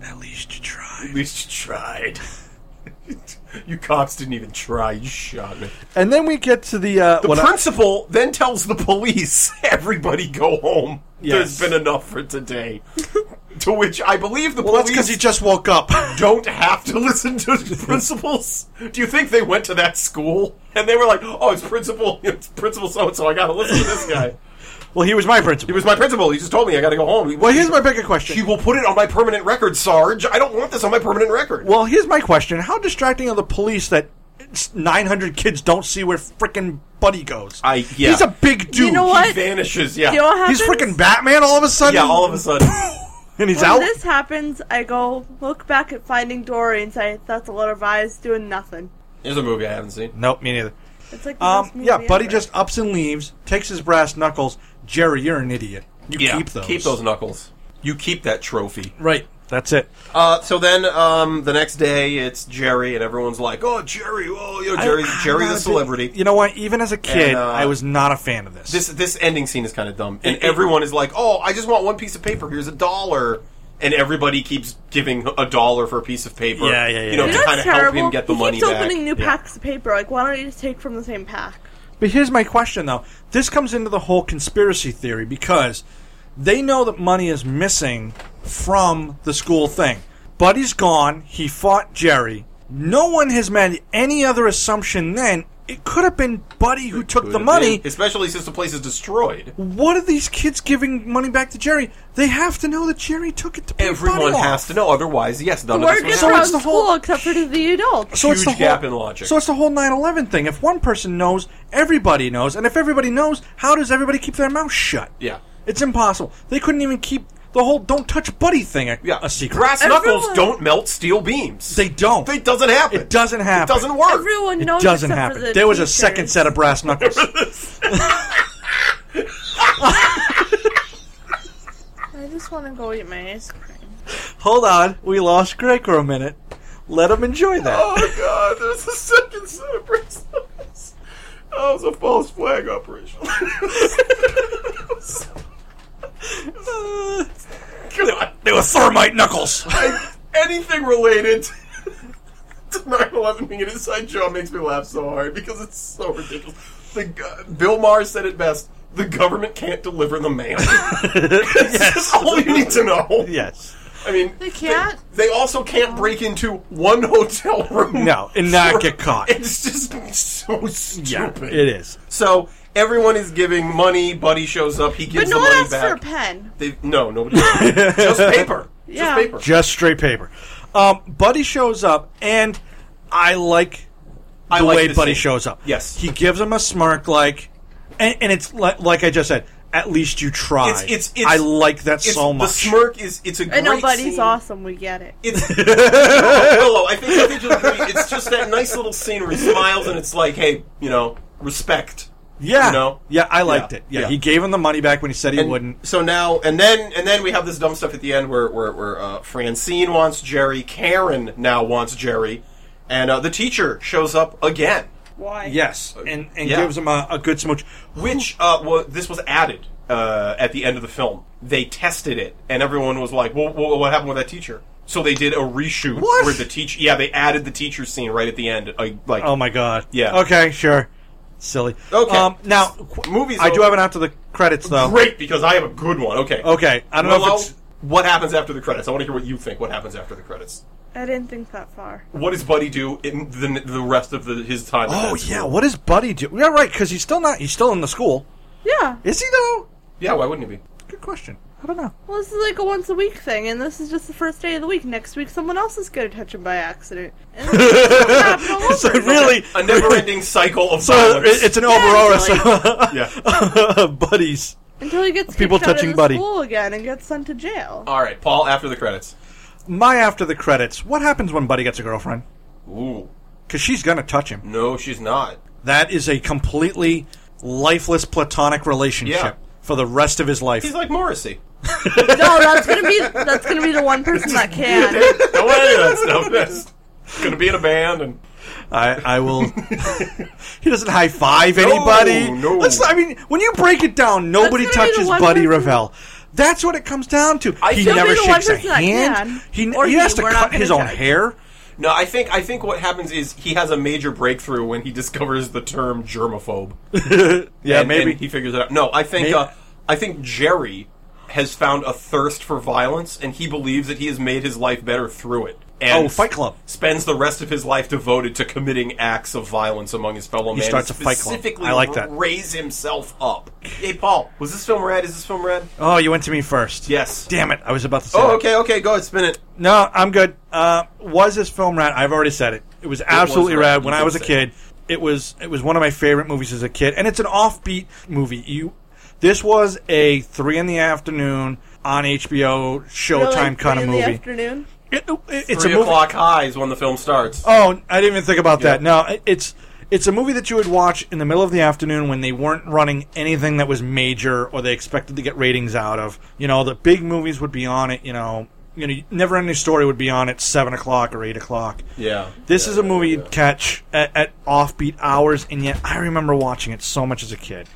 [SPEAKER 3] At least you tried.
[SPEAKER 6] at least you tried. you cops didn't even try. You shot me.
[SPEAKER 5] and then we get to the uh,
[SPEAKER 6] The
[SPEAKER 5] what I-
[SPEAKER 6] principal then tells the police, "Everybody go home.
[SPEAKER 5] Yes.
[SPEAKER 6] There's been enough for today." to which I believe the
[SPEAKER 5] well, that's
[SPEAKER 6] police
[SPEAKER 5] because he just woke up.
[SPEAKER 6] don't have to listen to principals. Do you think they went to that school and they were like, "Oh, it's principal, it's principal so and so. I got to listen to this guy.
[SPEAKER 5] well, he was my
[SPEAKER 6] He
[SPEAKER 5] principal.
[SPEAKER 6] was my principal. He just told me I got to go home."
[SPEAKER 5] well, here's my bigger question.
[SPEAKER 6] She will put it on my permanent record, Sarge. I don't want this on my permanent record.
[SPEAKER 5] well, here's my question. How distracting are the police that it's 900 kids don't see where frickin' Buddy goes?
[SPEAKER 6] I- yeah.
[SPEAKER 5] He's a big dude.
[SPEAKER 7] You know
[SPEAKER 6] he
[SPEAKER 7] what?
[SPEAKER 6] vanishes. Yeah,
[SPEAKER 7] You know what happens?
[SPEAKER 5] He's frickin' Batman all of a sudden?
[SPEAKER 6] yeah. All of a sudden,
[SPEAKER 5] And he's
[SPEAKER 7] When
[SPEAKER 5] out?
[SPEAKER 7] this happens, I go look back at Finding Dory and say, "That's a lot of eyes doing nothing."
[SPEAKER 6] there's a movie I haven't seen.
[SPEAKER 5] Nope, me neither.
[SPEAKER 7] It's like the
[SPEAKER 5] Um,
[SPEAKER 7] best movie
[SPEAKER 5] yeah, Buddy
[SPEAKER 7] ever.
[SPEAKER 5] just ups and leaves, takes his brass knuckles. Jerry, you're an idiot. You
[SPEAKER 6] Yeah,
[SPEAKER 5] keep those.
[SPEAKER 6] Keep those knuckles. You keep that trophy.
[SPEAKER 5] Right. That's it.
[SPEAKER 6] Uh, so then, um, the next day, it's Jerry, and everyone's like, "Oh, Jerry! Oh, you know, Jerry!
[SPEAKER 5] I-
[SPEAKER 6] Jerry's
[SPEAKER 5] I'm
[SPEAKER 6] a
[SPEAKER 5] not big-
[SPEAKER 6] celebrity."
[SPEAKER 5] You know what? Even as a kid,
[SPEAKER 6] And, uh,
[SPEAKER 5] I was not a fan of this.
[SPEAKER 6] this this ending scene is kind of dumb, and
[SPEAKER 5] It- it-
[SPEAKER 6] everyone is like, "Oh, I just want one piece of paper. Here's a dollar." and everybody keeps giving a dollar for a piece of paper.
[SPEAKER 5] Yeah, yeah, yeah.
[SPEAKER 6] You know,
[SPEAKER 5] You
[SPEAKER 6] to
[SPEAKER 7] You know
[SPEAKER 6] kind of
[SPEAKER 7] what's
[SPEAKER 6] help
[SPEAKER 7] terrible?
[SPEAKER 6] him get the
[SPEAKER 7] he
[SPEAKER 6] money
[SPEAKER 7] keeps
[SPEAKER 6] back.
[SPEAKER 7] opening new
[SPEAKER 5] Yeah.
[SPEAKER 7] packs of paper. Like, why don't you just take from the same pack?
[SPEAKER 5] But here's my question, though. This comes into the whole conspiracy theory because they know that money is missing from the school thing. Buddy's gone. He fought Jerry. No one has made any other assumption then. It could have been Buddy who took the money.
[SPEAKER 6] especially since the place is destroyed.
[SPEAKER 5] What are these kids giving money back to Jerry? They have to know that Jerry took it to pay
[SPEAKER 6] Everyone
[SPEAKER 5] Buddy off.
[SPEAKER 6] has to know, otherwise, yes, none
[SPEAKER 7] The
[SPEAKER 6] of us
[SPEAKER 7] word
[SPEAKER 6] would
[SPEAKER 7] gets
[SPEAKER 5] So
[SPEAKER 6] have-
[SPEAKER 7] around
[SPEAKER 5] it's the
[SPEAKER 7] school
[SPEAKER 5] whole-
[SPEAKER 7] except for the adults.
[SPEAKER 5] so it's the
[SPEAKER 6] Huge
[SPEAKER 5] whole,
[SPEAKER 6] gap in logic.
[SPEAKER 5] So it's the whole 9/11 thing. If one person knows, everybody knows, and if everybody knows, how does everybody keep their mouth shut?
[SPEAKER 6] Yeah.
[SPEAKER 5] it's impossible. They couldn't even keep the whole "don't touch Buddy" thing a,
[SPEAKER 6] Yeah,
[SPEAKER 5] a secret.
[SPEAKER 6] Brass
[SPEAKER 7] Everyone-
[SPEAKER 6] knuckles don't melt steel beams.
[SPEAKER 5] they don't.
[SPEAKER 6] It doesn't happen.
[SPEAKER 5] It doesn't happen.
[SPEAKER 6] It doesn't work.
[SPEAKER 7] Everyone
[SPEAKER 5] It
[SPEAKER 7] knows
[SPEAKER 5] doesn't
[SPEAKER 7] except
[SPEAKER 5] happen.
[SPEAKER 7] For the
[SPEAKER 5] there was a
[SPEAKER 7] teachers.
[SPEAKER 5] second set of brass knuckles.
[SPEAKER 7] I just want to go eat my ice cream.
[SPEAKER 5] Hold on, we lost Greg for a minute. Let him enjoy that.
[SPEAKER 6] Oh god, there's a second set of brass knuckles. That was a false flag operation. God,
[SPEAKER 5] They were thermite knuckles.
[SPEAKER 6] anything related to 9-11 being an inside job makes me laugh so hard because it's so ridiculous. The, go- Bill Maher said it best. The government can't deliver the mail. That's all you need to know.
[SPEAKER 5] yes.
[SPEAKER 6] I mean,
[SPEAKER 7] They can't?
[SPEAKER 6] They, also can't break into one hotel room.
[SPEAKER 5] No, and not get caught.
[SPEAKER 6] It's just so stupid.
[SPEAKER 5] Yeah, it is.
[SPEAKER 6] So everyone is giving money. Buddy shows up. He gives
[SPEAKER 7] But no
[SPEAKER 6] the
[SPEAKER 7] one
[SPEAKER 6] money
[SPEAKER 7] asked
[SPEAKER 6] back.
[SPEAKER 7] for a pen.
[SPEAKER 6] They, no, nobody. just paper.
[SPEAKER 7] Yeah.
[SPEAKER 6] Just paper.
[SPEAKER 5] Just straight paper. Um, Buddy shows up, and I like the
[SPEAKER 6] I like
[SPEAKER 5] way
[SPEAKER 6] this
[SPEAKER 5] Buddy
[SPEAKER 6] scene.
[SPEAKER 5] shows up.
[SPEAKER 6] Yes.
[SPEAKER 5] He gives him a smirk, like, and, and it's like, like I just said, at least you tried.
[SPEAKER 6] It's- it's- it's-
[SPEAKER 5] I like that
[SPEAKER 6] It's-
[SPEAKER 5] so much.
[SPEAKER 6] The smirk is it's a
[SPEAKER 7] I
[SPEAKER 6] great
[SPEAKER 7] know, Buddy's
[SPEAKER 6] scene.
[SPEAKER 7] awesome. We get it.
[SPEAKER 6] It's hello. I think I think you'll agree. It's just that nice little scene where he smiles and it's like, hey, you know, respect.
[SPEAKER 5] Yeah.
[SPEAKER 6] you know?
[SPEAKER 5] Yeah, I liked
[SPEAKER 6] Yeah,
[SPEAKER 5] it. Yeah,
[SPEAKER 6] yeah.
[SPEAKER 5] he gave him the money back when he said he
[SPEAKER 6] And
[SPEAKER 5] wouldn't.
[SPEAKER 6] So now and then and then we have this dumb stuff at the end where where, where uh, Francine wants Jerry, Karen now wants Jerry, and uh, the teacher shows up again,
[SPEAKER 7] Why?
[SPEAKER 5] Yes, and, and
[SPEAKER 6] Yeah.
[SPEAKER 5] gives him a, a good smooch.
[SPEAKER 6] which uh, wa this was added uh, at the end of the film. They tested it, and everyone was like, well, well, what happened with that teacher?" So they did a reshoot
[SPEAKER 5] What?
[SPEAKER 6] where the teacher, yeah, they added the teacher scene right at the end. uh, like,
[SPEAKER 5] Oh my god.
[SPEAKER 6] Yeah.
[SPEAKER 5] Okay, sure. Silly.
[SPEAKER 6] Okay.
[SPEAKER 5] Um, now, qu-
[SPEAKER 6] Movie's
[SPEAKER 5] I do
[SPEAKER 6] over.
[SPEAKER 5] have an after the credits though.
[SPEAKER 6] Great, because I have a good one. Okay.
[SPEAKER 5] Okay, I don't know
[SPEAKER 6] Willow,
[SPEAKER 5] if it's
[SPEAKER 6] what happens after the credits? I want to hear what you think. What happens after the credits?
[SPEAKER 7] I didn't think that far.
[SPEAKER 6] What does Buddy do in the, the rest of the, his time? at
[SPEAKER 5] Oh
[SPEAKER 6] that school?
[SPEAKER 5] yeah, what does Buddy do? Yeah, right, because he's still not. He's still in the school.
[SPEAKER 7] Yeah.
[SPEAKER 5] Is he though?
[SPEAKER 6] Yeah, why wouldn't he be?
[SPEAKER 5] Good question. I don't know.
[SPEAKER 7] Well, this is like a once a week thing, and this is just the first day of the week. Next week, someone else is going to touch him by accident. And it's gonna happen all over
[SPEAKER 5] so
[SPEAKER 7] again.
[SPEAKER 5] really,
[SPEAKER 6] A never-ending cycle of
[SPEAKER 5] so
[SPEAKER 6] violence.
[SPEAKER 5] it- it's an overall
[SPEAKER 6] yeah.
[SPEAKER 5] of buddies.
[SPEAKER 7] until he gets
[SPEAKER 5] people
[SPEAKER 7] kicked out of
[SPEAKER 5] touching
[SPEAKER 7] the
[SPEAKER 5] Buddy.
[SPEAKER 7] school again and gets sent to jail.
[SPEAKER 6] All right, Paul. After the credits.
[SPEAKER 5] My after the credits. What happens when Buddy gets a girlfriend?
[SPEAKER 6] Ooh,
[SPEAKER 5] Because she's gonna touch him.
[SPEAKER 6] no, she's not.
[SPEAKER 5] That is a completely lifeless platonic relationship
[SPEAKER 6] Yeah.
[SPEAKER 5] for the rest of his life.
[SPEAKER 6] He's like Morrissey.
[SPEAKER 7] Oh, no, that's gonna be that's gonna be the one person that can.
[SPEAKER 6] Don't want any of that stuff. That's gonna be in a band and
[SPEAKER 5] I, I will. he doesn't high five anybody.
[SPEAKER 6] no.
[SPEAKER 5] Let's- I mean, when you break it down, nobody
[SPEAKER 7] That's gonna be
[SPEAKER 5] touches
[SPEAKER 7] the one
[SPEAKER 5] Buddy
[SPEAKER 7] person-
[SPEAKER 5] Revell. That's what it comes down to. he
[SPEAKER 6] He'll be
[SPEAKER 5] never
[SPEAKER 7] the one
[SPEAKER 5] shakes a
[SPEAKER 7] person that
[SPEAKER 5] hand.
[SPEAKER 7] can.
[SPEAKER 5] He,
[SPEAKER 7] Or
[SPEAKER 5] he
[SPEAKER 7] he,
[SPEAKER 5] has to
[SPEAKER 7] we're not
[SPEAKER 5] cut
[SPEAKER 7] gonna
[SPEAKER 5] his own
[SPEAKER 7] judge.
[SPEAKER 5] hair.
[SPEAKER 6] no. I think I think what happens is he has a major breakthrough when he discovers the term germaphobe.
[SPEAKER 5] Yeah,
[SPEAKER 6] and-
[SPEAKER 5] maybe.
[SPEAKER 6] and he figures it out. No, I think
[SPEAKER 5] Maybe.
[SPEAKER 6] uh, I think Jerry has found a thirst for violence, and he believes that he has made his life better through it. And
[SPEAKER 5] Oh, Fight Club.
[SPEAKER 6] Spends the rest of his life devoted to committing acts of violence among his fellow man.
[SPEAKER 5] starts a
[SPEAKER 6] and
[SPEAKER 5] Fight Club.
[SPEAKER 6] Specifically,
[SPEAKER 5] I like that.
[SPEAKER 6] Raise himself up. Hey, Paul, was this film red? Is this film red?
[SPEAKER 5] oh, you went to me first.
[SPEAKER 6] Yes.
[SPEAKER 5] Damn it! I was about to say.
[SPEAKER 6] Oh,
[SPEAKER 5] that.
[SPEAKER 6] okay, okay. Go ahead, spin it.
[SPEAKER 5] No, I'm good. Uh, was this film rad? I've already said it. It was absolutely
[SPEAKER 6] rad.
[SPEAKER 5] rad.
[SPEAKER 6] You
[SPEAKER 5] When I
[SPEAKER 6] did
[SPEAKER 5] was a
[SPEAKER 6] say
[SPEAKER 5] kid, it was it was one of my favorite movies as a kid, and it's an offbeat movie. You, this was a three in the afternoon on HBO Showtime
[SPEAKER 7] Really,
[SPEAKER 5] kind
[SPEAKER 7] three
[SPEAKER 5] of
[SPEAKER 7] in the
[SPEAKER 5] movie.
[SPEAKER 7] afternoon.
[SPEAKER 5] It- it- it's a
[SPEAKER 6] Three
[SPEAKER 5] movie.
[SPEAKER 6] o'clock high is when the film starts.
[SPEAKER 5] Oh, I didn't even think about that.
[SPEAKER 6] Yeah.
[SPEAKER 5] No, i- it's it's a movie that you would watch in the middle of the afternoon when they weren't running anything that was major or they expected to get ratings out of. You know, the big movies would be on it. You know, you know, Never Ending Story would be on at seven o'clock or eight o'clock.
[SPEAKER 6] Yeah.
[SPEAKER 5] This
[SPEAKER 6] Yeah,
[SPEAKER 5] is a
[SPEAKER 6] yeah,
[SPEAKER 5] movie
[SPEAKER 6] yeah.
[SPEAKER 5] you'd catch at, at offbeat hours, and yet I remember watching it so much as a kid.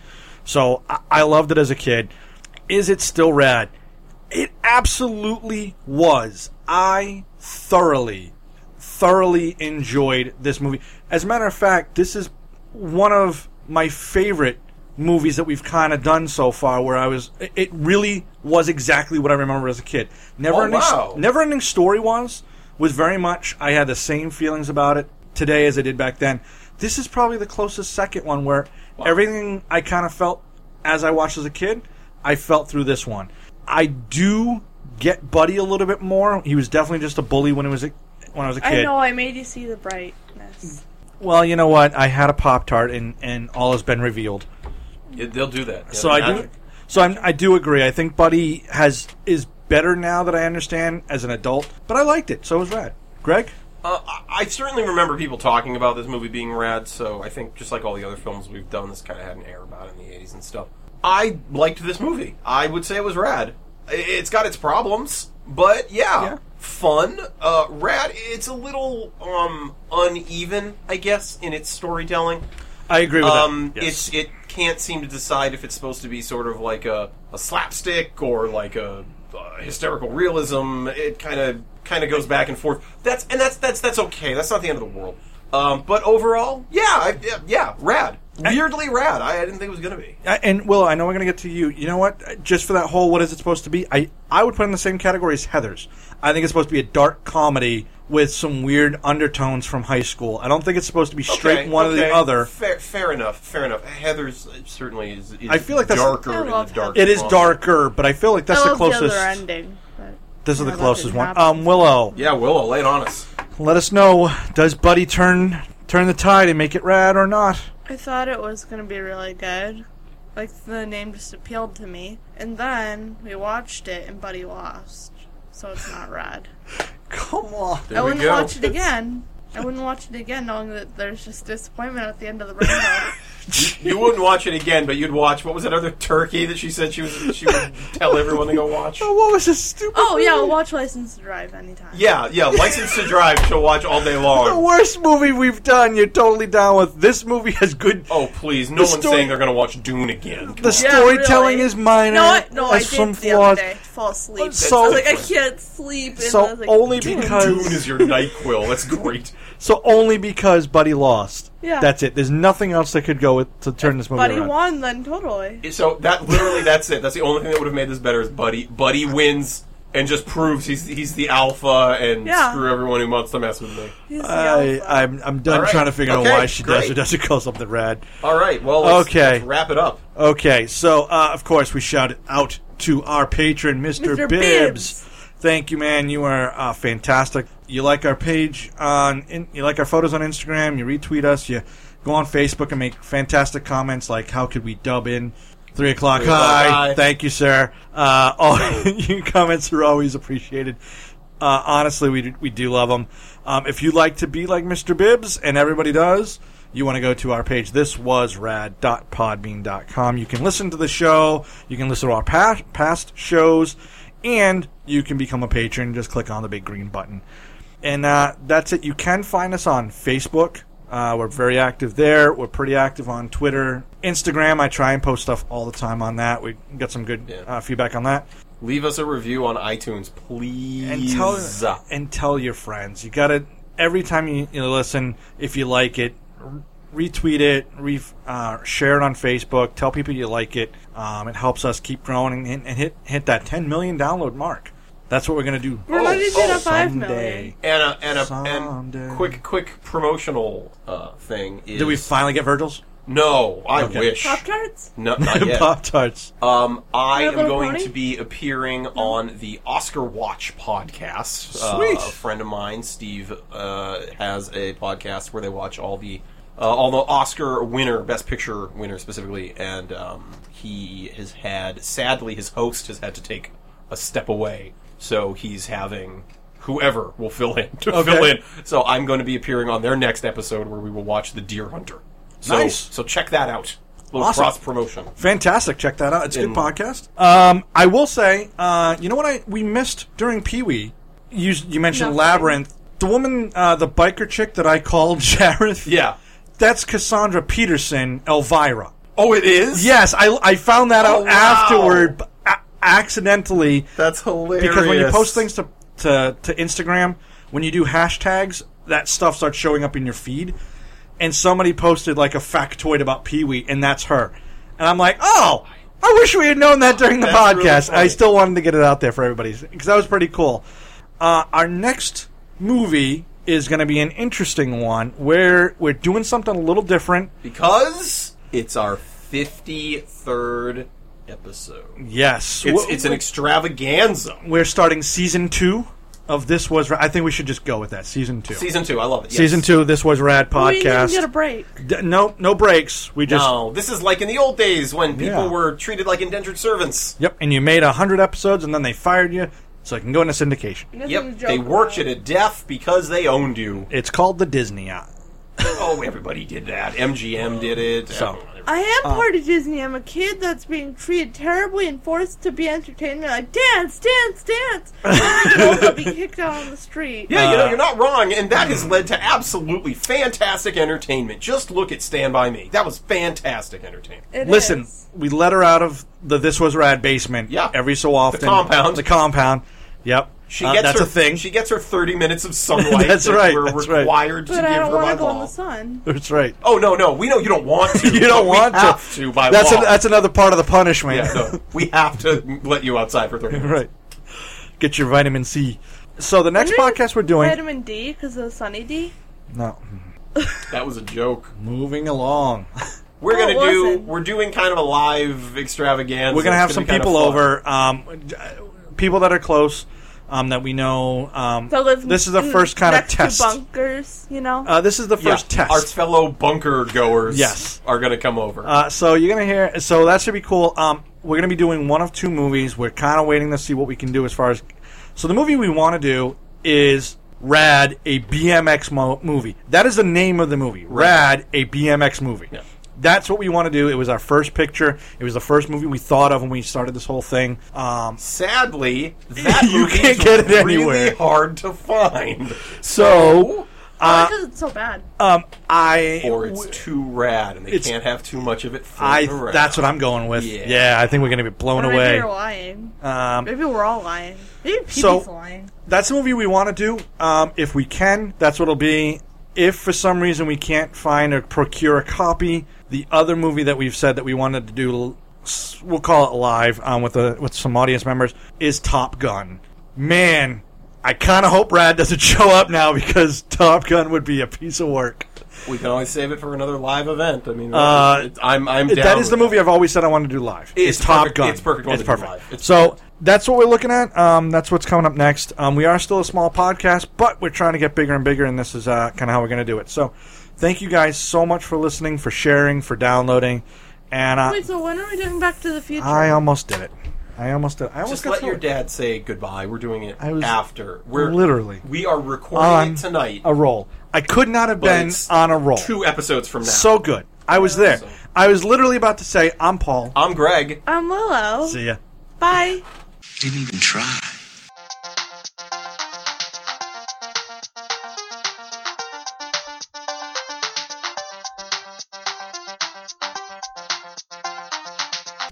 [SPEAKER 5] So I, I loved it as a kid. Is it still rad? It absolutely was. I thoroughly, thoroughly enjoyed this movie. As a matter of fact, this is one of my favorite movies that we've kind of done so far where I was it- it really was exactly what I remember as a kid. Never
[SPEAKER 6] Oh,
[SPEAKER 5] ending,
[SPEAKER 6] wow.
[SPEAKER 5] never ending story was was very much I had the same feelings about it today as I did back then. This is probably the closest second one where everything I kind of felt as I watched as a kid, I felt through this one. I do get Buddy a little bit more. He was definitely just a bully when he was a, when I was a kid.
[SPEAKER 7] I know I made you see the brightness.
[SPEAKER 5] Well, you know what? I had a Pop Tart and and all has been revealed.
[SPEAKER 6] Yeah, they'll do that.
[SPEAKER 5] So I do. So I'm, I do agree. I think Buddy has is better now that I understand as an adult. But I liked it, so it was rad. Greg,
[SPEAKER 6] Uh, I- I certainly remember people talking about this movie being rad, so I think just like all the other films we've done, this kind of had an air about it in the 80s and stuff. I liked this movie. I would say it was rad. I- It's got its problems, but yeah,
[SPEAKER 5] Yeah.
[SPEAKER 6] fun. Uh, rad, it's a little um, uneven, I guess, in its storytelling.
[SPEAKER 5] I agree with
[SPEAKER 6] Um,
[SPEAKER 5] that. Yes.
[SPEAKER 6] it's, it can't seem to decide if it's supposed to be sort of like a, a slapstick or like a uh, hysterical realism. It kind of kind of goes back and forth. That's and that's that's that's okay. That's not the end of the world. Um, but overall, yeah, I, yeah, yeah, rad. Weirdly rad. I, I didn't think it was gonna be.
[SPEAKER 5] I- and Will, I know we're going to get to you. You know what? Just for that whole, what is it supposed to be? I I would put it in the same category as Heather's. I think it's supposed to be a dark comedy with some weird undertones from high school. I don't think it's supposed to be straight
[SPEAKER 6] Okay,
[SPEAKER 5] one or
[SPEAKER 6] okay.
[SPEAKER 5] the other.
[SPEAKER 6] Fair, fair enough. Fair enough. Heather's uh, certainly is. is
[SPEAKER 5] I feel like that's-
[SPEAKER 6] darker.
[SPEAKER 7] I
[SPEAKER 6] in
[SPEAKER 7] love
[SPEAKER 6] the dark
[SPEAKER 5] It is
[SPEAKER 6] realm.
[SPEAKER 5] darker, but I feel like that's
[SPEAKER 7] I
[SPEAKER 5] the
[SPEAKER 7] love
[SPEAKER 5] closest.
[SPEAKER 7] Oh, the other ending. but-
[SPEAKER 5] This is
[SPEAKER 7] Yeah,
[SPEAKER 5] the
[SPEAKER 7] that
[SPEAKER 5] closest
[SPEAKER 7] didn't
[SPEAKER 5] one.
[SPEAKER 7] happen.
[SPEAKER 5] Um, Willow,
[SPEAKER 6] Yeah, Willow, lay it on us.
[SPEAKER 5] let us know. Does Buddy turn turn the tide and make it rad or not?
[SPEAKER 7] I thought it was gonna be really good. Like the name just appealed to me. And then we watched it and Buddy lost. So it's not rad.
[SPEAKER 5] Come on.
[SPEAKER 6] There
[SPEAKER 7] I
[SPEAKER 6] we
[SPEAKER 7] wouldn't
[SPEAKER 6] go.
[SPEAKER 7] watch it again. I wouldn't watch it again knowing that there's just disappointment at the end of the rainbow.
[SPEAKER 6] You wouldn't watch it again, but you'd watch what was that other turkey that she said she was she would tell everyone to go watch?
[SPEAKER 5] What was this stupid?
[SPEAKER 7] oh yeah, I'll watch License to Drive anytime.
[SPEAKER 6] Yeah, yeah, License to Drive she'll watch all day
[SPEAKER 5] The
[SPEAKER 6] long.
[SPEAKER 5] worst movie we've done. You're totally down with this movie. Has good.
[SPEAKER 6] Oh please, no
[SPEAKER 5] The
[SPEAKER 6] one's
[SPEAKER 5] story-
[SPEAKER 6] saying they're gonna watch Dune again.
[SPEAKER 5] the
[SPEAKER 7] Yeah,
[SPEAKER 5] storytelling
[SPEAKER 7] really.
[SPEAKER 5] is minor.
[SPEAKER 7] No, I, no, I
[SPEAKER 5] has
[SPEAKER 7] did
[SPEAKER 5] some
[SPEAKER 7] the other
[SPEAKER 5] flaws.
[SPEAKER 7] day. Fall asleep.
[SPEAKER 5] So-
[SPEAKER 7] So, I was like, I can't sleep. And I
[SPEAKER 5] So
[SPEAKER 7] was like,
[SPEAKER 5] only
[SPEAKER 7] "Dude."
[SPEAKER 6] Dune
[SPEAKER 5] because
[SPEAKER 6] is your Nyquil. That's great.
[SPEAKER 5] so only because Buddy lost.
[SPEAKER 7] Yeah.
[SPEAKER 5] That's it. There's nothing else that could go with to turn this movie
[SPEAKER 7] Buddy
[SPEAKER 5] around.
[SPEAKER 7] won then totally.
[SPEAKER 6] So that literally, that's it. That's the only thing that would have made this better is Buddy. Buddy wins and just proves he's he's the alpha and
[SPEAKER 7] Yeah.
[SPEAKER 6] screw everyone who wants to mess with me.
[SPEAKER 7] He's the
[SPEAKER 5] I,
[SPEAKER 7] alpha.
[SPEAKER 5] I'm I'm done
[SPEAKER 6] All right.
[SPEAKER 5] trying to figure
[SPEAKER 6] Okay,
[SPEAKER 5] out why she does
[SPEAKER 6] great.
[SPEAKER 5] or doesn't call something rad.
[SPEAKER 6] All right, well, let's,
[SPEAKER 5] Okay.
[SPEAKER 6] let's wrap it up.
[SPEAKER 5] Okay, so uh, of course we shout it out to our patron, Mr. Bibbs.
[SPEAKER 7] Mr. Bibbs.
[SPEAKER 5] Thank you, man. You are uh, fantastic. You like our page on, in, you like our photos on Instagram. You retweet us. You go on Facebook and make fantastic comments like, "How could we dub in three o'clock
[SPEAKER 6] Three o'clock
[SPEAKER 5] high?"
[SPEAKER 6] high.
[SPEAKER 5] Thank you, sir. Uh, all your comments are always appreciated. Uh, honestly, we do, we do love them. Um, if you'd like to be like Mr. Bibbs, and everybody does, you want to go to our page. This was rad.podbean.com. You can listen to the show. You can listen to our past, past shows, and you can become a patron. Just click on the big green button. And uh, that's it. You can find us on Facebook. Uh, we're very active there. We're pretty active on Twitter, Instagram. I try and post stuff all the time on that. We got some good uh, feedback on that.
[SPEAKER 6] Leave us a review on iTunes, please.
[SPEAKER 5] And tell and tell your friends. You got to every time you, you listen. If you like it, r- retweet it, re, uh, share it on Facebook. Tell people you like it. Um, it helps us keep growing and, and hit hit that 10 million download mark. That's what we're gonna do.
[SPEAKER 7] We're not even
[SPEAKER 6] oh,
[SPEAKER 7] at five
[SPEAKER 5] someday.
[SPEAKER 7] million.
[SPEAKER 6] and a, and a
[SPEAKER 5] Someday.
[SPEAKER 6] and quick quick promotional uh, thing is
[SPEAKER 5] Did we finally get Virgil's
[SPEAKER 6] no I
[SPEAKER 5] Okay.
[SPEAKER 6] wish
[SPEAKER 7] Pop tarts.
[SPEAKER 6] no not yet
[SPEAKER 5] Pop Tarts?
[SPEAKER 6] um I
[SPEAKER 7] My
[SPEAKER 6] am
[SPEAKER 7] Little
[SPEAKER 6] going
[SPEAKER 7] Pony?
[SPEAKER 6] to be appearing on the Oscar Watch podcast
[SPEAKER 5] Sweet.
[SPEAKER 6] uh, a friend of mine Steve uh, has a podcast where they watch all the uh, all the Oscar winner Best Picture winner specifically and um, he has had sadly his host has had to take a step away so he's having whoever will fill in to fill in so I'm going to be appearing on their next episode where we will watch The Deer Hunter. So,
[SPEAKER 5] Nice.
[SPEAKER 6] So check that out. Little
[SPEAKER 5] Awesome.
[SPEAKER 6] cross promotion.
[SPEAKER 5] Fantastic! Check that out. It's a good
[SPEAKER 6] In-
[SPEAKER 5] podcast. Um, I will say, uh, you know what? I we missed during Pee Wee. You you mentioned
[SPEAKER 7] Nothing.
[SPEAKER 5] Labyrinth. The woman, uh, the biker chick that I called Jareth.
[SPEAKER 6] Yeah.
[SPEAKER 5] That's Cassandra Peterson, Elvira.
[SPEAKER 6] Oh, it is.
[SPEAKER 5] Yes, I, I found that
[SPEAKER 6] Oh,
[SPEAKER 5] out
[SPEAKER 6] wow.
[SPEAKER 5] afterward. b- a- accidentally
[SPEAKER 6] That's hilarious.
[SPEAKER 5] because when you post things to, to to Instagram, when you do hashtags, that stuff starts showing up in your feed. And somebody posted like a factoid about Pee Wee, and that's her. And I'm like, oh, I wish we had known that during the
[SPEAKER 6] That's really
[SPEAKER 5] podcast. I
[SPEAKER 6] funny.
[SPEAKER 5] still wanted to get it out there for everybody because that was pretty cool. Uh, our next movie is going to be an interesting one where we're doing something a little different.
[SPEAKER 6] because it's our fifty third episode.
[SPEAKER 5] Yes,
[SPEAKER 6] It's,
[SPEAKER 5] Wh-
[SPEAKER 6] it's an extravaganza.
[SPEAKER 5] we're starting season two of this was. I think we should just go with that season two.
[SPEAKER 6] Season two, I love it. yes.
[SPEAKER 5] Season two, of this was Rad
[SPEAKER 7] We didn't even
[SPEAKER 5] Podcast.
[SPEAKER 7] get a break.
[SPEAKER 5] D- no, no breaks. We just
[SPEAKER 6] No, this is like in the old days when people
[SPEAKER 5] Yeah.
[SPEAKER 6] were treated like indentured servants.
[SPEAKER 5] yep. And you made hundred episodes, and then they fired you, so I can go into syndication.
[SPEAKER 7] Nothing to
[SPEAKER 6] Yep,
[SPEAKER 7] joke
[SPEAKER 6] they worked
[SPEAKER 7] about.
[SPEAKER 6] you to death because they owned you.
[SPEAKER 5] It's called the Disney Eye.
[SPEAKER 6] Oh, everybody did that. MGM did it.
[SPEAKER 5] So-
[SPEAKER 7] I am
[SPEAKER 5] Uh,
[SPEAKER 7] part of Disney. I'm a kid that's being treated terribly and forced to be entertained. They're Like dance, dance, dance. And then I get older, I'll be kicked out on the street.
[SPEAKER 5] Uh,
[SPEAKER 6] yeah, you know you're not wrong, and that has led to absolutely fantastic entertainment. Just look at Stand by Me. That was fantastic entertainment.
[SPEAKER 7] It
[SPEAKER 5] Listen,
[SPEAKER 7] is.
[SPEAKER 5] we let her out of the This Was Rad basement.
[SPEAKER 6] Yeah.
[SPEAKER 5] Every so often,
[SPEAKER 6] compound.
[SPEAKER 5] The compound. Yep.
[SPEAKER 6] She
[SPEAKER 5] Uh,
[SPEAKER 6] gets
[SPEAKER 5] that's
[SPEAKER 6] her,
[SPEAKER 5] a thing.
[SPEAKER 6] She gets her 30 minutes of sunlight.
[SPEAKER 5] That's
[SPEAKER 6] that
[SPEAKER 5] right,
[SPEAKER 6] We're
[SPEAKER 5] that's right.
[SPEAKER 6] required to
[SPEAKER 7] but
[SPEAKER 6] give
[SPEAKER 7] I don't
[SPEAKER 6] her
[SPEAKER 7] want
[SPEAKER 6] by
[SPEAKER 7] to go in
[SPEAKER 6] law.
[SPEAKER 7] the sun.
[SPEAKER 5] that's right.
[SPEAKER 6] Oh no, no, we know you don't want to.
[SPEAKER 5] You don't
[SPEAKER 6] but we
[SPEAKER 5] want to.
[SPEAKER 6] have to by
[SPEAKER 5] that's
[SPEAKER 6] law.
[SPEAKER 5] an- that's another part of the punishment.
[SPEAKER 6] yeah, no, we have to let you outside for 30 minutes.
[SPEAKER 5] right. Get your vitamin C. So the next
[SPEAKER 7] Wonder if
[SPEAKER 5] podcast we're doing.
[SPEAKER 7] Vitamin D because of Sunny D.
[SPEAKER 5] no.
[SPEAKER 6] That was a joke.
[SPEAKER 5] Moving along.
[SPEAKER 6] We're
[SPEAKER 7] No, it
[SPEAKER 6] gonna do.
[SPEAKER 7] wasn't.
[SPEAKER 6] We're doing kind of a live extravaganza.
[SPEAKER 5] We're gonna
[SPEAKER 6] It's
[SPEAKER 5] have some
[SPEAKER 6] be kind of
[SPEAKER 5] people
[SPEAKER 6] fun.
[SPEAKER 5] over, um, d- people that are close, um, that we know. Um,
[SPEAKER 7] So live
[SPEAKER 5] this is the
[SPEAKER 7] n-
[SPEAKER 5] first kind of
[SPEAKER 7] next to
[SPEAKER 5] test.
[SPEAKER 7] bunkers, you know.
[SPEAKER 5] Uh, this is the
[SPEAKER 6] Yeah,
[SPEAKER 5] first
[SPEAKER 6] Our
[SPEAKER 5] test.
[SPEAKER 6] fellow bunker goers,
[SPEAKER 5] Yes.
[SPEAKER 6] are gonna come over.
[SPEAKER 5] uh, so you're gonna hear. So that should be cool. Um, we're gonna be doing one of two movies. We're kind of waiting to see what we can do as far as. So the movie we want to do is Rad, a BMX mo- movie. That is the name of the movie. Rad, a BMX movie.
[SPEAKER 6] Yeah.
[SPEAKER 5] That's what we want to do. It was our first picture. It was the first movie we thought of when we started this whole thing. Um,
[SPEAKER 6] Sadly, that
[SPEAKER 5] You
[SPEAKER 6] movie
[SPEAKER 5] can't
[SPEAKER 6] is
[SPEAKER 5] get it
[SPEAKER 6] really
[SPEAKER 5] anywhere.
[SPEAKER 6] Hard to find,
[SPEAKER 5] so
[SPEAKER 7] Probably 'cause it's so bad.
[SPEAKER 5] um, I
[SPEAKER 6] or it's too rad, and they
[SPEAKER 5] It's-
[SPEAKER 6] can't have too much of it.
[SPEAKER 5] I
[SPEAKER 6] floating around.
[SPEAKER 5] that's what I'm going with. Yeah,
[SPEAKER 6] Yeah.
[SPEAKER 5] I think we're gonna be blown
[SPEAKER 7] Or Maybe
[SPEAKER 5] away.
[SPEAKER 7] you're lying.
[SPEAKER 5] Um,
[SPEAKER 7] Maybe we're all lying. Maybe Pee-wee's
[SPEAKER 5] So-
[SPEAKER 7] lying.
[SPEAKER 5] that's the movie we want to do. Um, if we can, that's what it'll be. If for some reason we can't find or procure a copy, the other movie that we've said that we wanted to do, s- we'll call it live um, with a, with some audience members, is Top Gun. Man, I kind of hope Brad doesn't show up now because Top Gun would be a piece of work.
[SPEAKER 6] we can always save it for another live event. I mean,
[SPEAKER 5] Uh,
[SPEAKER 6] it's- I'm I'm down
[SPEAKER 5] that is
[SPEAKER 6] with
[SPEAKER 5] the movie I've always said I wanted to do live.
[SPEAKER 6] It's
[SPEAKER 5] It's, Top
[SPEAKER 6] perfect-
[SPEAKER 5] Gun.
[SPEAKER 6] it's perfect one
[SPEAKER 5] It's
[SPEAKER 6] to do
[SPEAKER 5] perfect.
[SPEAKER 6] live. It's-
[SPEAKER 5] so that's what we're looking at. Um, that's what's coming up next. Um, we are still a small podcast, but we're trying to get bigger and bigger, and this is uh, kind of how we're going to do it. So thank you guys so much for listening, for sharing, for downloading, and uh,
[SPEAKER 7] Wait, so when are we doing Back to the Future?
[SPEAKER 5] I um, almost did it. I almost did. I almost
[SPEAKER 6] Just
[SPEAKER 5] got
[SPEAKER 6] let
[SPEAKER 5] through
[SPEAKER 6] your
[SPEAKER 5] it.
[SPEAKER 6] dad say goodbye. We're doing it
[SPEAKER 5] I was
[SPEAKER 6] after. We're
[SPEAKER 5] literally
[SPEAKER 6] we are recording
[SPEAKER 5] on
[SPEAKER 6] it tonight.
[SPEAKER 5] a roll. I could not have
[SPEAKER 6] but
[SPEAKER 5] been
[SPEAKER 6] it's
[SPEAKER 5] on a roll.
[SPEAKER 6] Two episodes from now.
[SPEAKER 5] So good. I was there.
[SPEAKER 6] So-
[SPEAKER 5] I was literally about to say, "I'm Paul."
[SPEAKER 6] I'm Greg.
[SPEAKER 7] I'm Willow.
[SPEAKER 5] See ya.
[SPEAKER 7] Bye.
[SPEAKER 3] He didn't even try.